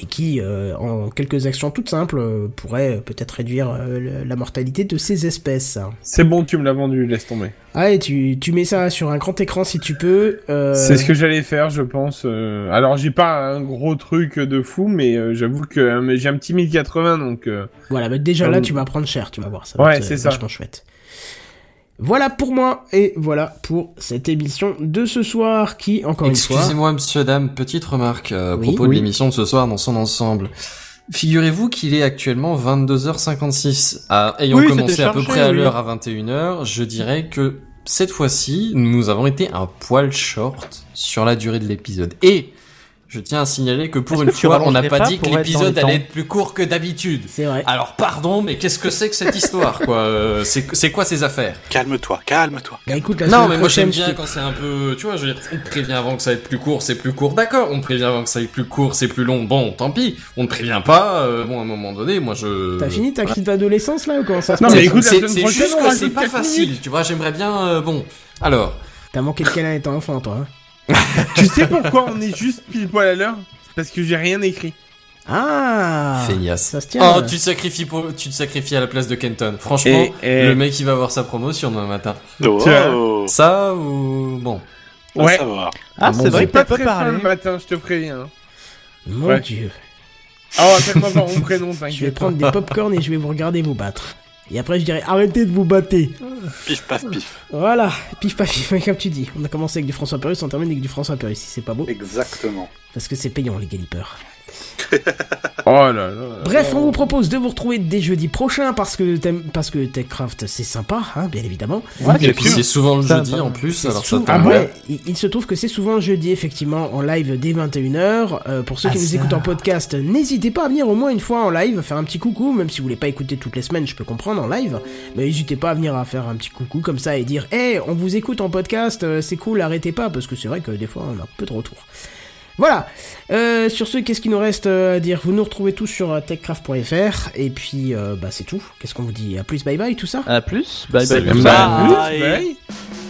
Speaker 1: et qui, euh, en quelques actions toutes simples, euh, pourrait euh, peut-être réduire euh, le- la mortalité de ces espèces.
Speaker 9: C'est bon, tu me l'as vendu, laisse tomber.
Speaker 1: Ah, et tu, tu mets ça sur un grand écran si tu peux. euh,
Speaker 9: C'est ce que j'allais faire, je pense. euh, Alors, j'ai pas un gros truc de fou, mais euh, j'avoue que euh, mais j'ai un petit 1080, donc... euh,
Speaker 1: Voilà, mais déjà là,
Speaker 9: Comme-
Speaker 1: tu vas prendre cher, tu vas voir. Ça va
Speaker 9: Ouais,
Speaker 1: être, euh,
Speaker 9: c'est ça.
Speaker 1: vachement chouette. Voilà pour moi, et voilà pour cette émission de ce soir qui, encore une fois...
Speaker 5: Excusez-moi, monsieur, dame, petite remarque euh, à
Speaker 1: Oui.
Speaker 5: propos
Speaker 1: Oui.
Speaker 5: de l'émission de ce soir dans son ensemble. Figurez-vous qu'il est actuellement 22h56. À- Ah, ayant
Speaker 6: Oui,
Speaker 5: commencé
Speaker 6: c'était
Speaker 5: à peu
Speaker 6: chargé,
Speaker 5: près à
Speaker 6: oui.
Speaker 5: l'heure à 21h, je dirais que cette fois-ci, nous avons été un poil short sur la durée de l'épisode. Et je tiens à signaler que pour
Speaker 6: Est-ce
Speaker 5: une
Speaker 6: que tu
Speaker 5: fois, on n'a
Speaker 6: rallongerais
Speaker 5: pas
Speaker 6: pas
Speaker 5: dit que
Speaker 6: pour être dans
Speaker 5: l'épisode
Speaker 6: les temps
Speaker 5: allait être plus court que d'habitude.
Speaker 1: C'est vrai.
Speaker 5: Alors pardon, mais qu'est-ce que c'est que cette histoire quoi Euh, C'est c'est quoi ces affaires
Speaker 4: Calme-toi, calme-toi.
Speaker 1: Bah écoute, la
Speaker 5: non,
Speaker 1: semaine
Speaker 5: mais moi
Speaker 1: prochaine,
Speaker 5: j'aime
Speaker 1: je
Speaker 5: bien
Speaker 1: te-
Speaker 5: quand c'est un peu. Tu vois, je veux dire, on te prévient avant que ça aille plus court, c'est plus court, d'accord. On te prévient avant que ça aille plus court, c'est plus long, bon, tant pis. On ne prévient pas, euh, bon, à un moment donné, moi je.
Speaker 1: T'as fini ta crise d'adolescence, là, ou comment ça se
Speaker 9: Non,
Speaker 1: passe
Speaker 9: mais écoute, la
Speaker 5: C'est
Speaker 9: semaine
Speaker 5: c'est
Speaker 9: prochaine,
Speaker 5: juste
Speaker 9: on
Speaker 5: que
Speaker 9: rajoute
Speaker 5: c'est pas
Speaker 9: quatre
Speaker 5: facile,
Speaker 9: minutes.
Speaker 5: tu vois, j'aimerais bien. euh, bon, alors.
Speaker 1: T'as manqué de câlin étant enfant, toi. hein.
Speaker 9: *laughs* tu sais pourquoi on est juste pile poil à l'heure Parce que j'ai rien écrit.
Speaker 1: Ah
Speaker 5: Feignasse.
Speaker 1: Ça se tient.
Speaker 5: Oh,
Speaker 1: là.
Speaker 5: tu te, sacrifies pour- tu te sacrifies à la place de Kenton. Franchement,
Speaker 9: Et- et-
Speaker 5: le mec il va avoir sa promotion demain matin.
Speaker 4: Oh,
Speaker 5: Ça ou. Bon.
Speaker 4: à
Speaker 9: Ouais.
Speaker 4: savoir.
Speaker 6: Ah, c'est vrai
Speaker 9: J'ai
Speaker 6: que t'as
Speaker 9: pas
Speaker 6: pas
Speaker 9: très faim le
Speaker 6: parlé.
Speaker 9: matin, je te préviens. hein.
Speaker 1: Mon
Speaker 9: Ouais.
Speaker 1: dieu.
Speaker 9: Alors, appelle-moi par mon prénom,
Speaker 1: Je vais
Speaker 9: t'inquiète.
Speaker 1: prendre des popcorn et je vais vous regarder vous battre. Et après, je dirais, arrêtez de vous battre.
Speaker 4: Pif paf pif.
Speaker 1: Voilà. Pif paf pif, ouais, comme tu dis. On a commencé avec du François Perus, on termine avec du François Perus, si c'est pas beau.
Speaker 4: Exactement.
Speaker 1: Parce que c'est payant, les galipeurs.
Speaker 9: Oh là là.
Speaker 1: Bref, on vous propose de vous retrouver dès jeudi prochain parce que t'aimes- parce que TechCraft c'est sympa, hein, bien évidemment.
Speaker 5: Et puis c'est souvent le
Speaker 6: Ah, Ça,
Speaker 5: jeudi
Speaker 6: ça,
Speaker 5: en plus,
Speaker 1: C'est
Speaker 5: alors ça
Speaker 1: souvent-
Speaker 9: Ah,
Speaker 5: tombe
Speaker 1: ouais,
Speaker 5: bien.
Speaker 1: il, il se trouve que c'est souvent le jeudi effectivement en live dès 21h. Euh, pour ceux qui
Speaker 6: Ah,
Speaker 1: nous
Speaker 6: ça.
Speaker 1: écoutent en podcast, n'hésitez pas à venir au moins une fois en live faire un petit coucou, même si vous voulez pas écouter toutes les semaines, je peux comprendre en live, mais n'hésitez pas à venir à faire un petit coucou comme ça et dire "Hey, on vous écoute en podcast, euh, c'est cool, arrêtez pas" parce que c'est vrai que des fois on a peu de retour. Voilà. Euh, sur ce, qu'est-ce qu'il nous reste euh, à dire Vous nous retrouvez tous sur euh, techcraft.fr et puis euh, bah c'est tout. Qu'est-ce qu'on vous dit À plus, bye bye, tout ça.
Speaker 6: À plus. Bye bye.
Speaker 5: Salut.
Speaker 9: Bah, oui, bah oui.